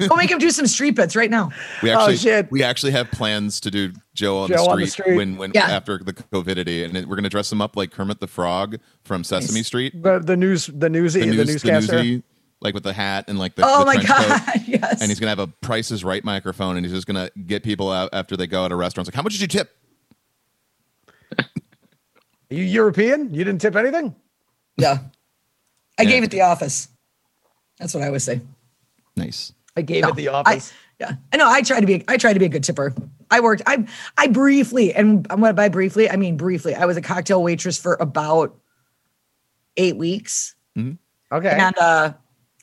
[SPEAKER 5] Go make him do some street bits right now.
[SPEAKER 1] We
[SPEAKER 3] Oh,
[SPEAKER 1] actually,
[SPEAKER 3] shit.
[SPEAKER 1] we actually have plans to do Joe on,
[SPEAKER 3] Joe
[SPEAKER 1] the, street
[SPEAKER 3] on the street.
[SPEAKER 1] when, when
[SPEAKER 5] Yeah.
[SPEAKER 1] after the covidity, and it- we're gonna dress him up like Kermit the Frog from Sesame
[SPEAKER 5] Nice.
[SPEAKER 1] Street.
[SPEAKER 3] the, the news the newsy the,
[SPEAKER 1] news-
[SPEAKER 3] newscaster.
[SPEAKER 1] newsie, like with the hat and like the
[SPEAKER 5] Oh
[SPEAKER 1] the
[SPEAKER 5] my
[SPEAKER 1] trench
[SPEAKER 5] god,
[SPEAKER 1] coat.
[SPEAKER 5] yes.
[SPEAKER 1] And he's gonna have a Price is Right microphone, and he's just gonna get people out after they go out of restaurants. Like, how much did you tip?
[SPEAKER 3] Are you European? You didn't tip anything?
[SPEAKER 5] yeah. I
[SPEAKER 1] Yeah.
[SPEAKER 5] gave it the office. That's what I always say.
[SPEAKER 1] Nice.
[SPEAKER 3] I gave it the
[SPEAKER 5] I,
[SPEAKER 3] office.
[SPEAKER 5] yeah, I know. I try to be. I try to be a good tipper. I worked. I I briefly, and what by briefly, I mean briefly. I was a cocktail waitress for about eight weeks,
[SPEAKER 3] okay.
[SPEAKER 5] and uh,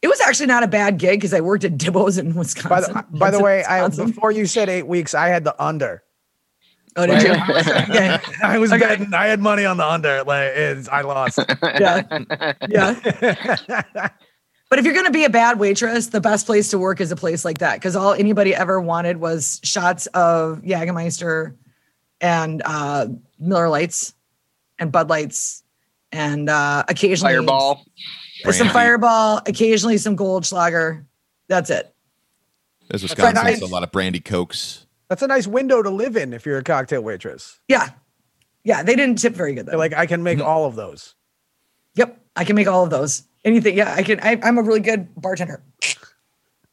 [SPEAKER 5] it was actually not a bad gig because I worked at Dibbo's in Wisconsin.
[SPEAKER 3] by the, by the
[SPEAKER 5] Hudson,
[SPEAKER 3] way, I,
[SPEAKER 5] Wisconsin.
[SPEAKER 3] before you said eight weeks, I had the under.
[SPEAKER 5] oh, did you? yeah,
[SPEAKER 3] I was
[SPEAKER 5] Okay.
[SPEAKER 3] betting. I had money on the under. Like it's, I lost.
[SPEAKER 5] yeah, yeah. But if you're going to be a bad waitress, the best place to work is a place like that because all anybody ever wanted was shots of Jagermeister and uh, Miller Lights and Bud Lights and uh, occasionally
[SPEAKER 2] Fireball.
[SPEAKER 5] some
[SPEAKER 1] Brandy.
[SPEAKER 5] Fireball, occasionally some Goldschlager. That's it.
[SPEAKER 1] As
[SPEAKER 3] a
[SPEAKER 1] Wisconsin,
[SPEAKER 3] nice-
[SPEAKER 1] it's a lot of brandy cokes.
[SPEAKER 3] That's a nice window to live in if you're a cocktail waitress.
[SPEAKER 5] Yeah, yeah. They didn't tip very good though.
[SPEAKER 3] You're like I can make all of those.
[SPEAKER 5] yep, I can make all of those. Anything. Yeah, I can. I, I'm a really good bartender.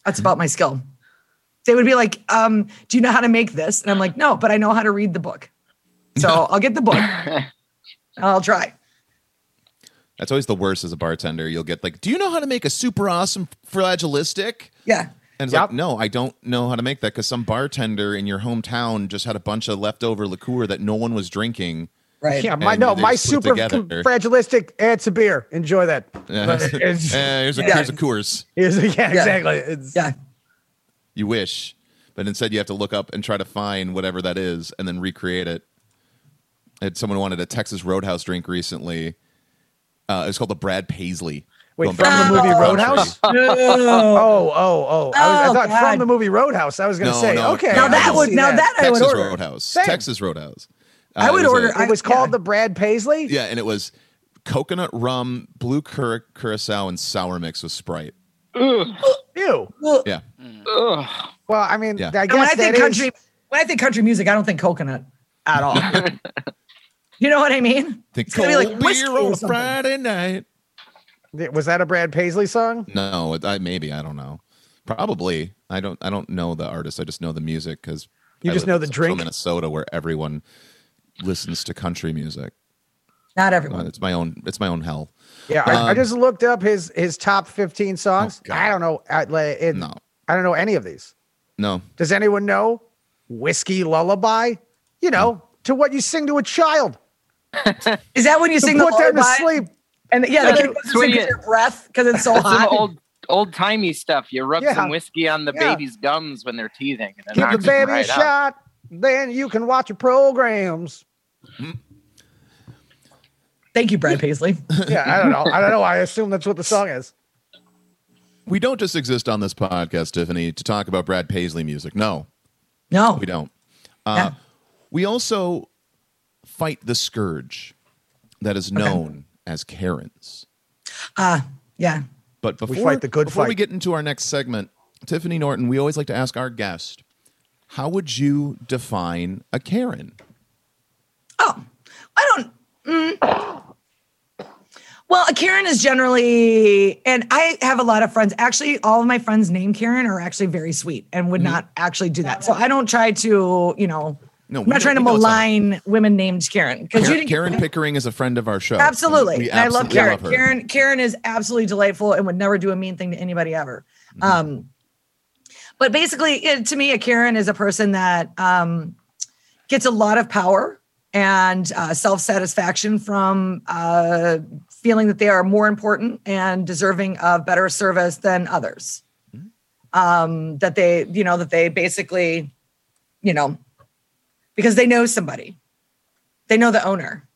[SPEAKER 5] That's about my skill. They would be like, um, "Do you know how to make this?" And I'm like, "No, but I know how to read the book." So I'll get the book. I'll try.
[SPEAKER 1] That's always the worst as a bartender. You'll get like, do you know how to make a super awesome fragilistic?
[SPEAKER 5] Yeah.
[SPEAKER 1] And it's
[SPEAKER 3] Yep.
[SPEAKER 1] like, no, I don't know how to make that because some bartender in your hometown just had a bunch of leftover liqueur that no one was drinking.
[SPEAKER 5] Right.
[SPEAKER 3] Yeah, my
[SPEAKER 1] And
[SPEAKER 3] no,
[SPEAKER 1] they
[SPEAKER 3] my
[SPEAKER 1] just put
[SPEAKER 3] super
[SPEAKER 1] together.
[SPEAKER 3] fragilistic. It's a beer. Enjoy that.
[SPEAKER 1] Uh,
[SPEAKER 3] It's-
[SPEAKER 1] here's, a,
[SPEAKER 5] Yeah.
[SPEAKER 1] here's a Coors.
[SPEAKER 3] Here's- yeah, exactly. It's,
[SPEAKER 5] Yeah.
[SPEAKER 1] You wish, but instead you have to look up and try to find whatever that is and then recreate it. And someone wanted a Texas Roadhouse drink recently. Uh, it's called the Brad Paisley.
[SPEAKER 3] Wait,
[SPEAKER 1] Going
[SPEAKER 3] from
[SPEAKER 1] back to
[SPEAKER 5] the movie
[SPEAKER 1] country.
[SPEAKER 3] Roadhouse?
[SPEAKER 5] No.
[SPEAKER 3] Oh, oh, oh! I, was, I
[SPEAKER 5] Oh,
[SPEAKER 3] thought from
[SPEAKER 5] God.
[SPEAKER 3] the movie Roadhouse. I was going to
[SPEAKER 1] No,
[SPEAKER 3] say,
[SPEAKER 1] no,
[SPEAKER 3] okay.
[SPEAKER 1] no,
[SPEAKER 5] Now
[SPEAKER 1] I
[SPEAKER 5] that
[SPEAKER 1] can
[SPEAKER 5] would
[SPEAKER 1] see
[SPEAKER 5] now that I would
[SPEAKER 1] Texas
[SPEAKER 5] order.
[SPEAKER 1] Roadhouse.
[SPEAKER 3] Same.
[SPEAKER 1] Texas Roadhouse. Uh,
[SPEAKER 5] I
[SPEAKER 1] it was
[SPEAKER 5] would
[SPEAKER 1] a-
[SPEAKER 5] order-
[SPEAKER 3] it was
[SPEAKER 5] I- yeah.
[SPEAKER 3] called the Brad Paisley.
[SPEAKER 1] Yeah, and it was coconut rum, blue cura- curacao, and sour mix with Sprite.
[SPEAKER 3] Ew.
[SPEAKER 5] Well,
[SPEAKER 1] Yeah,
[SPEAKER 2] Ugh.
[SPEAKER 3] Well, I mean,
[SPEAKER 1] Yeah.
[SPEAKER 3] I
[SPEAKER 5] and when
[SPEAKER 3] guess
[SPEAKER 5] I think
[SPEAKER 3] that is-
[SPEAKER 5] country, when I think country music, I don't think coconut at all. you know what I mean?
[SPEAKER 1] think
[SPEAKER 5] It's gonna be like whiskey
[SPEAKER 1] beer
[SPEAKER 5] or
[SPEAKER 1] on a
[SPEAKER 5] something.
[SPEAKER 1] Friday night.
[SPEAKER 3] was that a Brad Paisley song?
[SPEAKER 1] No, it- I, maybe I don't know. Probably I don't. I don't know the artist. I just know the music because
[SPEAKER 3] You just know the drink?
[SPEAKER 1] From Minnesota, where everyone listens to country music.
[SPEAKER 5] Not
[SPEAKER 1] Uh,
[SPEAKER 5] everyone.
[SPEAKER 1] It's my own. It's my own hell.
[SPEAKER 3] Yeah, I, I
[SPEAKER 1] Um, oh,
[SPEAKER 3] just looked up his his top fifteen songs.
[SPEAKER 1] God.
[SPEAKER 3] I don't know. I, like, it,
[SPEAKER 1] No.
[SPEAKER 3] I don't know any of these.
[SPEAKER 1] No,
[SPEAKER 3] Does anyone know whiskey lullaby? You know, to what you sing to a child
[SPEAKER 5] Is that when you
[SPEAKER 3] to
[SPEAKER 5] sing the
[SPEAKER 3] put them to
[SPEAKER 5] lullaby?
[SPEAKER 3] sleep.
[SPEAKER 5] And yeah,
[SPEAKER 2] Like
[SPEAKER 5] they
[SPEAKER 2] you
[SPEAKER 5] can
[SPEAKER 2] swing
[SPEAKER 5] sing
[SPEAKER 2] it.
[SPEAKER 5] their breath because it's so
[SPEAKER 2] Some
[SPEAKER 5] hot.
[SPEAKER 2] old old timey stuff. You rub
[SPEAKER 3] Yeah.
[SPEAKER 2] some whiskey on the
[SPEAKER 3] Yeah.
[SPEAKER 2] baby's gums when they're teething. And it
[SPEAKER 3] Give the
[SPEAKER 2] knocks them
[SPEAKER 3] baby
[SPEAKER 2] right
[SPEAKER 3] a
[SPEAKER 2] out.
[SPEAKER 3] shot. Then you can watch your programs.
[SPEAKER 5] Thank you, Brad Paisley.
[SPEAKER 3] Yeah, I don't know. I don't know. I assume that's what the song is.
[SPEAKER 1] We don't just exist on this podcast, Tiffany, to talk about Brad Paisley music. No,
[SPEAKER 5] No,
[SPEAKER 1] we don't. Uh,
[SPEAKER 5] Yeah.
[SPEAKER 1] We also fight the scourge that is known as Karens.
[SPEAKER 5] yeah,
[SPEAKER 1] But before,
[SPEAKER 3] fight the good
[SPEAKER 1] before we
[SPEAKER 3] fight.
[SPEAKER 1] get into our next segment, Tiffany Norton, we always like to ask our guest, how would you define a Karen?
[SPEAKER 5] I don't. Mm, well, a Karen is generally, and I have a lot of friends. Actually, all of my friends named Karen are actually very sweet and
[SPEAKER 1] Mm-hmm.
[SPEAKER 5] would not actually do that. So I don't try to, you know,
[SPEAKER 1] No,
[SPEAKER 5] I'm
[SPEAKER 1] we
[SPEAKER 5] not
[SPEAKER 1] know-
[SPEAKER 5] trying to
[SPEAKER 1] we know it's not.
[SPEAKER 5] malign women named Karen because you
[SPEAKER 1] Karen,
[SPEAKER 5] didn't.
[SPEAKER 1] Karen Pickering is a friend of our show.
[SPEAKER 5] Absolutely.
[SPEAKER 1] We
[SPEAKER 5] and I love
[SPEAKER 1] absolutely her.
[SPEAKER 5] Karen. Karen Karen is absolutely delightful and would never do a mean thing to anybody ever.
[SPEAKER 1] Mm-hmm.
[SPEAKER 5] Um but basically it, to me a Karen is a person that um gets a lot of power and uh, self-satisfaction from uh feeling that they are more important and deserving of better service than others.
[SPEAKER 1] Mm-hmm.
[SPEAKER 5] Um that they, you know, that they basically, you know, because they know somebody. They know the owner.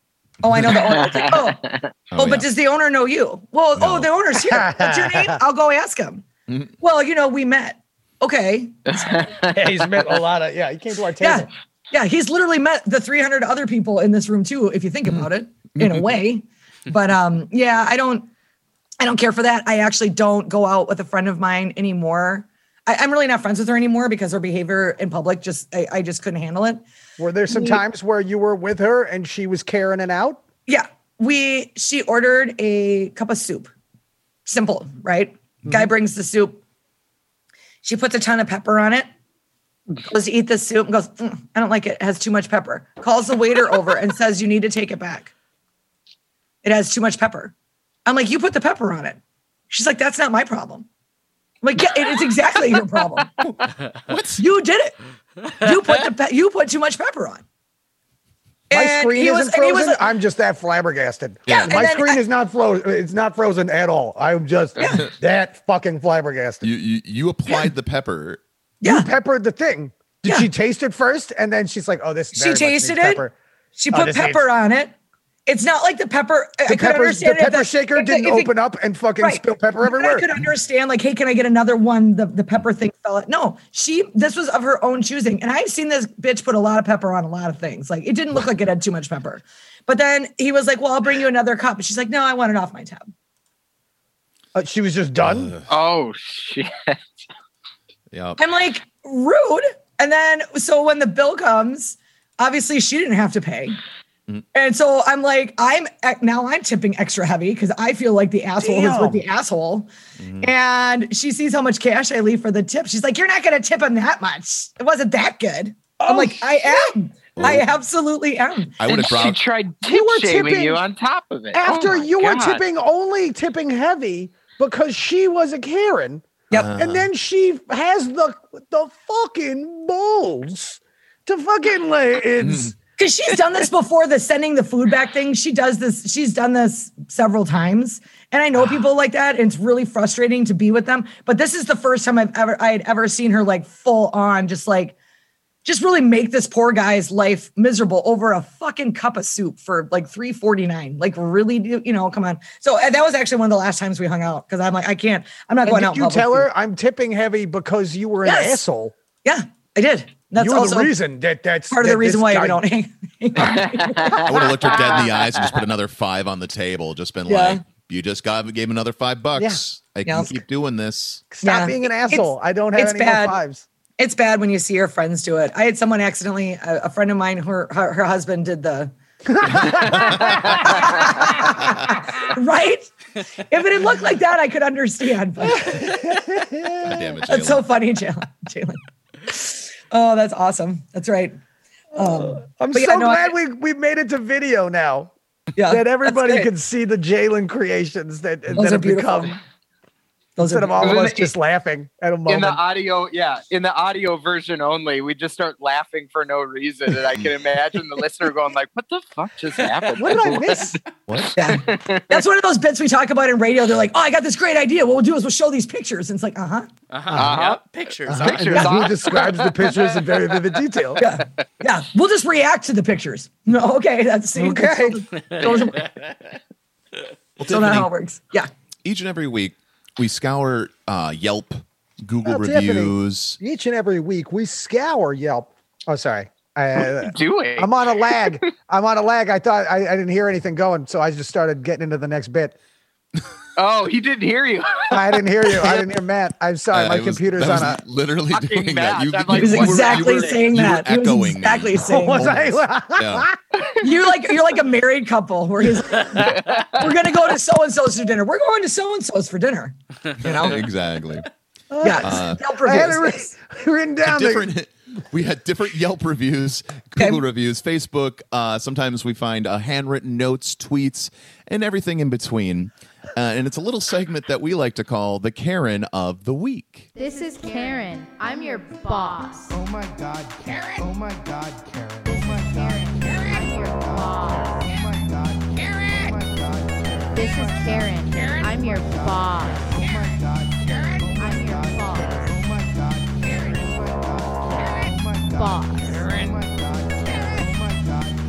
[SPEAKER 5] Oh, I know the owner. It's like, oh, Oh, but
[SPEAKER 1] yeah.
[SPEAKER 5] does the owner know you? Well,
[SPEAKER 1] No.
[SPEAKER 5] oh, the owner's here. What's your name? I'll go ask him.
[SPEAKER 1] Mhm.
[SPEAKER 5] Well, you know, we met. Okay.
[SPEAKER 3] Yeah, he's met a lot of. Yeah, he came to our
[SPEAKER 5] Yeah.
[SPEAKER 3] table.
[SPEAKER 5] Yeah. He's literally met the 300 other people in this room too, if you think about it in
[SPEAKER 1] Mm-hmm.
[SPEAKER 5] a way. But um, yeah, I don't, I don't care for that. I actually don't go out with a friend of mine anymore. I, I'm really not friends with her anymore because her behavior in public just, I, I just couldn't handle it.
[SPEAKER 3] Were there
[SPEAKER 5] Mm.
[SPEAKER 3] some times where you were with her and she was Karen and out?
[SPEAKER 5] Yeah. We she ordered a cup of soup. Simple, right?
[SPEAKER 3] Mm-hmm.
[SPEAKER 5] Guy brings the soup. She puts a ton of pepper on it. Goes to eat the soup and goes, "Mm, I don't like it. It has too much pepper. Calls the waiter over and says, You need to take it back. It has too much pepper. I'm like, You put the pepper on it. She's like, That's not my problem. I'm like, Yeah, it is exactly your problem.
[SPEAKER 1] What?
[SPEAKER 5] You did it. You put the pe- you put too much pepper on.
[SPEAKER 3] My
[SPEAKER 5] And
[SPEAKER 3] screen
[SPEAKER 5] he
[SPEAKER 3] isn't
[SPEAKER 5] was- and he
[SPEAKER 3] frozen.
[SPEAKER 5] was-
[SPEAKER 3] I'm just that flabbergasted.
[SPEAKER 1] Yeah,
[SPEAKER 5] and
[SPEAKER 3] my
[SPEAKER 5] then
[SPEAKER 3] screen
[SPEAKER 5] I-
[SPEAKER 3] is not frozen. It's not frozen at all. I'm just that fucking flabbergasted.
[SPEAKER 1] You, you, you applied the pepper.
[SPEAKER 5] Yeah.
[SPEAKER 3] Peppered the thing. Did
[SPEAKER 5] Yeah.
[SPEAKER 3] she taste it first? And then she's like, "Oh, this."
[SPEAKER 5] She
[SPEAKER 3] very much needs
[SPEAKER 5] tasted it?
[SPEAKER 3] Pepper.
[SPEAKER 5] She
[SPEAKER 3] Oh,
[SPEAKER 5] put
[SPEAKER 3] this
[SPEAKER 5] pepper on it. It's not like the pepper. I- I
[SPEAKER 3] The,
[SPEAKER 5] could
[SPEAKER 3] peppers, the
[SPEAKER 5] understand if
[SPEAKER 3] pepper shaker
[SPEAKER 5] if the-
[SPEAKER 3] didn't
[SPEAKER 5] if it-
[SPEAKER 3] open up and fucking
[SPEAKER 5] right.
[SPEAKER 3] spill pepper
[SPEAKER 5] But I
[SPEAKER 3] everywhere.
[SPEAKER 5] could understand, like, hey, can I get another one? The the pepper thing fell. out. No, she. This was of her own choosing, and I've seen this bitch put a lot of pepper on a lot of things. Like, it didn't look like it had too much pepper. But then he was like, "Well, I'll bring you another cup." And she's like, "No, I want it off my tab."
[SPEAKER 3] Uh, she was just done.
[SPEAKER 2] Oh shit!
[SPEAKER 1] Yep.
[SPEAKER 5] I'm like, rude. And then, so when the bill comes, obviously she didn't have to pay. And so I'm like, I'm e, now I'm tipping extra heavy because I feel like the asshole is with the asshole. And she sees how much cash I leave for the tip. She's like, You're not going to tip him that much. It wasn't that good. I'm like, I am. I absolutely am.
[SPEAKER 1] I would have
[SPEAKER 2] and she
[SPEAKER 1] brought.
[SPEAKER 2] tried tip
[SPEAKER 3] You were
[SPEAKER 2] shaming
[SPEAKER 3] tipping
[SPEAKER 2] you on top of it.
[SPEAKER 3] After
[SPEAKER 2] Oh my
[SPEAKER 3] you were
[SPEAKER 2] God.
[SPEAKER 3] tipping only tipping heavy because she was a Karen.
[SPEAKER 5] Yep.
[SPEAKER 3] and then she has the the fucking balls to fucking lay it's
[SPEAKER 5] Because she's done this before the sending the food back thing. She does this, she's done this several times. And I
[SPEAKER 3] Ah.
[SPEAKER 5] know people like that. And it's really frustrating to be with them. But this is the first time I've ever I had ever seen her like full on, just like just really make this poor guy's life miserable over a fucking cup of soup for like 349. Like really do, you know, come on. So uh, that was actually one of the last times we hung out because I'm like, I can't, I'm not
[SPEAKER 3] and
[SPEAKER 5] going
[SPEAKER 3] did
[SPEAKER 5] out. in
[SPEAKER 3] you
[SPEAKER 5] public.
[SPEAKER 3] tell her i'm tipping heavy because you were an
[SPEAKER 5] Yes.
[SPEAKER 3] asshole
[SPEAKER 5] Yeah, I did. That's
[SPEAKER 3] you were
[SPEAKER 5] also
[SPEAKER 3] the reason that that's
[SPEAKER 5] part of
[SPEAKER 3] that
[SPEAKER 5] the reason
[SPEAKER 3] this
[SPEAKER 5] why
[SPEAKER 3] guy-
[SPEAKER 5] we don't hang. hang out.
[SPEAKER 1] I would have looked her dead in the eyes and just put another five on the table. Just been
[SPEAKER 5] Yeah.
[SPEAKER 1] like, you just got gave another five bucks. I can
[SPEAKER 5] Yeah.
[SPEAKER 1] keep doing this.
[SPEAKER 3] stop
[SPEAKER 5] Yeah.
[SPEAKER 3] being an
[SPEAKER 5] It's-
[SPEAKER 3] asshole i don't have
[SPEAKER 5] it's
[SPEAKER 3] any
[SPEAKER 5] bad.
[SPEAKER 3] more fives
[SPEAKER 5] It's bad when you see your friends do it. I had someone accidentally, a, a friend of mine, her, her her husband did the right. If it had looked like that, I could understand. But
[SPEAKER 1] God damn it,
[SPEAKER 5] that's
[SPEAKER 1] Jalen.
[SPEAKER 5] so funny, Jalen. Jalen. Oh, that's awesome. That's right. Um,
[SPEAKER 3] i'm
[SPEAKER 5] but yeah,
[SPEAKER 3] so
[SPEAKER 5] no, I-
[SPEAKER 3] glad we we made it to video now
[SPEAKER 5] yeah,
[SPEAKER 3] that everybody
[SPEAKER 5] that's great.
[SPEAKER 3] can see the jalen creations that that
[SPEAKER 5] Those are
[SPEAKER 3] have
[SPEAKER 5] beautiful.
[SPEAKER 3] become
[SPEAKER 5] Those
[SPEAKER 3] instead of
[SPEAKER 5] are
[SPEAKER 3] all of
[SPEAKER 2] And
[SPEAKER 3] us
[SPEAKER 2] it-
[SPEAKER 3] just laughing at a
[SPEAKER 2] in
[SPEAKER 3] moment.
[SPEAKER 2] the audio, yeah, in the audio version only, we just start laughing for no reason, and I can imagine the listener going like, "What the fuck just happened?"
[SPEAKER 3] what did I miss?
[SPEAKER 1] What?
[SPEAKER 5] Yeah. That's one of those bits we talk about in radio. They're like, oh, I got this great idea. What we'll do is we'll show these pictures. And it's like, uh huh.
[SPEAKER 4] Uh-huh.
[SPEAKER 2] Uh-huh.
[SPEAKER 4] Yep. Pictures.
[SPEAKER 3] Uh-huh. And
[SPEAKER 2] Pictures
[SPEAKER 3] then
[SPEAKER 2] on.
[SPEAKER 3] who describes the pictures in very vivid detail?
[SPEAKER 5] Yeah. Yeah. We'll just react to the pictures. No, okay. That's see, that's
[SPEAKER 3] Okay.
[SPEAKER 5] Those are-
[SPEAKER 1] Well,
[SPEAKER 5] still not
[SPEAKER 1] Tiffany,
[SPEAKER 5] how it works. Yeah.
[SPEAKER 1] each and every week, we scour uh, Yelp, Google
[SPEAKER 3] Oh, Tiffany.
[SPEAKER 1] reviews.
[SPEAKER 3] Each and every week, we scour Yelp. Oh, sorry. I,
[SPEAKER 2] doing?
[SPEAKER 3] I'm on a lag. I'm on a lag. I thought I, I didn't hear anything going, so I just started getting into the next bit.
[SPEAKER 2] oh, he didn't hear you.
[SPEAKER 3] I didn't hear you. I didn't hear Matt. I'm sorry.
[SPEAKER 1] Uh,
[SPEAKER 3] my
[SPEAKER 1] it was-
[SPEAKER 3] computer's
[SPEAKER 1] that
[SPEAKER 3] on a.
[SPEAKER 1] was literally
[SPEAKER 2] Fucking
[SPEAKER 1] doing that.
[SPEAKER 2] math.
[SPEAKER 1] You,
[SPEAKER 2] I'm
[SPEAKER 1] you
[SPEAKER 2] like,
[SPEAKER 5] He was
[SPEAKER 1] were- you were-
[SPEAKER 5] exactly saying
[SPEAKER 1] you were
[SPEAKER 5] that. He was
[SPEAKER 1] echoing me.
[SPEAKER 5] exactly saying
[SPEAKER 3] Was
[SPEAKER 5] that.
[SPEAKER 3] I?
[SPEAKER 1] Yeah.
[SPEAKER 5] You're like you're like a married couple where he's like, we're gonna go to so and so's for dinner. We're going to so and so's for dinner. You know?
[SPEAKER 1] exactly.
[SPEAKER 5] Yeah.
[SPEAKER 1] Uh,
[SPEAKER 5] Yelp
[SPEAKER 3] I had it
[SPEAKER 5] reviews.
[SPEAKER 3] written, written down. that-
[SPEAKER 1] different. We had different Yelp reviews, Google reviews, Facebook. Uh, sometimes we find uh, handwritten notes, tweets, and everything in between. Uh, and it's a little segment that we like to call the Karen of the Week.
[SPEAKER 7] This is Karen. I'm your boss.
[SPEAKER 8] Oh my god, Karen. Oh my god, Karen. Oh my god,
[SPEAKER 7] I'm your boss.
[SPEAKER 8] Oh my god, Karen. Oh my god, Karen.
[SPEAKER 7] This is Karen. I'm your boss.
[SPEAKER 8] Oh my god, Karen. Oh
[SPEAKER 7] I'm your boss.
[SPEAKER 8] my god, Karen. Oh my god, Karen. Oh my god,
[SPEAKER 7] Boss.
[SPEAKER 8] Karen. Oh my god, Karen. Oh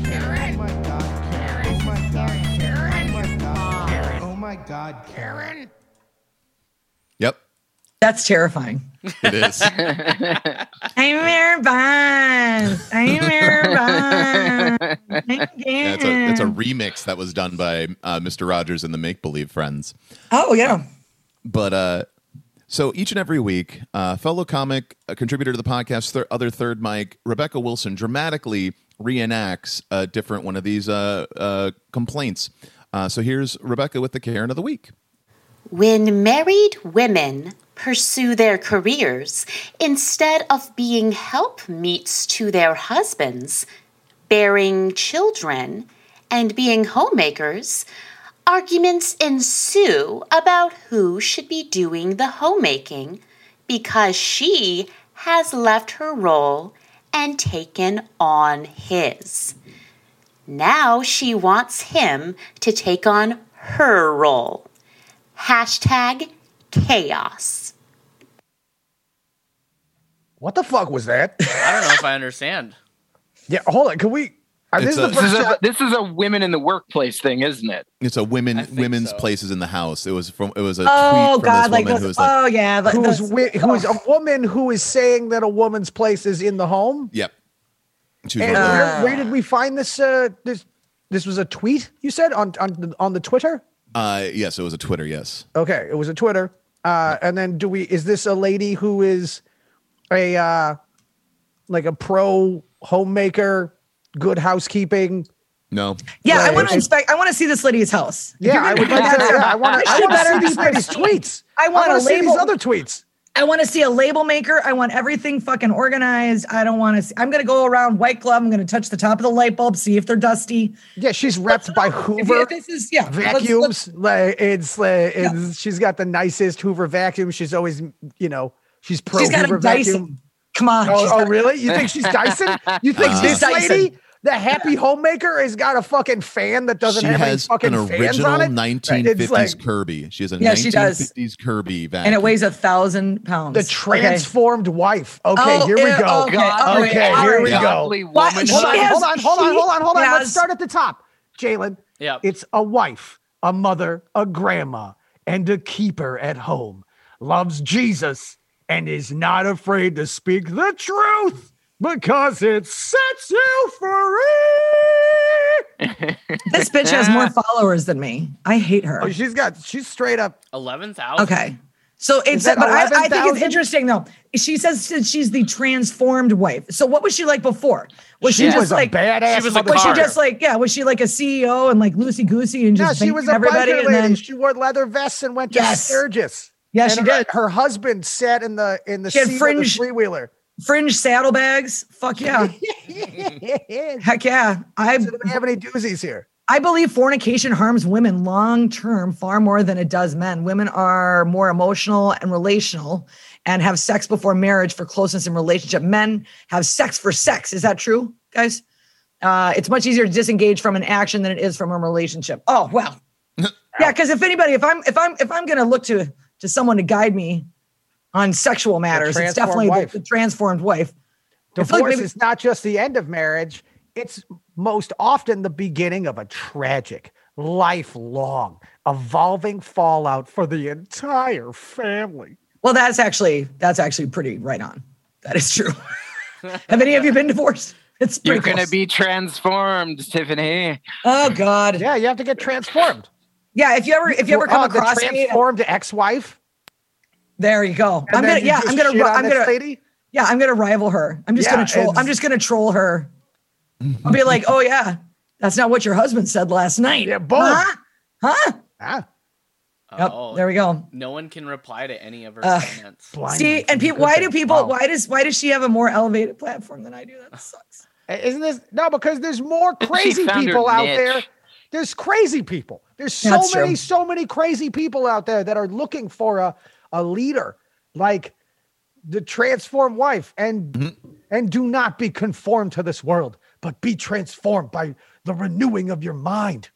[SPEAKER 8] my god, Karen. Oh my god, Karen. Oh my god, Karen. Oh my god, Karen. Oh my god, Karen.
[SPEAKER 1] Yep,
[SPEAKER 5] That's terrifying.
[SPEAKER 1] it is.
[SPEAKER 5] I'm your boss. I'm your boss.
[SPEAKER 1] That's a, that's a remix that was done by uh, Mr. Rogers and the Make Believe Friends.
[SPEAKER 5] oh yeah.
[SPEAKER 1] But uh, so each and every week, uh, fellow comic, a contributor to the podcast, thir- other third mic, Rebecca Wilson dramatically reenacts a different one of these uh, uh, complaints. Uh, so here's Rebecca with the Karen of the Week.
[SPEAKER 9] When married women pursue their careers instead of being helpmeets to their husbands, bearing children, and being homemakers, arguments ensue about who should be doing the homemaking because she has left her role and taken on his. Now she wants him to take on her role. Hashtag chaos.
[SPEAKER 3] What the fuck was that?
[SPEAKER 4] I don't know if I understand.
[SPEAKER 3] Yeah, hold on. Can we? uh,
[SPEAKER 1] It's
[SPEAKER 3] this is the
[SPEAKER 1] a-
[SPEAKER 2] This
[SPEAKER 3] first
[SPEAKER 2] is, a,
[SPEAKER 3] time.
[SPEAKER 2] this is a women in the workplace thing, isn't it?
[SPEAKER 1] It's a women
[SPEAKER 4] I think
[SPEAKER 1] women's
[SPEAKER 4] so.
[SPEAKER 1] places in the house. It was from it was a
[SPEAKER 5] Oh
[SPEAKER 1] tweet from
[SPEAKER 5] god,
[SPEAKER 1] this
[SPEAKER 5] like,
[SPEAKER 1] woman
[SPEAKER 5] those,
[SPEAKER 1] who was like,
[SPEAKER 5] oh yeah, like
[SPEAKER 3] Who is
[SPEAKER 5] those-
[SPEAKER 3] wi- who is a woman who is saying that a woman's place is in the home?
[SPEAKER 1] "Yep." She was
[SPEAKER 3] And
[SPEAKER 1] like,
[SPEAKER 3] where, where did we find this? Uh, this this was a tweet you said on on the- on the Twitter.
[SPEAKER 1] uh, yes, it was a Twitter. Yes,
[SPEAKER 3] Okay, it was a Twitter. Uh, and then do we? Is this a lady who is a uh, like a pro homemaker, good housekeeping?
[SPEAKER 1] no,
[SPEAKER 5] yeah, I
[SPEAKER 3] Right.
[SPEAKER 5] want to inspect. I want to see this lady's house. If
[SPEAKER 3] Yeah,
[SPEAKER 5] you're
[SPEAKER 3] I
[SPEAKER 5] gonna
[SPEAKER 3] would
[SPEAKER 5] do
[SPEAKER 3] like to.
[SPEAKER 5] that,
[SPEAKER 3] Yeah, I want to.
[SPEAKER 5] I
[SPEAKER 3] I
[SPEAKER 5] should
[SPEAKER 3] want
[SPEAKER 5] better
[SPEAKER 3] to see
[SPEAKER 5] be
[SPEAKER 3] these ladies' tweets.
[SPEAKER 5] I want
[SPEAKER 3] wanna
[SPEAKER 5] a
[SPEAKER 3] see these
[SPEAKER 5] label.
[SPEAKER 3] other tweets.
[SPEAKER 5] I want to see a label maker. I want everything fucking organized. I don't want to. See, I'm gonna go around white glove. I'm gonna touch the top of the light bulb, see if they're dusty.
[SPEAKER 3] Yeah, she's repped by
[SPEAKER 5] If-
[SPEAKER 3] Hoover.
[SPEAKER 5] if this is yeah, let's- let's-
[SPEAKER 3] vacuums. like, it's, like, it's she's got the nicest Hoover vacuum. She's always, you know, she's pro
[SPEAKER 5] she's got
[SPEAKER 3] Hoover
[SPEAKER 5] a Dyson.
[SPEAKER 3] vacuum.
[SPEAKER 5] Come on.
[SPEAKER 3] Oh,
[SPEAKER 5] she's
[SPEAKER 3] oh,
[SPEAKER 5] got-
[SPEAKER 3] really? You think she's Dyson? You think
[SPEAKER 1] Uh,
[SPEAKER 3] this
[SPEAKER 5] Dyson.
[SPEAKER 3] lady, the happy homemaker, has got a fucking fan that doesn't
[SPEAKER 1] she
[SPEAKER 3] have any
[SPEAKER 1] has an
[SPEAKER 3] fucking fans
[SPEAKER 1] original
[SPEAKER 3] on it?
[SPEAKER 1] 1950s
[SPEAKER 3] It's like-
[SPEAKER 1] Kirby. She has a
[SPEAKER 5] Yeah, she does.
[SPEAKER 1] 1950s Kirby vacuum.
[SPEAKER 5] And it weighs a thousand pounds.
[SPEAKER 3] The transformed wife. Okay,
[SPEAKER 5] Oh,
[SPEAKER 3] here we
[SPEAKER 5] ew,
[SPEAKER 3] go.
[SPEAKER 5] okay, all right,
[SPEAKER 3] Okay,
[SPEAKER 5] all
[SPEAKER 3] here
[SPEAKER 5] right.
[SPEAKER 3] we go.
[SPEAKER 2] Lovely
[SPEAKER 5] Why-
[SPEAKER 2] woman.
[SPEAKER 5] she
[SPEAKER 3] Hold on,
[SPEAKER 5] has-
[SPEAKER 3] hold on, hold on,
[SPEAKER 5] she
[SPEAKER 3] hold on, hold on. Let's
[SPEAKER 5] has-
[SPEAKER 3] start at the top. Jalen,
[SPEAKER 4] Yep.
[SPEAKER 3] It's a wife, a mother, a grandma, and a keeper at home. Loves Jesus and is not afraid to speak the truth because it sets you free.
[SPEAKER 5] This bitch has more followers than me. I hate her.
[SPEAKER 3] Oh, she's got she's straight up.
[SPEAKER 4] Eleven thousand.
[SPEAKER 5] Okay. So it's
[SPEAKER 3] that
[SPEAKER 5] but I, I think it's
[SPEAKER 3] 11,000?
[SPEAKER 5] interesting though. She says that she's the transformed wife. So what was she like before? Was she,
[SPEAKER 3] She
[SPEAKER 5] just
[SPEAKER 3] was
[SPEAKER 5] like
[SPEAKER 3] a badass.
[SPEAKER 4] She was a
[SPEAKER 3] mother-
[SPEAKER 5] was she
[SPEAKER 4] car.
[SPEAKER 5] just like yeah, was she like a CEO and like loosey goosey and
[SPEAKER 3] no,
[SPEAKER 5] just
[SPEAKER 3] she was a biker
[SPEAKER 5] everybody
[SPEAKER 3] lady.
[SPEAKER 5] and then
[SPEAKER 3] she wore leather vests and went to
[SPEAKER 5] Yes.
[SPEAKER 3] Sturgis.
[SPEAKER 5] Yeah,
[SPEAKER 3] And
[SPEAKER 5] she
[SPEAKER 3] her,
[SPEAKER 5] did.
[SPEAKER 3] Her husband sat in the in the
[SPEAKER 5] She had
[SPEAKER 3] seat
[SPEAKER 5] fringe-
[SPEAKER 3] of the three wheeler.
[SPEAKER 5] fringe saddlebags? Fuck yeah. Heck yeah. I
[SPEAKER 3] Doesn't have any doozies here.
[SPEAKER 5] I believe fornication harms women long term far more than it does men. Women are more emotional and relational and have sex before marriage for closeness and relationship. Men have sex for sex. Is that true, guys? Uh, it's much easier to disengage from an action than it is from a relationship. Oh well, yeah. Because if anybody, if I'm, if I'm, if I'm going to look to to someone to guide me on sexual matters, it's
[SPEAKER 3] transformed
[SPEAKER 5] definitely the-
[SPEAKER 3] wife.
[SPEAKER 5] the, transformed wife. I feel like
[SPEAKER 3] Divorce
[SPEAKER 5] maybe-
[SPEAKER 3] is not just the end of marriage, it's most often the beginning of a tragic, lifelong, evolving fallout for the entire family.
[SPEAKER 5] Well, that's actually that's actually pretty right on. That is true. Have any of you been divorced? It's pretty
[SPEAKER 2] You're gonna
[SPEAKER 5] close.
[SPEAKER 2] be transformed, Tiffany.
[SPEAKER 5] Oh God. Yeah.
[SPEAKER 3] Yeah, you have to get transformed.
[SPEAKER 5] If you ever if you ever come
[SPEAKER 3] Oh,
[SPEAKER 5] across
[SPEAKER 3] the
[SPEAKER 5] me,
[SPEAKER 3] transformed ex-wife?
[SPEAKER 5] there you go.
[SPEAKER 3] and then
[SPEAKER 5] I'm gonna
[SPEAKER 3] you
[SPEAKER 5] yeah.
[SPEAKER 3] just
[SPEAKER 5] I'm gonna
[SPEAKER 3] shit
[SPEAKER 5] ru-
[SPEAKER 3] on
[SPEAKER 5] I'm
[SPEAKER 3] this
[SPEAKER 5] gonna
[SPEAKER 3] lady?
[SPEAKER 5] yeah. I'm gonna rival her. I'm just
[SPEAKER 3] Yeah,
[SPEAKER 5] gonna troll. I'm
[SPEAKER 3] it's-
[SPEAKER 5] just gonna troll her. I'll be like, oh yeah, that's not what your husband said last night.
[SPEAKER 3] Yeah, boom.
[SPEAKER 5] Huh? Huh?
[SPEAKER 3] Ah,
[SPEAKER 5] Yep,
[SPEAKER 4] Oh,
[SPEAKER 5] there we go.
[SPEAKER 4] no one can reply to any of her
[SPEAKER 3] Uh,
[SPEAKER 5] Ugh.
[SPEAKER 4] comments.
[SPEAKER 3] blind
[SPEAKER 5] See,
[SPEAKER 3] man can
[SPEAKER 5] and
[SPEAKER 3] be
[SPEAKER 5] people,
[SPEAKER 3] good
[SPEAKER 5] why
[SPEAKER 3] there.
[SPEAKER 5] do people?
[SPEAKER 3] Wow.
[SPEAKER 5] Why does why does she have a more elevated platform than I do? That sucks.
[SPEAKER 3] Isn't this no? Because there's more crazy
[SPEAKER 2] found her
[SPEAKER 3] people out
[SPEAKER 2] niche.
[SPEAKER 3] there. There's crazy people. There's so
[SPEAKER 5] That's
[SPEAKER 3] many,
[SPEAKER 5] true.
[SPEAKER 3] so many crazy people out there that are looking for a a leader like the transformed wife and
[SPEAKER 2] Mm-hmm.
[SPEAKER 3] and do not be conformed to this world, but be transformed by the renewing of your mind.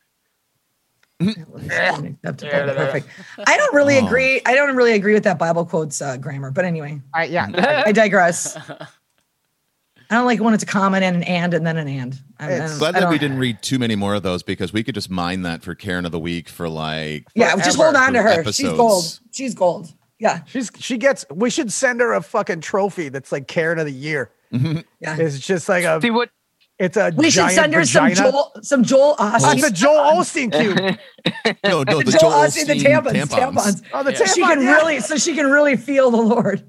[SPEAKER 5] Unacceptable. Perfect. I don't really
[SPEAKER 1] Oh.
[SPEAKER 5] agree. I don't really agree with that Bible quotes uh, grammar, but anyway,
[SPEAKER 3] I, yeah,
[SPEAKER 5] I digress. I don't like when it's a common and an and and then an and. I, I
[SPEAKER 3] It's-
[SPEAKER 5] don't-
[SPEAKER 1] Glad
[SPEAKER 5] I
[SPEAKER 1] that we
[SPEAKER 5] don't-
[SPEAKER 1] didn't read too many more of those because we could just mine that for Karen of the Week for like.
[SPEAKER 5] Yeah, just hold on to her. She's
[SPEAKER 1] Episodes.
[SPEAKER 5] gold. She's gold. Yeah,
[SPEAKER 3] she's she gets. We should send her a fucking trophy that's like Karen of the Year.
[SPEAKER 5] yeah.
[SPEAKER 3] It's just like a.
[SPEAKER 2] See what?
[SPEAKER 3] It's a.
[SPEAKER 5] we should
[SPEAKER 3] giant
[SPEAKER 5] send her
[SPEAKER 3] vagina.
[SPEAKER 5] some Joel, some Joel Osteen.
[SPEAKER 3] That's a Joel Osteen cube.
[SPEAKER 1] No, no, the
[SPEAKER 5] Joel
[SPEAKER 1] Joel
[SPEAKER 5] Osteen, the
[SPEAKER 1] Osteen
[SPEAKER 5] tampons, tampons.
[SPEAKER 3] Oh, the
[SPEAKER 4] Yeah.
[SPEAKER 5] She
[SPEAKER 3] tampon,
[SPEAKER 5] can
[SPEAKER 3] yeah.
[SPEAKER 5] really, so she can really feel the Lord.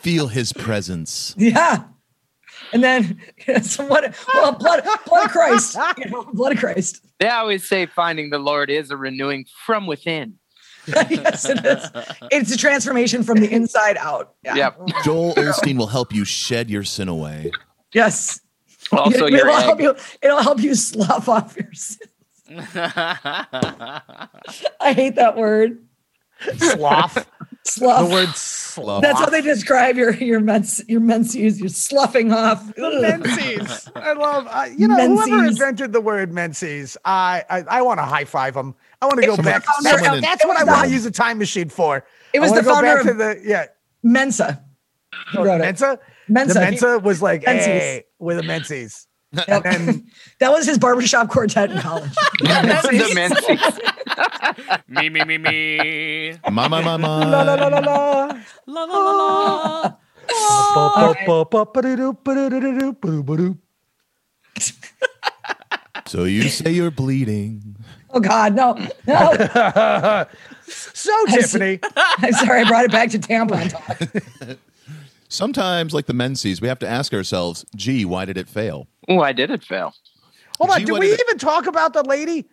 [SPEAKER 1] Feel his presence.
[SPEAKER 5] Yeah. And then so what? Well, blood, blood of Christ, you know, blood of Christ.
[SPEAKER 2] They always say finding the Lord is a renewing from within.
[SPEAKER 5] yes, it is. It's a transformation from the inside out. Yeah.
[SPEAKER 2] Yep.
[SPEAKER 1] Joel Osteen will help you shed your sin away.
[SPEAKER 5] Yes.
[SPEAKER 3] Oh,
[SPEAKER 2] Also,
[SPEAKER 5] it,
[SPEAKER 2] your
[SPEAKER 5] will help
[SPEAKER 2] egg.
[SPEAKER 5] you. It'll help you slough off your sin. I hate that word.
[SPEAKER 3] sloth. the
[SPEAKER 5] Slough.
[SPEAKER 3] word sloth.
[SPEAKER 5] That's how they describe your your mens your menses. You're sloughing off. Ugh.
[SPEAKER 3] Menses. I love. Uh, you know, whoever
[SPEAKER 5] Menses.
[SPEAKER 3] invented the word menses, I I, I want to high five them. I want to go
[SPEAKER 5] was
[SPEAKER 3] back.
[SPEAKER 5] the founder
[SPEAKER 3] That's-
[SPEAKER 1] of-
[SPEAKER 3] that's what I
[SPEAKER 5] it was
[SPEAKER 3] want to
[SPEAKER 1] the-
[SPEAKER 3] use a time machine for. I
[SPEAKER 5] It was
[SPEAKER 3] wanna
[SPEAKER 5] the
[SPEAKER 3] go back
[SPEAKER 5] founder
[SPEAKER 3] to the yeah.
[SPEAKER 5] Mensa. He wrote it.
[SPEAKER 3] Mensa.
[SPEAKER 5] Mensa.
[SPEAKER 3] The Mensa was like,
[SPEAKER 5] Menses.
[SPEAKER 3] hey, with the Menses.
[SPEAKER 5] Yep.
[SPEAKER 3] And then
[SPEAKER 5] that was his barbershop quartet in college.
[SPEAKER 2] The menses.
[SPEAKER 4] me, me, me, me.
[SPEAKER 1] My, my, my, my.
[SPEAKER 3] la la la la la.
[SPEAKER 4] La, la, la, la.
[SPEAKER 1] So you say you're bleeding.
[SPEAKER 5] oh God, no, no.
[SPEAKER 3] So
[SPEAKER 5] see.
[SPEAKER 3] Tiffany,
[SPEAKER 5] I'm sorry, I brought it back to tampon talk.
[SPEAKER 1] Sometimes, like the menses, we have to ask ourselves, gee, why did it fail?
[SPEAKER 2] Why did it fail?
[SPEAKER 3] hold on.
[SPEAKER 1] Gee,
[SPEAKER 3] Did
[SPEAKER 1] what
[SPEAKER 3] we
[SPEAKER 1] did it-
[SPEAKER 3] even talk about the lady?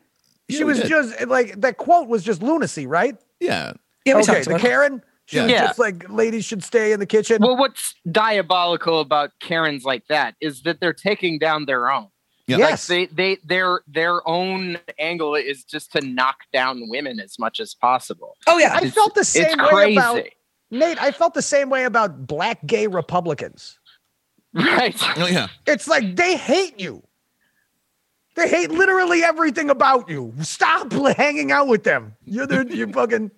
[SPEAKER 1] Yeah,
[SPEAKER 3] She
[SPEAKER 1] we
[SPEAKER 3] was
[SPEAKER 1] did.
[SPEAKER 3] just like that quote was just lunacy, right?
[SPEAKER 1] Yeah.
[SPEAKER 5] Yeah, we
[SPEAKER 3] okay,
[SPEAKER 5] talked
[SPEAKER 3] the
[SPEAKER 5] about it.
[SPEAKER 3] Karen. She was
[SPEAKER 2] Yeah.
[SPEAKER 3] just like ladies should stay in the kitchen.
[SPEAKER 2] Well, what's diabolical about Karens like that is that they're taking down their own.
[SPEAKER 1] Yeah.
[SPEAKER 3] yes,
[SPEAKER 2] They, they, their, their own angle is just to knock down women as much as possible.
[SPEAKER 5] Oh yeah,
[SPEAKER 3] I felt the
[SPEAKER 2] It's
[SPEAKER 3] same way
[SPEAKER 2] crazy,
[SPEAKER 3] about Nate. I felt the same way about black gay Republicans.
[SPEAKER 2] right?
[SPEAKER 1] Oh, yeah.
[SPEAKER 3] It's like they hate you. They hate literally everything about you. Stop hanging out with them. You're their, you're fucking.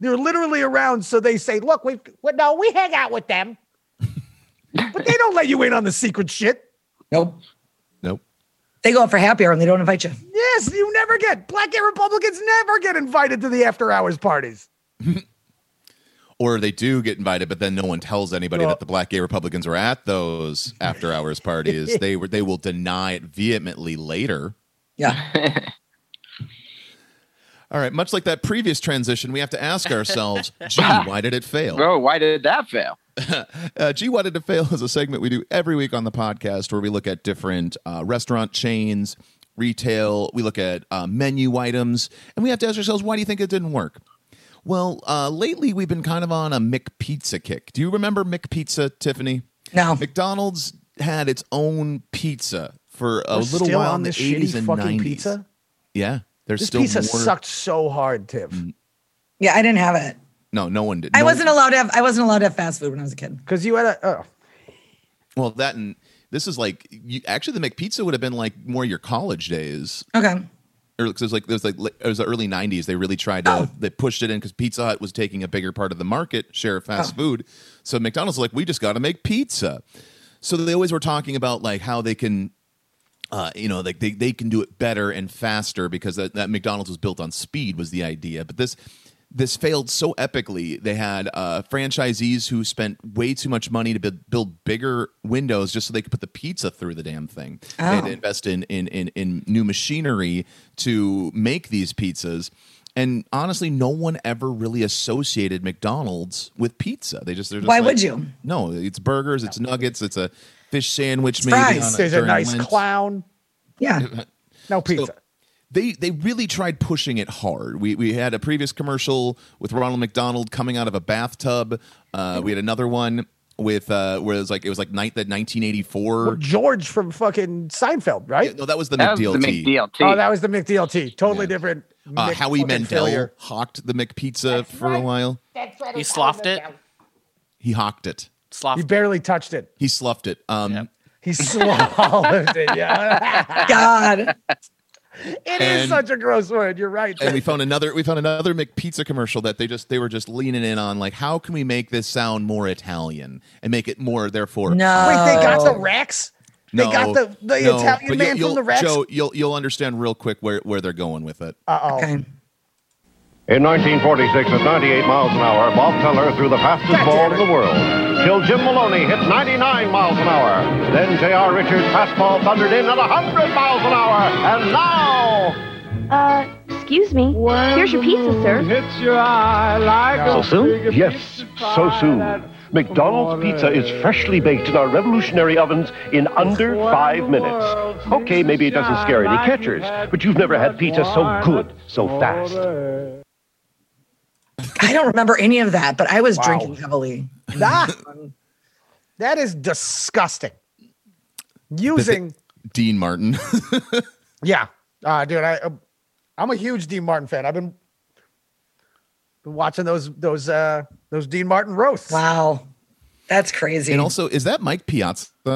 [SPEAKER 3] They're literally around, so they say, "Look, we well, no, we hang out with them," but they don't let you in on the secret shit.
[SPEAKER 5] nope.
[SPEAKER 1] Nope.
[SPEAKER 5] They go out for happy hour and they don't invite you.
[SPEAKER 3] Yes, you never get black gay Republicans never get invited to the after hours parties.
[SPEAKER 1] Or they do get invited, but then no one tells anybody
[SPEAKER 3] Well-
[SPEAKER 1] that the black gay Republicans are at those after hours parties. they were they will deny it vehemently later.
[SPEAKER 5] Yeah.
[SPEAKER 1] All right, much like that previous transition, we have to ask ourselves, gee, why did it fail?
[SPEAKER 2] Oh, why did that fail?
[SPEAKER 1] Uh, G Wanted to Fail is a segment we do every week on the podcast where we look at different uh, restaurant chains, retail, we look at uh, menu items, and we have to ask ourselves, why do you think it didn't work? Well, uh, lately we've been kind of on a McPizza kick. Do you remember McPizza, Tiffany?
[SPEAKER 5] No.
[SPEAKER 1] McDonald's had its own pizza for a
[SPEAKER 3] We're
[SPEAKER 1] little
[SPEAKER 3] still
[SPEAKER 1] while
[SPEAKER 3] on
[SPEAKER 1] in the
[SPEAKER 3] this
[SPEAKER 1] 80s
[SPEAKER 3] shitty
[SPEAKER 1] and
[SPEAKER 3] fucking
[SPEAKER 1] 90s.
[SPEAKER 3] pizza.
[SPEAKER 1] Yeah, there's
[SPEAKER 3] This
[SPEAKER 1] still
[SPEAKER 3] pizza
[SPEAKER 1] more- Mm.
[SPEAKER 3] sucked so hard, Tiff,
[SPEAKER 5] Yeah, I didn't have it.
[SPEAKER 1] No, no one did.
[SPEAKER 5] I
[SPEAKER 1] No-
[SPEAKER 5] wasn't allowed to have. I wasn't allowed to have fast food when I was a kid.
[SPEAKER 3] because you had a. Oh.
[SPEAKER 1] Well, that and this is like you actually the McPizza would have been like more your college days.
[SPEAKER 5] Okay.
[SPEAKER 1] Or because it was like it was like it was the early '90s. They really tried to they pushed it in because Pizza Hut was taking a bigger part of the market share of fast food. So McDonald's was like we just got to make pizza. So they always were talking about like how they can. Uh, you know, like they, they can do it better and faster because that, that McDonald's was built on speed was the idea. But this this failed so epically. They had uh, franchisees who spent way too much money to build, build bigger windows just so they could put the pizza through the damn thing. They had to invest in, in in in new machinery to make these pizzas. And honestly, no one ever really associated McDonald's with pizza. They just they're just
[SPEAKER 5] Why
[SPEAKER 1] like,
[SPEAKER 5] would you?
[SPEAKER 1] No, it's burgers, it's nuggets, it's a fish sandwich. maybe
[SPEAKER 5] fries.
[SPEAKER 1] on
[SPEAKER 3] There's a
[SPEAKER 1] during
[SPEAKER 3] nice
[SPEAKER 1] Lent
[SPEAKER 3] clown.
[SPEAKER 5] Yeah.
[SPEAKER 3] No pizza.
[SPEAKER 1] they they really tried pushing it hard. We we had a previous commercial with Ronald McDonald coming out of a bathtub. Uh, we had another one with uh, where it was like it was like night that 1984.
[SPEAKER 3] George from fucking Seinfeld,
[SPEAKER 1] Yeah,
[SPEAKER 3] right?
[SPEAKER 1] no, that was the
[SPEAKER 2] That was the
[SPEAKER 1] McDLT.
[SPEAKER 2] McDLT.
[SPEAKER 3] Oh, that was the McDLT. Totally
[SPEAKER 1] Yeah.
[SPEAKER 3] different.
[SPEAKER 1] Uh,
[SPEAKER 3] Mc-
[SPEAKER 1] Howie
[SPEAKER 3] fucking
[SPEAKER 1] Mandel
[SPEAKER 3] failure.
[SPEAKER 1] hawked the McPizza for a
[SPEAKER 8] right.
[SPEAKER 1] while.
[SPEAKER 8] That's what
[SPEAKER 4] You
[SPEAKER 8] it's
[SPEAKER 4] sloughed
[SPEAKER 8] all
[SPEAKER 4] it?
[SPEAKER 8] about.
[SPEAKER 1] He hawked it.
[SPEAKER 4] Sloth.
[SPEAKER 3] He barely touched it.
[SPEAKER 1] He sloughed it. Um,
[SPEAKER 4] Yep.
[SPEAKER 3] He swallowed it. Yeah.
[SPEAKER 5] God.
[SPEAKER 3] It
[SPEAKER 1] And-
[SPEAKER 3] is such a gross word. You're right.
[SPEAKER 1] and we found another we found another McPizza commercial that they just they were just leaning in on like how can we make this sound more Italian and make it more therefore um,
[SPEAKER 5] No.
[SPEAKER 3] Wait, they got the racks? They got the- the
[SPEAKER 1] no,
[SPEAKER 3] Italian
[SPEAKER 1] but you'll-
[SPEAKER 3] man from
[SPEAKER 1] you'll-
[SPEAKER 3] the Rex?
[SPEAKER 1] Joe, you'll you'll understand real quick where, where they're going with it.
[SPEAKER 3] Uh oh.
[SPEAKER 5] Okay.
[SPEAKER 10] In 1946, at 98 miles an hour, Bob Teller threw the fastest
[SPEAKER 3] God
[SPEAKER 10] ball
[SPEAKER 3] damn
[SPEAKER 10] in the world till Jim Maloney hit 99 miles an hour. Then J.R. Richards' fastball thundered in at 100 miles an hour, and now
[SPEAKER 7] Uh, excuse me. Here's your pizza, sir.
[SPEAKER 10] hits your eye like so soon? Yes, so soon. McDonald's pizza is freshly baked in our revolutionary ovens in under five minutes. Okay, maybe it doesn't scare any catchers, but you've never had pizza so good, so fast.
[SPEAKER 5] I don't remember any of that, but I was drinking heavily.
[SPEAKER 3] Ah, that is disgusting. Using,
[SPEAKER 1] Dean Martin.
[SPEAKER 3] yeah, uh, dude, I, um, I'm a huge Dean Martin fan. I've been, been watching those those uh, those Dean Martin roasts.
[SPEAKER 5] Wow. That's crazy.
[SPEAKER 1] and also, is that Mike Piazza?
[SPEAKER 3] No,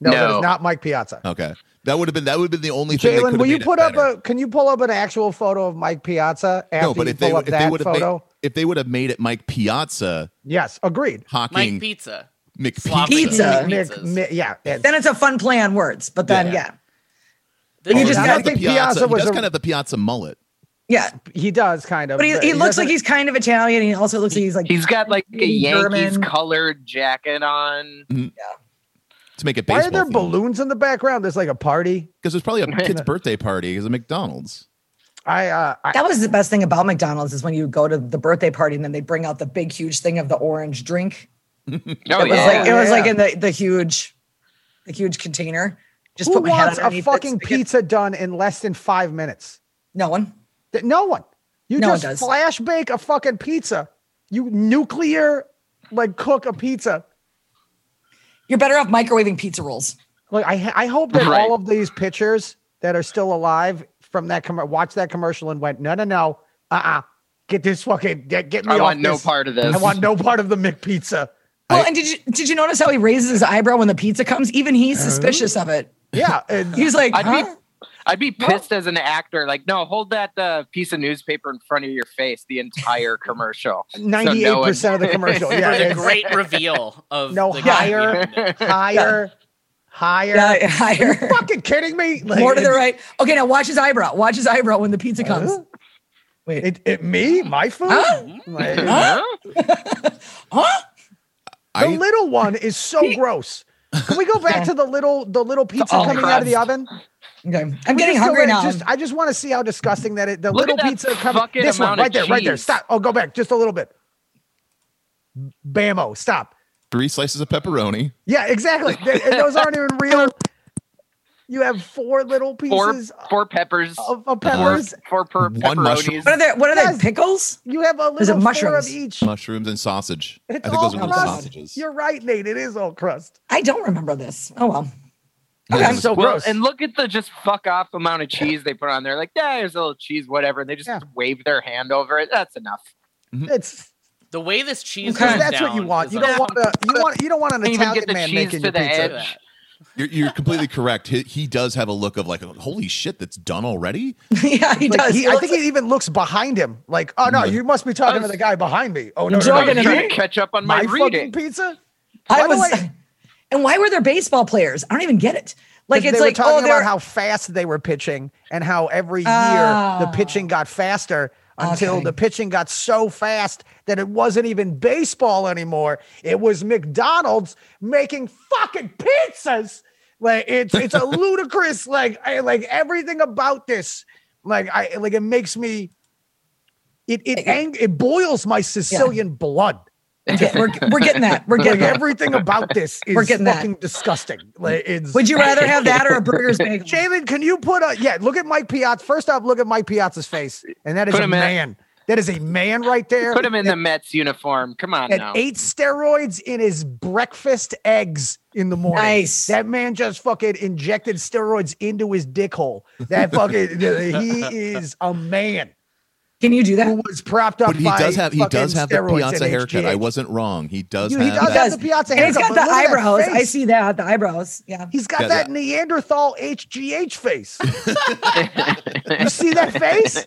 [SPEAKER 3] that
[SPEAKER 2] No.
[SPEAKER 3] is not Mike Piazza.
[SPEAKER 10] Uh,
[SPEAKER 1] Okay, that would have been that would have been the only thing.
[SPEAKER 3] Jalen, will you put up a? Can you pull up an actual photo of Mike Piazza after
[SPEAKER 1] no? But
[SPEAKER 3] you
[SPEAKER 1] if
[SPEAKER 3] pull
[SPEAKER 1] they
[SPEAKER 3] up
[SPEAKER 1] if they
[SPEAKER 3] that
[SPEAKER 1] would have
[SPEAKER 3] photo?
[SPEAKER 1] made, if they would have made it Mike Piazza
[SPEAKER 3] yes, agreed.
[SPEAKER 1] hawking
[SPEAKER 4] Mike Pizza.
[SPEAKER 1] McPizza,
[SPEAKER 4] Sloppy
[SPEAKER 5] Pizza.
[SPEAKER 3] Nick,
[SPEAKER 4] pizzas.
[SPEAKER 3] Mi- yeah, and-
[SPEAKER 5] then it's a fun play on words, but then
[SPEAKER 1] Yeah.
[SPEAKER 5] yeah. Yeah.
[SPEAKER 4] This is-
[SPEAKER 5] You
[SPEAKER 1] Although
[SPEAKER 5] just
[SPEAKER 1] he
[SPEAKER 5] gotta
[SPEAKER 1] has the
[SPEAKER 3] think Piazza
[SPEAKER 1] he
[SPEAKER 3] was
[SPEAKER 1] does
[SPEAKER 3] a-
[SPEAKER 1] kind of the Piazza mullet.
[SPEAKER 3] he does kind of.
[SPEAKER 5] But he, he looks like
[SPEAKER 3] doesn't-
[SPEAKER 5] he's kind of Italian. and He also looks like he's like
[SPEAKER 2] He's got like a
[SPEAKER 5] German.
[SPEAKER 2] Yankees colored jacket on.
[SPEAKER 1] To make it
[SPEAKER 3] Why are
[SPEAKER 1] baseball,
[SPEAKER 3] there
[SPEAKER 1] because
[SPEAKER 3] balloons in the background? There's like a party.
[SPEAKER 1] there's probably a kid's birthday party. Because a McDonald's.
[SPEAKER 3] I, uh, I
[SPEAKER 5] that was the best thing about McDonald's is when you go to the birthday party and then they bring out the big huge thing of the orange drink.
[SPEAKER 2] No,
[SPEAKER 5] It was
[SPEAKER 2] Oh, yeah.
[SPEAKER 5] like it was
[SPEAKER 3] yeah.
[SPEAKER 5] like in the the huge the huge container. Just
[SPEAKER 3] Who
[SPEAKER 5] put my head
[SPEAKER 3] wants a
[SPEAKER 5] underneath it,
[SPEAKER 3] fucking
[SPEAKER 5] stick it-
[SPEAKER 3] pizza done in less than five minutes?
[SPEAKER 5] No one.
[SPEAKER 3] Th- No one. You
[SPEAKER 5] No one
[SPEAKER 3] just
[SPEAKER 5] does.
[SPEAKER 3] flash bake a fucking pizza. You nuclear like cook a pizza.
[SPEAKER 5] You're better off microwaving pizza rolls.
[SPEAKER 3] Like I, ha- I hope that
[SPEAKER 2] Right.
[SPEAKER 3] all of these pictures that are still alive from that com- watch that commercial and went no no no uh uh get this fucking get, get
[SPEAKER 2] I
[SPEAKER 3] me off
[SPEAKER 2] want no
[SPEAKER 3] this.
[SPEAKER 2] part of this.
[SPEAKER 3] I want no part of the McPizza.
[SPEAKER 5] Well, and did you did you notice how he raises his eyebrow when the pizza comes? Even he's suspicious of it.
[SPEAKER 3] Yeah, and-
[SPEAKER 5] He's like,
[SPEAKER 2] Uh-huh. I'd be-
[SPEAKER 5] huh?
[SPEAKER 2] I'd be pissed as an actor. Like, no, hold that uh, piece of newspaper in front of your face the entire commercial. So no one-
[SPEAKER 3] 98% of the commercial. Yeah,
[SPEAKER 4] for the
[SPEAKER 3] it's
[SPEAKER 4] great reveal of
[SPEAKER 3] No
[SPEAKER 4] the guy
[SPEAKER 3] higher,
[SPEAKER 4] behind it.
[SPEAKER 3] higher, higher.
[SPEAKER 5] yeah, higher.
[SPEAKER 3] Fucking kidding me? Like,
[SPEAKER 5] More to the
[SPEAKER 3] it's-
[SPEAKER 5] right. Okay, now watch his eyebrow. Watch his eyebrow when the pizza
[SPEAKER 2] Uh-huh.
[SPEAKER 5] comes.
[SPEAKER 3] Huh?
[SPEAKER 5] Wait.
[SPEAKER 3] It, it me? My food?
[SPEAKER 5] Huh?
[SPEAKER 3] Like,
[SPEAKER 5] Huh? huh?
[SPEAKER 3] The
[SPEAKER 1] I
[SPEAKER 3] little one is so gross. Can we go back to the little the little pizza
[SPEAKER 5] all
[SPEAKER 3] coming out of the oven?
[SPEAKER 5] Okay. Oh I'm
[SPEAKER 3] We just
[SPEAKER 5] getting
[SPEAKER 3] go
[SPEAKER 5] hungry
[SPEAKER 3] back,
[SPEAKER 5] now.
[SPEAKER 3] Just, I just want to see how disgusting that it, the
[SPEAKER 2] Look at
[SPEAKER 3] little
[SPEAKER 2] that
[SPEAKER 3] pizza coming.
[SPEAKER 2] fucking
[SPEAKER 3] This one,
[SPEAKER 2] amount of
[SPEAKER 3] right there, right there.
[SPEAKER 2] cheese.
[SPEAKER 3] Stop. Oh, go back just a little bit. Bammo, stop.
[SPEAKER 1] three slices of pepperoni.
[SPEAKER 3] Yeah, exactly. Th- and those aren't even real. You have four little
[SPEAKER 2] Four,
[SPEAKER 3] pieces
[SPEAKER 2] four peppers,
[SPEAKER 3] of, of peppers.
[SPEAKER 2] four per-
[SPEAKER 1] One mushroom.
[SPEAKER 2] pepperonis.
[SPEAKER 5] what are they? What are
[SPEAKER 3] Yes.
[SPEAKER 5] they? Pickles?
[SPEAKER 3] You have a
[SPEAKER 5] Is it
[SPEAKER 3] little four of
[SPEAKER 5] mushrooms?
[SPEAKER 3] each.
[SPEAKER 1] mushrooms and sausage.
[SPEAKER 3] It's
[SPEAKER 1] I think those
[SPEAKER 3] all
[SPEAKER 1] are little
[SPEAKER 3] crust.
[SPEAKER 1] sausages.
[SPEAKER 3] You're right, Nate. It is all crust.
[SPEAKER 5] I don't remember this. Oh well.
[SPEAKER 3] Okay. That's so
[SPEAKER 2] Well,
[SPEAKER 3] gross.
[SPEAKER 2] and look at the just fuck off amount of cheese they put on there. Like, yeah, here's a little cheese, whatever. And they just
[SPEAKER 3] Yeah.
[SPEAKER 2] wave their hand over it. That's enough.
[SPEAKER 3] It's
[SPEAKER 4] The way this cheese
[SPEAKER 3] because
[SPEAKER 4] comes
[SPEAKER 3] that's
[SPEAKER 4] down
[SPEAKER 3] what you want.
[SPEAKER 4] is
[SPEAKER 3] You don't
[SPEAKER 4] un-
[SPEAKER 3] want a, you want you don't want an
[SPEAKER 2] Can't even
[SPEAKER 3] Italian
[SPEAKER 2] get the
[SPEAKER 3] man
[SPEAKER 2] cheese
[SPEAKER 3] making
[SPEAKER 2] to
[SPEAKER 3] your
[SPEAKER 2] the
[SPEAKER 3] pizza.
[SPEAKER 2] edge.
[SPEAKER 1] You're, you're completely correct. He, he does have a look of like, holy shit, that's done already.
[SPEAKER 5] yeah, he
[SPEAKER 3] Like,
[SPEAKER 5] does.
[SPEAKER 3] he-
[SPEAKER 5] He
[SPEAKER 3] I
[SPEAKER 5] looks
[SPEAKER 3] think he even looks behind him. Like, oh no,
[SPEAKER 2] Mm.
[SPEAKER 1] Mhm.
[SPEAKER 3] you must be talking to
[SPEAKER 2] Us-
[SPEAKER 3] the guy behind me. Oh no, no,
[SPEAKER 5] You're
[SPEAKER 3] no,
[SPEAKER 2] I'm
[SPEAKER 3] no,
[SPEAKER 5] gonna
[SPEAKER 2] trying
[SPEAKER 5] be-
[SPEAKER 2] to catch up on my,
[SPEAKER 3] my fucking
[SPEAKER 2] reading.
[SPEAKER 3] pizza.
[SPEAKER 5] I
[SPEAKER 3] By the
[SPEAKER 5] was,
[SPEAKER 3] way-
[SPEAKER 5] and why were there baseball players? I don't even get it. Like
[SPEAKER 3] 'Cause
[SPEAKER 5] it's
[SPEAKER 3] they
[SPEAKER 5] like
[SPEAKER 3] were
[SPEAKER 5] oh,
[SPEAKER 3] talking
[SPEAKER 5] they're
[SPEAKER 3] about how fast they were pitching and how every year
[SPEAKER 5] Ah.
[SPEAKER 3] the pitching got faster until
[SPEAKER 5] Okay.
[SPEAKER 3] the pitching got so fast that it wasn't even baseball anymore. It was McDonald's making fucking pizzas. Like it's it's a ludicrous like I, like everything about this like I like it makes me it it ang- it boils my Sicilian blood.
[SPEAKER 5] we're, get- we're, we're getting that. We're
[SPEAKER 3] Like
[SPEAKER 5] getting that.
[SPEAKER 3] everything about this is
[SPEAKER 5] We're getting that.
[SPEAKER 3] fucking disgusting. Like it's
[SPEAKER 5] Would you rather have that or a burger's bagel?
[SPEAKER 3] Jalen, can you put a yeah? Look at Mike Piazza. First off, look at Mike Piazza's face, and that is
[SPEAKER 2] Put
[SPEAKER 3] a
[SPEAKER 2] him in-
[SPEAKER 3] man. That is a man right there.
[SPEAKER 2] Put him in the Mets uniform. Come on
[SPEAKER 3] Had
[SPEAKER 2] now.
[SPEAKER 3] ate steroids in his breakfast eggs in the morning.
[SPEAKER 5] Nice.
[SPEAKER 3] That man just fucking injected steroids into his dick hole. That fucking he is a man
[SPEAKER 5] Can you do that?
[SPEAKER 3] who was propped up.
[SPEAKER 1] But he
[SPEAKER 3] by
[SPEAKER 1] does have he does
[SPEAKER 3] fucking
[SPEAKER 1] have the
[SPEAKER 3] steroids and
[SPEAKER 1] Piazza haircut.
[SPEAKER 3] HGH.
[SPEAKER 1] I wasn't wrong. He does
[SPEAKER 3] You-
[SPEAKER 1] have
[SPEAKER 3] he does
[SPEAKER 1] that.
[SPEAKER 3] have the Piazza
[SPEAKER 5] And it's
[SPEAKER 3] haircut. but
[SPEAKER 5] got
[SPEAKER 3] look
[SPEAKER 5] the
[SPEAKER 3] at that
[SPEAKER 5] eyebrows. I
[SPEAKER 3] face.
[SPEAKER 5] see that. The eyebrows. Yeah.
[SPEAKER 3] He's got
[SPEAKER 1] Yeah,
[SPEAKER 3] that
[SPEAKER 1] that-
[SPEAKER 3] Neanderthal HGH face. you see that face?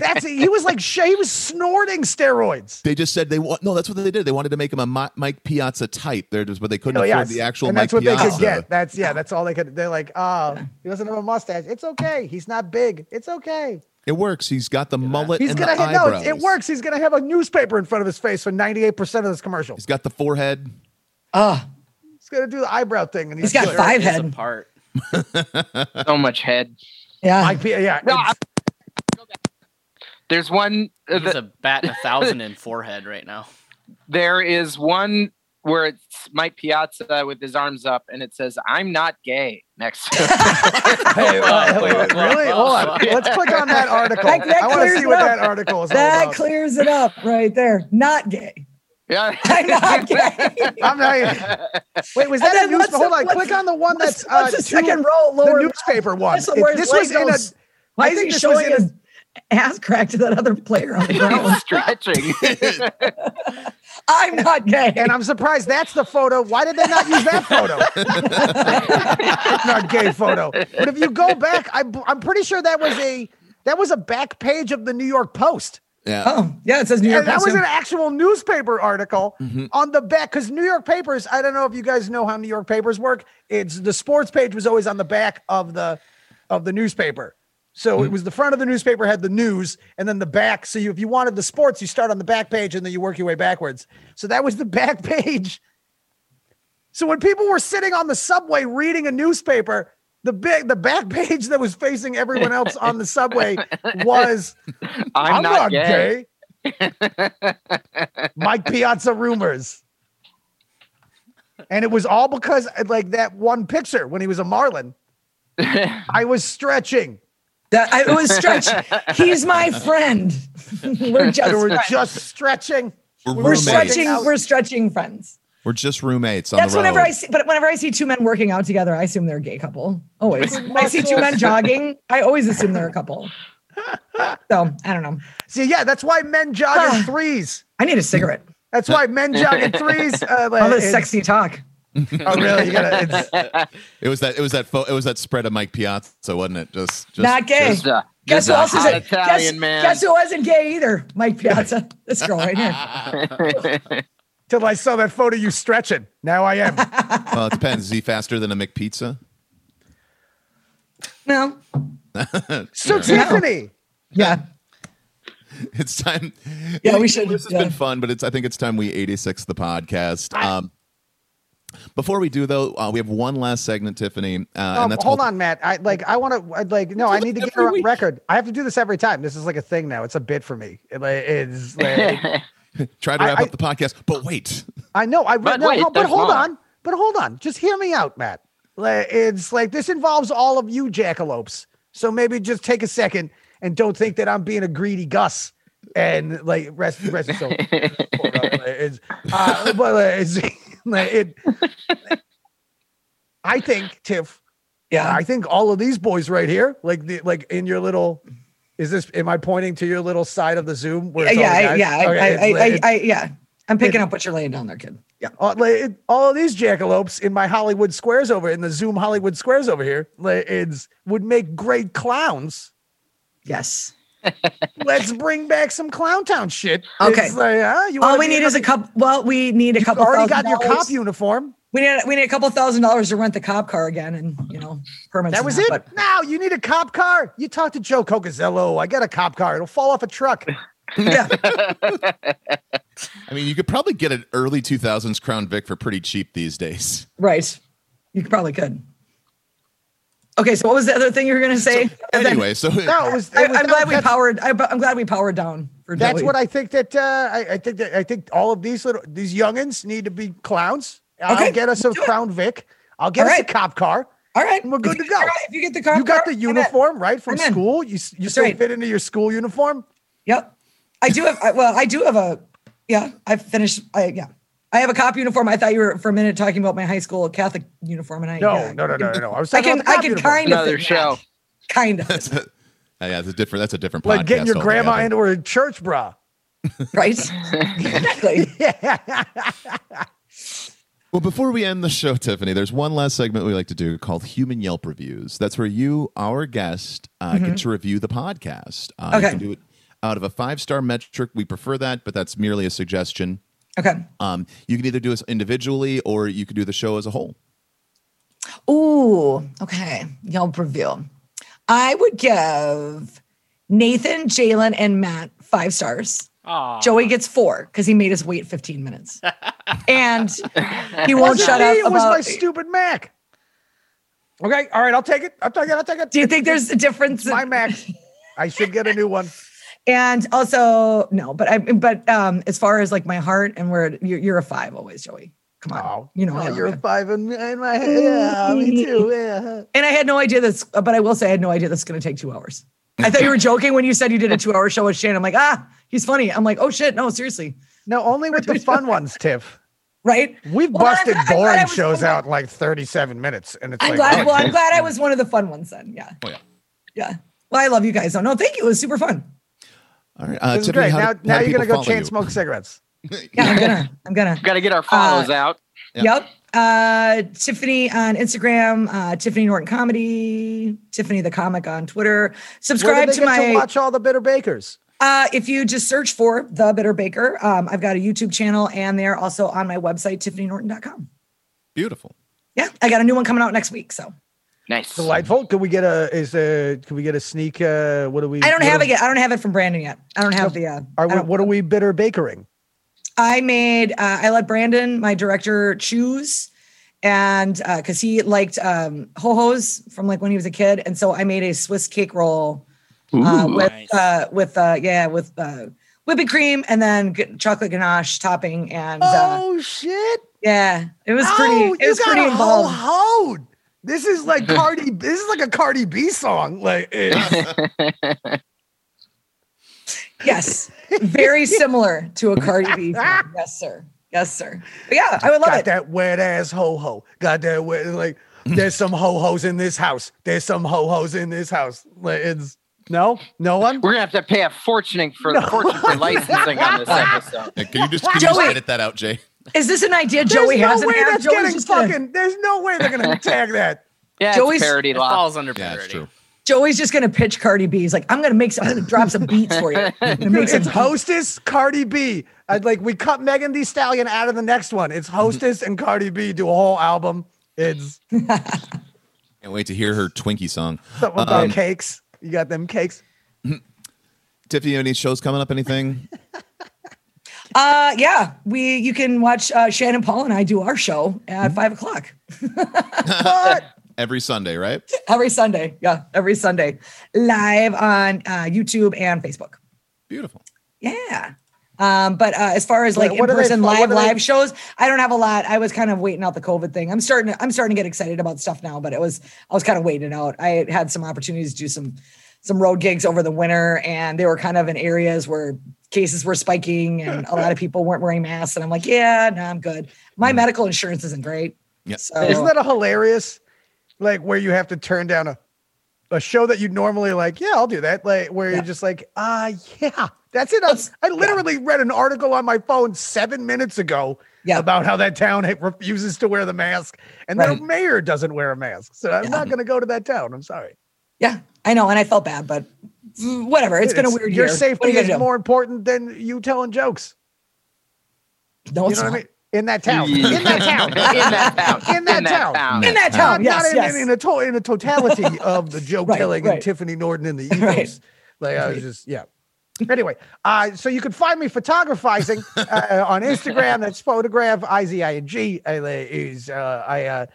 [SPEAKER 3] That's he was like sh- he was snorting steroids.
[SPEAKER 1] They just said they want no. That's what they did. They wanted to make him a Mi- Mike Piazza type. They're just, but they couldn't
[SPEAKER 3] Oh,
[SPEAKER 1] afford
[SPEAKER 3] yes.
[SPEAKER 1] the actual
[SPEAKER 3] and
[SPEAKER 1] Mike
[SPEAKER 3] that's what
[SPEAKER 1] Piazza.
[SPEAKER 3] they could get. That's yeah, that's all they could. They're like, oh, he doesn't have a mustache. It's okay. He's not big. It's okay.
[SPEAKER 1] It works. He's got the mullet.
[SPEAKER 3] He's
[SPEAKER 1] and
[SPEAKER 3] gonna
[SPEAKER 1] the
[SPEAKER 3] have, no. It,
[SPEAKER 1] eyebrows.
[SPEAKER 3] it works. He's gonna have a newspaper in front of his face for ninety eight percent of this commercial.
[SPEAKER 1] He's got the forehead.
[SPEAKER 5] Ah,
[SPEAKER 3] He's gonna do the eyebrow thing, and
[SPEAKER 5] he's
[SPEAKER 3] he's,
[SPEAKER 5] got
[SPEAKER 3] good.
[SPEAKER 5] five
[SPEAKER 4] is
[SPEAKER 5] head.
[SPEAKER 4] apart.
[SPEAKER 2] so much head.
[SPEAKER 5] Yeah.
[SPEAKER 3] Mike Pia- yeah,
[SPEAKER 2] No,
[SPEAKER 3] it's-
[SPEAKER 2] There's one. uh,
[SPEAKER 4] He's
[SPEAKER 2] the-
[SPEAKER 4] a bat in a thousand in forehead right now.
[SPEAKER 2] there is one where it's Mike Piazza with his arms up, and it says, "I'm not gay." Next. to it.
[SPEAKER 3] Hey, uh, wait, wait, really? Hold on. Let's click on that article.
[SPEAKER 5] That- that
[SPEAKER 3] I want to
[SPEAKER 5] clears
[SPEAKER 3] see what
[SPEAKER 5] it up.
[SPEAKER 3] that article is all
[SPEAKER 5] That
[SPEAKER 3] about.
[SPEAKER 5] clears it up right there. Not gay.
[SPEAKER 2] yeah.
[SPEAKER 5] I'm not gay.
[SPEAKER 3] I'm not. Wait, was
[SPEAKER 5] And
[SPEAKER 3] that a
[SPEAKER 5] then
[SPEAKER 3] newspaper?
[SPEAKER 5] what's the-
[SPEAKER 3] Hold on,
[SPEAKER 5] what's-
[SPEAKER 3] click on the one
[SPEAKER 5] What's,
[SPEAKER 3] that's uh,
[SPEAKER 5] what's the
[SPEAKER 3] two-
[SPEAKER 5] second row
[SPEAKER 3] the
[SPEAKER 5] lower?
[SPEAKER 3] newspaper one.
[SPEAKER 5] That's the
[SPEAKER 3] It-
[SPEAKER 5] worst
[SPEAKER 3] this was
[SPEAKER 5] leg
[SPEAKER 3] in a.
[SPEAKER 5] goes. Why
[SPEAKER 3] I
[SPEAKER 5] is
[SPEAKER 3] think
[SPEAKER 5] he
[SPEAKER 3] this was
[SPEAKER 5] showing
[SPEAKER 3] in a-
[SPEAKER 5] his ass crack to that other player on the ground?
[SPEAKER 2] stretching.
[SPEAKER 5] I'm not gay.
[SPEAKER 3] And I'm surprised that's the photo. Why did they not use that photo? not gay photo. But if you go back, I, I'm pretty sure that was a that was a back page of the New York Post.
[SPEAKER 1] Yeah.
[SPEAKER 5] Oh, yeah, it says New York. Mm-hmm.
[SPEAKER 3] And that was
[SPEAKER 5] Post.
[SPEAKER 3] an actual newspaper article
[SPEAKER 1] Mhm.
[SPEAKER 3] on the back because New York papers. I don't know if you guys know how New York papers work. It's the sports page was always on the back of the of the newspaper. So
[SPEAKER 5] Mm-hmm.
[SPEAKER 3] it was the front of the newspaper had the news, and then the back. So you, if you wanted the sports, you start on the back page, and then you work your way backwards. So that was the back page. So when people were sitting on the subway reading a newspaper, the big the back page that was facing everyone else on the subway was
[SPEAKER 2] I'm, not, gay.
[SPEAKER 3] gay. Mike Piazza rumors. And it was all because like that one picture when he was a Marlin. I was stretching.
[SPEAKER 5] That- I- it was stretch. He's my friend. we're just,
[SPEAKER 3] We were
[SPEAKER 5] friends.
[SPEAKER 3] just stretching.
[SPEAKER 1] We're,
[SPEAKER 5] we're
[SPEAKER 1] roommates.
[SPEAKER 5] stretching. We're stretching friends.
[SPEAKER 1] We're just roommates on
[SPEAKER 5] That's
[SPEAKER 1] the road.
[SPEAKER 5] whenever I see. But whenever I see two men working out together, I assume they're a gay couple. Always. When I see two men jogging. I always assume they're a couple. So I don't know.
[SPEAKER 3] See, yeah, that's why men jog in threes.
[SPEAKER 5] I need a cigarette.
[SPEAKER 3] That's why men jog in threes. Uh, like,
[SPEAKER 5] All this
[SPEAKER 3] it's-
[SPEAKER 5] sexy talk.
[SPEAKER 3] Oh, really? You gotta, it's,
[SPEAKER 1] It was that. It was that. Fo- it was that spread of Mike Piazza, wasn't it? Just, just
[SPEAKER 5] Not gay.
[SPEAKER 1] just-
[SPEAKER 2] Just a-
[SPEAKER 5] Guess
[SPEAKER 2] just
[SPEAKER 5] who
[SPEAKER 2] a
[SPEAKER 5] else is
[SPEAKER 2] hot
[SPEAKER 5] it?
[SPEAKER 2] Italian
[SPEAKER 5] guess,
[SPEAKER 2] man.
[SPEAKER 5] guess who wasn't gay either? Mike Piazza. This girl right here.
[SPEAKER 3] till I saw that photo, you stretching. Now I am.
[SPEAKER 1] well, it depends. Is he faster than a McPizza?
[SPEAKER 5] No.
[SPEAKER 3] So Tiffany,
[SPEAKER 5] Yeah.
[SPEAKER 1] It's time.
[SPEAKER 5] Yeah, we should-
[SPEAKER 1] This has
[SPEAKER 5] yeah.
[SPEAKER 1] been fun, but it's. I think it's time we 86 the podcast. Um, before we do though, uh, we have one last segment, Tiffany, uh,
[SPEAKER 3] um,
[SPEAKER 1] and that's
[SPEAKER 3] hold
[SPEAKER 1] all-
[SPEAKER 3] on, Matt. I like. I want to. Like, no. I need to get her on record. I have to do this every time. This is like a thing now. It's a bit for me. It, like, it's. Like,
[SPEAKER 1] Try to wrap
[SPEAKER 3] I-
[SPEAKER 1] up the podcast, but wait.
[SPEAKER 3] I know. I
[SPEAKER 2] But
[SPEAKER 3] no,
[SPEAKER 2] wait,
[SPEAKER 3] no, but
[SPEAKER 2] there's
[SPEAKER 3] hold
[SPEAKER 2] more.
[SPEAKER 3] on. But hold on. Just hear me out, Matt. Like, It's like this involves all of you jackalopes. So maybe just take a second and don't think that I'm being a greedy Gus and like rest rest so. it's, uh, but uh, it's, like, it, I think Tiff Yeah, I think all of these boys right here, like the like in your little. Is this? Am I pointing to your little side of the Zoom? Where it's all
[SPEAKER 5] yeah,
[SPEAKER 3] the
[SPEAKER 5] I,
[SPEAKER 3] guys?
[SPEAKER 5] yeah, I,
[SPEAKER 3] Okay, it's-
[SPEAKER 5] I, I, I,
[SPEAKER 3] it's-
[SPEAKER 5] I, yeah. I'm picking up what you're laying down there, kid.
[SPEAKER 3] Yeah, all, like, it- all of these jackalopes in my Hollywood squares over in the Zoom Hollywood squares over here, like, it's would make great clowns.
[SPEAKER 5] Yes.
[SPEAKER 3] Let's bring back some Clown Town shit.
[SPEAKER 5] Okay.
[SPEAKER 3] It's like, huh? You
[SPEAKER 5] All
[SPEAKER 3] wanna
[SPEAKER 5] we
[SPEAKER 3] be
[SPEAKER 5] need
[SPEAKER 3] in
[SPEAKER 5] is a
[SPEAKER 3] the-
[SPEAKER 5] couple. Well, we need a
[SPEAKER 3] You've
[SPEAKER 5] couple.
[SPEAKER 3] already
[SPEAKER 5] thousand
[SPEAKER 3] got your
[SPEAKER 5] dollars.
[SPEAKER 3] cop uniform.
[SPEAKER 5] We need we need a couple thousand dollars to rent the cop car again, and you know permits.
[SPEAKER 3] That
[SPEAKER 5] and
[SPEAKER 3] was it.
[SPEAKER 5] but-
[SPEAKER 3] Now you need a cop car. You talk to Joe Cocazello. I got a cop car. It'll fall off a truck.
[SPEAKER 5] yeah.
[SPEAKER 1] I mean, you could probably get an early 2000s Crown Vic for pretty cheap these days.
[SPEAKER 5] Right. You could- probably could. Okay, so what was the other thing you were going to say? And then-
[SPEAKER 1] Anyway, so
[SPEAKER 3] No, it was.
[SPEAKER 5] I,
[SPEAKER 3] it was-
[SPEAKER 5] I'm glad we
[SPEAKER 3] that's-
[SPEAKER 5] powered. I, I'm glad we powered down. For
[SPEAKER 3] That's
[SPEAKER 5] Joey.
[SPEAKER 3] what I think that uh, I, I think that I think all of these little these youngins need to be clowns.
[SPEAKER 5] Okay,
[SPEAKER 3] I'll get us a Crown Vic. I'll get
[SPEAKER 5] All
[SPEAKER 3] us
[SPEAKER 5] right.
[SPEAKER 3] a cop car.
[SPEAKER 5] All right,
[SPEAKER 3] and we're good
[SPEAKER 5] If
[SPEAKER 3] to
[SPEAKER 5] you get
[SPEAKER 3] go.
[SPEAKER 5] the car- If you get the car,
[SPEAKER 3] you got the
[SPEAKER 5] car, I'm in.
[SPEAKER 3] uniform right from
[SPEAKER 5] I'm in.
[SPEAKER 3] school. You s- you
[SPEAKER 5] That's
[SPEAKER 3] still
[SPEAKER 5] right.
[SPEAKER 3] fit into your school uniform.
[SPEAKER 5] Yep. I do have. I- Well, I do have a. Yeah, I finished. I yeah. I have a cop uniform. I thought you were for a minute talking about my high school Catholic uniform, and I
[SPEAKER 3] No,
[SPEAKER 5] yeah,
[SPEAKER 3] no, no, no, no, no. I was
[SPEAKER 5] I
[SPEAKER 3] talking
[SPEAKER 5] can
[SPEAKER 3] about the
[SPEAKER 5] I
[SPEAKER 3] cop
[SPEAKER 5] can
[SPEAKER 3] uniform.
[SPEAKER 5] kind of
[SPEAKER 2] Another
[SPEAKER 5] fit
[SPEAKER 2] show.
[SPEAKER 5] that. kind of
[SPEAKER 1] that's a, yeah, that's a different. That's a different.
[SPEAKER 3] Like getting
[SPEAKER 1] podcast
[SPEAKER 3] your grandma
[SPEAKER 1] altogether.
[SPEAKER 3] into her church bra.
[SPEAKER 5] right. exactly.
[SPEAKER 3] Yeah.
[SPEAKER 1] Well, before we end the show, Tiffany, there's one last segment we like to do called Human Yelp Reviews. That's where you, our guest, uh,
[SPEAKER 3] Mm-hmm.
[SPEAKER 1] get to review the podcast. Uh, You
[SPEAKER 5] Okay.
[SPEAKER 1] can do it out of a five star metric. We prefer that, but that's merely a suggestion.
[SPEAKER 5] Okay.
[SPEAKER 1] Um, you can either do us individually or you can do the show as a whole.
[SPEAKER 5] Ooh. Okay. Yelp review. I would give Nathan, Jalen, and Matt five stars.
[SPEAKER 4] Aw.
[SPEAKER 5] Joey gets four because he made us wait 15 minutes, and he won't
[SPEAKER 3] Wasn't
[SPEAKER 5] shut
[SPEAKER 3] me,
[SPEAKER 5] up
[SPEAKER 3] It was
[SPEAKER 5] about.
[SPEAKER 3] my stupid Mac. Okay, all right, I'll take it. I'll take it. I'll take it.
[SPEAKER 5] do you think there's a difference?
[SPEAKER 3] It's my Mac? I should get a new one.
[SPEAKER 5] And also, no, but I, but um, as far as like my heart and where you're, you're a five always, Joey. Come on,
[SPEAKER 3] Oh,
[SPEAKER 5] you know, I
[SPEAKER 3] oh,
[SPEAKER 5] love
[SPEAKER 3] you're
[SPEAKER 5] you.
[SPEAKER 3] a five in, in my head. Yeah, me too. Yeah.
[SPEAKER 5] and I had no idea this, but I will say I had no idea this is going to take two hours. I thought you were joking when you said you did a two-hour show with Shane. I'm like, ah, he's funny. I'm like, oh shit, no, seriously,
[SPEAKER 3] No, only with the fun ones, Tiff.
[SPEAKER 5] right?
[SPEAKER 3] We've
[SPEAKER 5] Well, I'm
[SPEAKER 3] busted
[SPEAKER 5] glad- I'm glad I
[SPEAKER 3] boring
[SPEAKER 5] was
[SPEAKER 3] shows
[SPEAKER 5] so-
[SPEAKER 3] out in like 37 minutes, and it's like,
[SPEAKER 5] I'm glad.
[SPEAKER 3] oh,
[SPEAKER 5] Well, I'm glad I was one of the fun ones then. Yeah,
[SPEAKER 1] Oh, yeah.
[SPEAKER 5] yeah. Well, I love you guys. Oh no, thank you. It was super fun.
[SPEAKER 1] All right. Uh,
[SPEAKER 3] this is
[SPEAKER 1] Tiffany,
[SPEAKER 3] great.
[SPEAKER 1] how do-
[SPEAKER 3] now,
[SPEAKER 1] how
[SPEAKER 3] now
[SPEAKER 1] do
[SPEAKER 3] you're gonna
[SPEAKER 1] people
[SPEAKER 3] go
[SPEAKER 1] follow
[SPEAKER 3] chain
[SPEAKER 1] you?
[SPEAKER 3] smoke cigarettes.
[SPEAKER 5] Yeah, I'm gonna. I'm gonna.
[SPEAKER 2] Got to get our follows out.
[SPEAKER 1] Yeah.
[SPEAKER 5] Yep. Uh, Tiffany on Instagram, uh, Tiffany Norton Comedy, Tiffany the Comic on Twitter.
[SPEAKER 3] Where
[SPEAKER 5] Subscribe
[SPEAKER 3] do they
[SPEAKER 5] to
[SPEAKER 3] get
[SPEAKER 5] my.
[SPEAKER 3] to watch all the bitter bakers.
[SPEAKER 5] uh, if you just search for The Bitter Baker, um, I've got a YouTube channel and they're also on my website, tiffanynorton.com.
[SPEAKER 1] Beautiful.
[SPEAKER 5] Yeah, I got a new one coming out next week. So
[SPEAKER 2] Nice.
[SPEAKER 3] Delightful. Could we get a is a could we get a sneak? Uh, what do we?
[SPEAKER 5] I don't
[SPEAKER 3] what
[SPEAKER 5] have
[SPEAKER 3] do-
[SPEAKER 5] it yet. I don't have it from Brandon yet. I don't have the. Uh,
[SPEAKER 3] Are
[SPEAKER 5] I
[SPEAKER 3] we,
[SPEAKER 5] don't-
[SPEAKER 3] what are we bitter bakering?
[SPEAKER 5] I made uh, I let Brandon, my director, choose and uh because he liked um ho hos from like when he was a kid. And so I made a Swiss cake roll uh, with
[SPEAKER 4] Nice.
[SPEAKER 5] uh with uh yeah, with uh whipping cream and then g- chocolate ganache topping and uh
[SPEAKER 3] oh shit!
[SPEAKER 5] yeah it was
[SPEAKER 3] Oh,
[SPEAKER 5] pretty it
[SPEAKER 3] you
[SPEAKER 5] was
[SPEAKER 3] got
[SPEAKER 5] pretty
[SPEAKER 3] a
[SPEAKER 5] involved
[SPEAKER 3] Whole hoed. This is like Cardi. this is like a Cardi B song. Like eh, it's-
[SPEAKER 5] yes very similar to a cardi b song. yes sir yes sir but yeah i would love
[SPEAKER 3] got
[SPEAKER 5] it
[SPEAKER 3] that wet ass ho ho. Got that wet. Like there's some ho hos in this house. There's some ho hos in this house. Like it's no, no one.
[SPEAKER 2] We're gonna have to pay a fortune for fortune for licensing on this episode.
[SPEAKER 1] Yeah, can you just, can you just
[SPEAKER 5] Joey.
[SPEAKER 1] edit that out, Jay?
[SPEAKER 5] is this an idea
[SPEAKER 3] There's
[SPEAKER 5] joey
[SPEAKER 3] no
[SPEAKER 5] has
[SPEAKER 3] way
[SPEAKER 5] and
[SPEAKER 3] that's
[SPEAKER 5] Joey's
[SPEAKER 3] getting
[SPEAKER 5] just gonna-
[SPEAKER 3] fucking. There's no way they're gonna tag that.
[SPEAKER 2] Yeah, it's
[SPEAKER 5] Joey's-
[SPEAKER 2] parody
[SPEAKER 4] It
[SPEAKER 2] law.
[SPEAKER 4] falls under
[SPEAKER 1] Yeah,
[SPEAKER 4] parody.
[SPEAKER 1] that's true.
[SPEAKER 5] Joey's just gonna pitch Cardi B. He's like, I'm gonna make some, I'm gonna drop some beats for you. I'm gonna make some
[SPEAKER 3] It's hostess Cardi B. I'd like we cut Megan Thee Stallion out of the next one. It's
[SPEAKER 5] Mm-hmm.
[SPEAKER 3] hostess and Cardi B do a whole album. It's
[SPEAKER 1] Can't wait to hear her Twinkie song. Um,
[SPEAKER 3] something
[SPEAKER 5] Um,
[SPEAKER 3] about cakes. You got them cakes.
[SPEAKER 1] Tiffany, any shows coming up? Anything?
[SPEAKER 5] uh yeah. We you can watch uh Shannon Paul and I do our show at five o'clock
[SPEAKER 1] Every Sunday, right?
[SPEAKER 5] every Sunday. Yeah, every Sunday. Live on uh YouTube and Facebook.
[SPEAKER 1] Beautiful.
[SPEAKER 5] Yeah. Um, but uh, as far as like
[SPEAKER 3] What- what are
[SPEAKER 5] in
[SPEAKER 3] they-
[SPEAKER 5] person
[SPEAKER 3] what
[SPEAKER 5] live
[SPEAKER 3] are they-
[SPEAKER 5] live shows, I don't have a lot. I was kind of waiting out the COVID thing. I'm starting to I'm starting to get excited about stuff now, but it was I was kind of waiting it out. I had some opportunities to do some some road gigs over the winter, and they were kind of in areas where cases were spiking and a lot of people weren't wearing masks. And I'm like, yeah, no, I'm good. My medical insurance isn't great.
[SPEAKER 1] Yeah.
[SPEAKER 5] So
[SPEAKER 3] Isn't that a hilarious? like where you have to turn down a a show that you normally like, yeah, I'll do that. Like where you're just like, ah, yeah, that's it. I, I literally read an article on my phone seven minutes ago
[SPEAKER 5] Yeah.
[SPEAKER 3] about how that town ha- refuses to wear the mask, and their
[SPEAKER 5] Right.
[SPEAKER 3] mayor doesn't wear a mask. So I'm not going to go to that town. I'm sorry.
[SPEAKER 5] Yeah, I know, and I felt bad, but mm, whatever. It's been a weird
[SPEAKER 3] Your
[SPEAKER 5] year. What are
[SPEAKER 3] safety
[SPEAKER 5] you gonna
[SPEAKER 3] is
[SPEAKER 5] do?
[SPEAKER 3] more important than you telling jokes.
[SPEAKER 5] No,
[SPEAKER 3] you
[SPEAKER 5] it's
[SPEAKER 3] know
[SPEAKER 5] not.
[SPEAKER 3] what I mean? In that town.
[SPEAKER 2] Yeah.
[SPEAKER 3] In that town.
[SPEAKER 2] In that town.
[SPEAKER 3] In that town.
[SPEAKER 5] In that
[SPEAKER 3] Not-
[SPEAKER 5] town, yes,
[SPEAKER 3] not in,
[SPEAKER 5] yes.
[SPEAKER 3] in, in a to- in a totality of the joke
[SPEAKER 5] Right,
[SPEAKER 3] telling
[SPEAKER 5] right.
[SPEAKER 3] and Tiffany Norton in the ethos.
[SPEAKER 5] Right.
[SPEAKER 3] Like I was just yeah. Anyway, uh, so you can find me photographizing uh, on Instagram. That's photograph I Z I N G uh, is uh, I uh,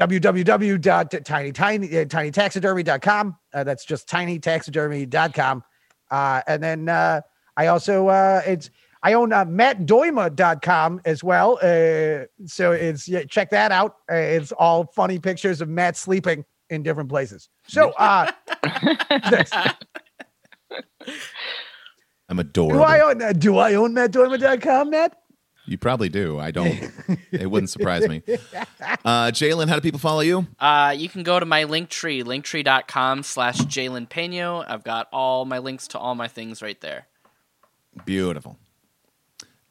[SPEAKER 3] uh, www.tinytinytinytaxidermy.com. Uh, that's just tinytaxidermy.com. Uh, and then uh, I also uh, it's I own uh, mattdoima.com as well. Uh, so it's yeah, check that out. Uh, it's all funny pictures of Matt sleeping in different places. So uh,
[SPEAKER 1] I'm
[SPEAKER 3] do
[SPEAKER 1] adorable.
[SPEAKER 3] I own uh, do I own mattdoima.com, Matt?
[SPEAKER 1] you probably do. I don't. it wouldn't surprise me. Uh, Jalen, how do people follow you?
[SPEAKER 4] Uh, you can go to my link tree, linktree.com slash Jalen Peno. I've got all my links to all my things right there.
[SPEAKER 1] Beautiful.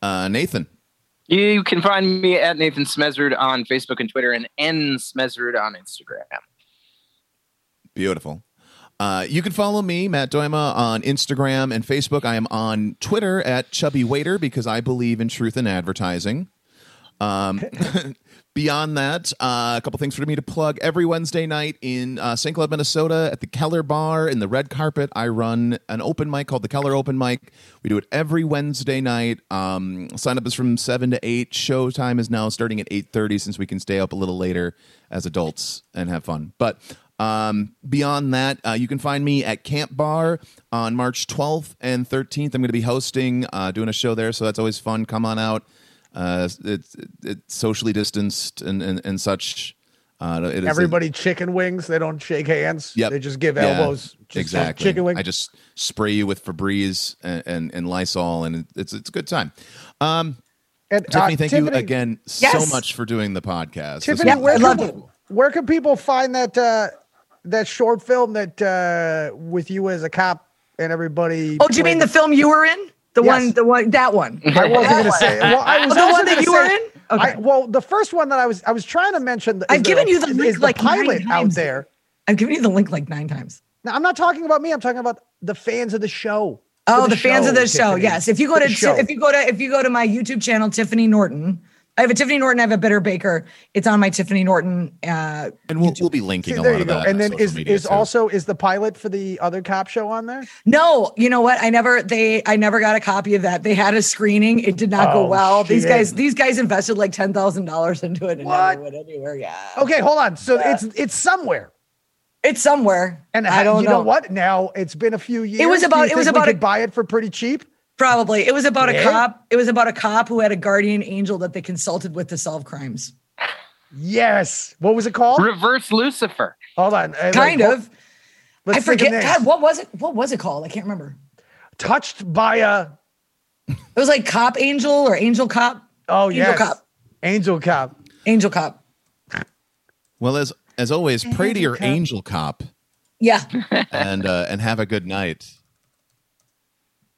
[SPEAKER 1] Uh, Nathan.
[SPEAKER 2] You can find me at Nathan Smezrud on Facebook and Twitter and N Smezrud on Instagram.
[SPEAKER 1] Beautiful. Uh, you can follow me, Matt Doima, on Instagram and Facebook. I am on Twitter at Chubby Waiter because I believe in truth in advertising. Um, beyond that, uh, a couple things for me to plug. Every Wednesday night in uh, St. Cloud, Minnesota, at the Keller Bar in the Red Carpet, I run an open mic called the Keller Open Mic. We do it every Wednesday night. Um, sign up is from seven to eight. Show time is now starting at eight thirty, since we can stay up a little later as adults and have fun. But um, beyond that, uh, you can find me at Camp Bar on March 12th and 13th. I'm going to be hosting, uh, doing a show there, so that's always fun. Come on out. Uh, it's it's socially distanced and and, and such. Uh, it is a-
[SPEAKER 3] Everybody chicken wings. They don't shake hands.
[SPEAKER 1] Yep.
[SPEAKER 3] They just give
[SPEAKER 1] Yeah,
[SPEAKER 3] elbows. Just
[SPEAKER 1] exactly.
[SPEAKER 3] Chicken wings.
[SPEAKER 1] I just spray you with Febreze and, and, and Lysol, and it's it's a good time. Um,
[SPEAKER 3] and, uh,
[SPEAKER 1] Tiffany, thank you
[SPEAKER 3] Tiffany-
[SPEAKER 1] again so
[SPEAKER 5] Yes.
[SPEAKER 1] much for doing the podcast. This
[SPEAKER 3] Tiffany,
[SPEAKER 1] was
[SPEAKER 3] where,
[SPEAKER 5] I
[SPEAKER 3] can,
[SPEAKER 5] love
[SPEAKER 1] wonderful.
[SPEAKER 5] it.
[SPEAKER 3] where can people find that uh, that short film that uh, with you as a cop and everybody?
[SPEAKER 5] Oh, do you mean the
[SPEAKER 3] played-
[SPEAKER 5] film you were in? The
[SPEAKER 3] Yes. Mm-hmm.
[SPEAKER 5] one, the one, that one.
[SPEAKER 3] I wasn't going to say. Well, I was
[SPEAKER 5] the
[SPEAKER 3] also
[SPEAKER 5] one that
[SPEAKER 3] gonna
[SPEAKER 5] you
[SPEAKER 3] say-
[SPEAKER 5] were in. Okay.
[SPEAKER 3] I, well, the first one that I was I was trying to mention. is
[SPEAKER 5] I've given you the
[SPEAKER 3] is-
[SPEAKER 5] link
[SPEAKER 3] is
[SPEAKER 5] like nine
[SPEAKER 3] pilot out
[SPEAKER 5] times.
[SPEAKER 3] there.
[SPEAKER 5] I've given you the link like nine times.
[SPEAKER 3] Now, I'm not talking about me. I'm talking about the fans of the show.
[SPEAKER 5] Oh,
[SPEAKER 3] For
[SPEAKER 5] the, fans of the show.
[SPEAKER 3] Tiffany.
[SPEAKER 5] Yes. If you go
[SPEAKER 3] For
[SPEAKER 5] to
[SPEAKER 3] the show.
[SPEAKER 5] if you go to if you go to my YouTube channel, Tiffany Norton. I have a Tiffany Norton. I have a Bitter Baker. It's on my Tiffany Norton. Uh,
[SPEAKER 1] and we'll, we'll be linking
[SPEAKER 3] See,
[SPEAKER 1] a
[SPEAKER 3] there
[SPEAKER 1] lot
[SPEAKER 3] you
[SPEAKER 1] of
[SPEAKER 3] go.
[SPEAKER 1] that.
[SPEAKER 3] And
[SPEAKER 1] on
[SPEAKER 3] then
[SPEAKER 1] social
[SPEAKER 3] is
[SPEAKER 1] media,
[SPEAKER 3] is
[SPEAKER 1] too.
[SPEAKER 3] also is the pilot for the other cop show on there?
[SPEAKER 5] no, you know what? I never they I never got a copy of that. They had a screening. It did not
[SPEAKER 3] Oh,
[SPEAKER 5] go well. These
[SPEAKER 3] shit.
[SPEAKER 5] guys these guys invested like ten thousand dollars into it and
[SPEAKER 3] What?
[SPEAKER 5] never went anywhere. Yeah.
[SPEAKER 3] Okay, hold on. So it's it's somewhere.
[SPEAKER 5] It's somewhere.
[SPEAKER 3] And
[SPEAKER 5] I don't
[SPEAKER 3] you know. what? Now it's been a few years. Do
[SPEAKER 5] was
[SPEAKER 3] you
[SPEAKER 5] about- it
[SPEAKER 3] think
[SPEAKER 5] was
[SPEAKER 3] we
[SPEAKER 5] about
[SPEAKER 3] could
[SPEAKER 5] a-
[SPEAKER 3] buy it for pretty cheap.
[SPEAKER 5] Probably. It was about
[SPEAKER 3] Yeah?
[SPEAKER 5] a cop. It was about a cop who had a guardian angel that they consulted with to solve crimes.
[SPEAKER 3] Yes. What was it called?
[SPEAKER 2] Reverse Lucifer.
[SPEAKER 3] Hold on. Uh, like,
[SPEAKER 5] Kind
[SPEAKER 3] what-
[SPEAKER 5] of.
[SPEAKER 3] let's
[SPEAKER 5] I
[SPEAKER 3] think of
[SPEAKER 5] forget.
[SPEAKER 3] names.
[SPEAKER 5] God, what was it? What was it called? I can't remember.
[SPEAKER 3] Touched by a.
[SPEAKER 5] It was like cop angel or angel cop.
[SPEAKER 3] Oh
[SPEAKER 5] Angel
[SPEAKER 3] yes.
[SPEAKER 5] Cop.
[SPEAKER 3] Angel cop.
[SPEAKER 5] Angel cop.
[SPEAKER 1] well as as always, pray to your angel cop
[SPEAKER 5] Yeah.
[SPEAKER 1] and uh, and have a good night.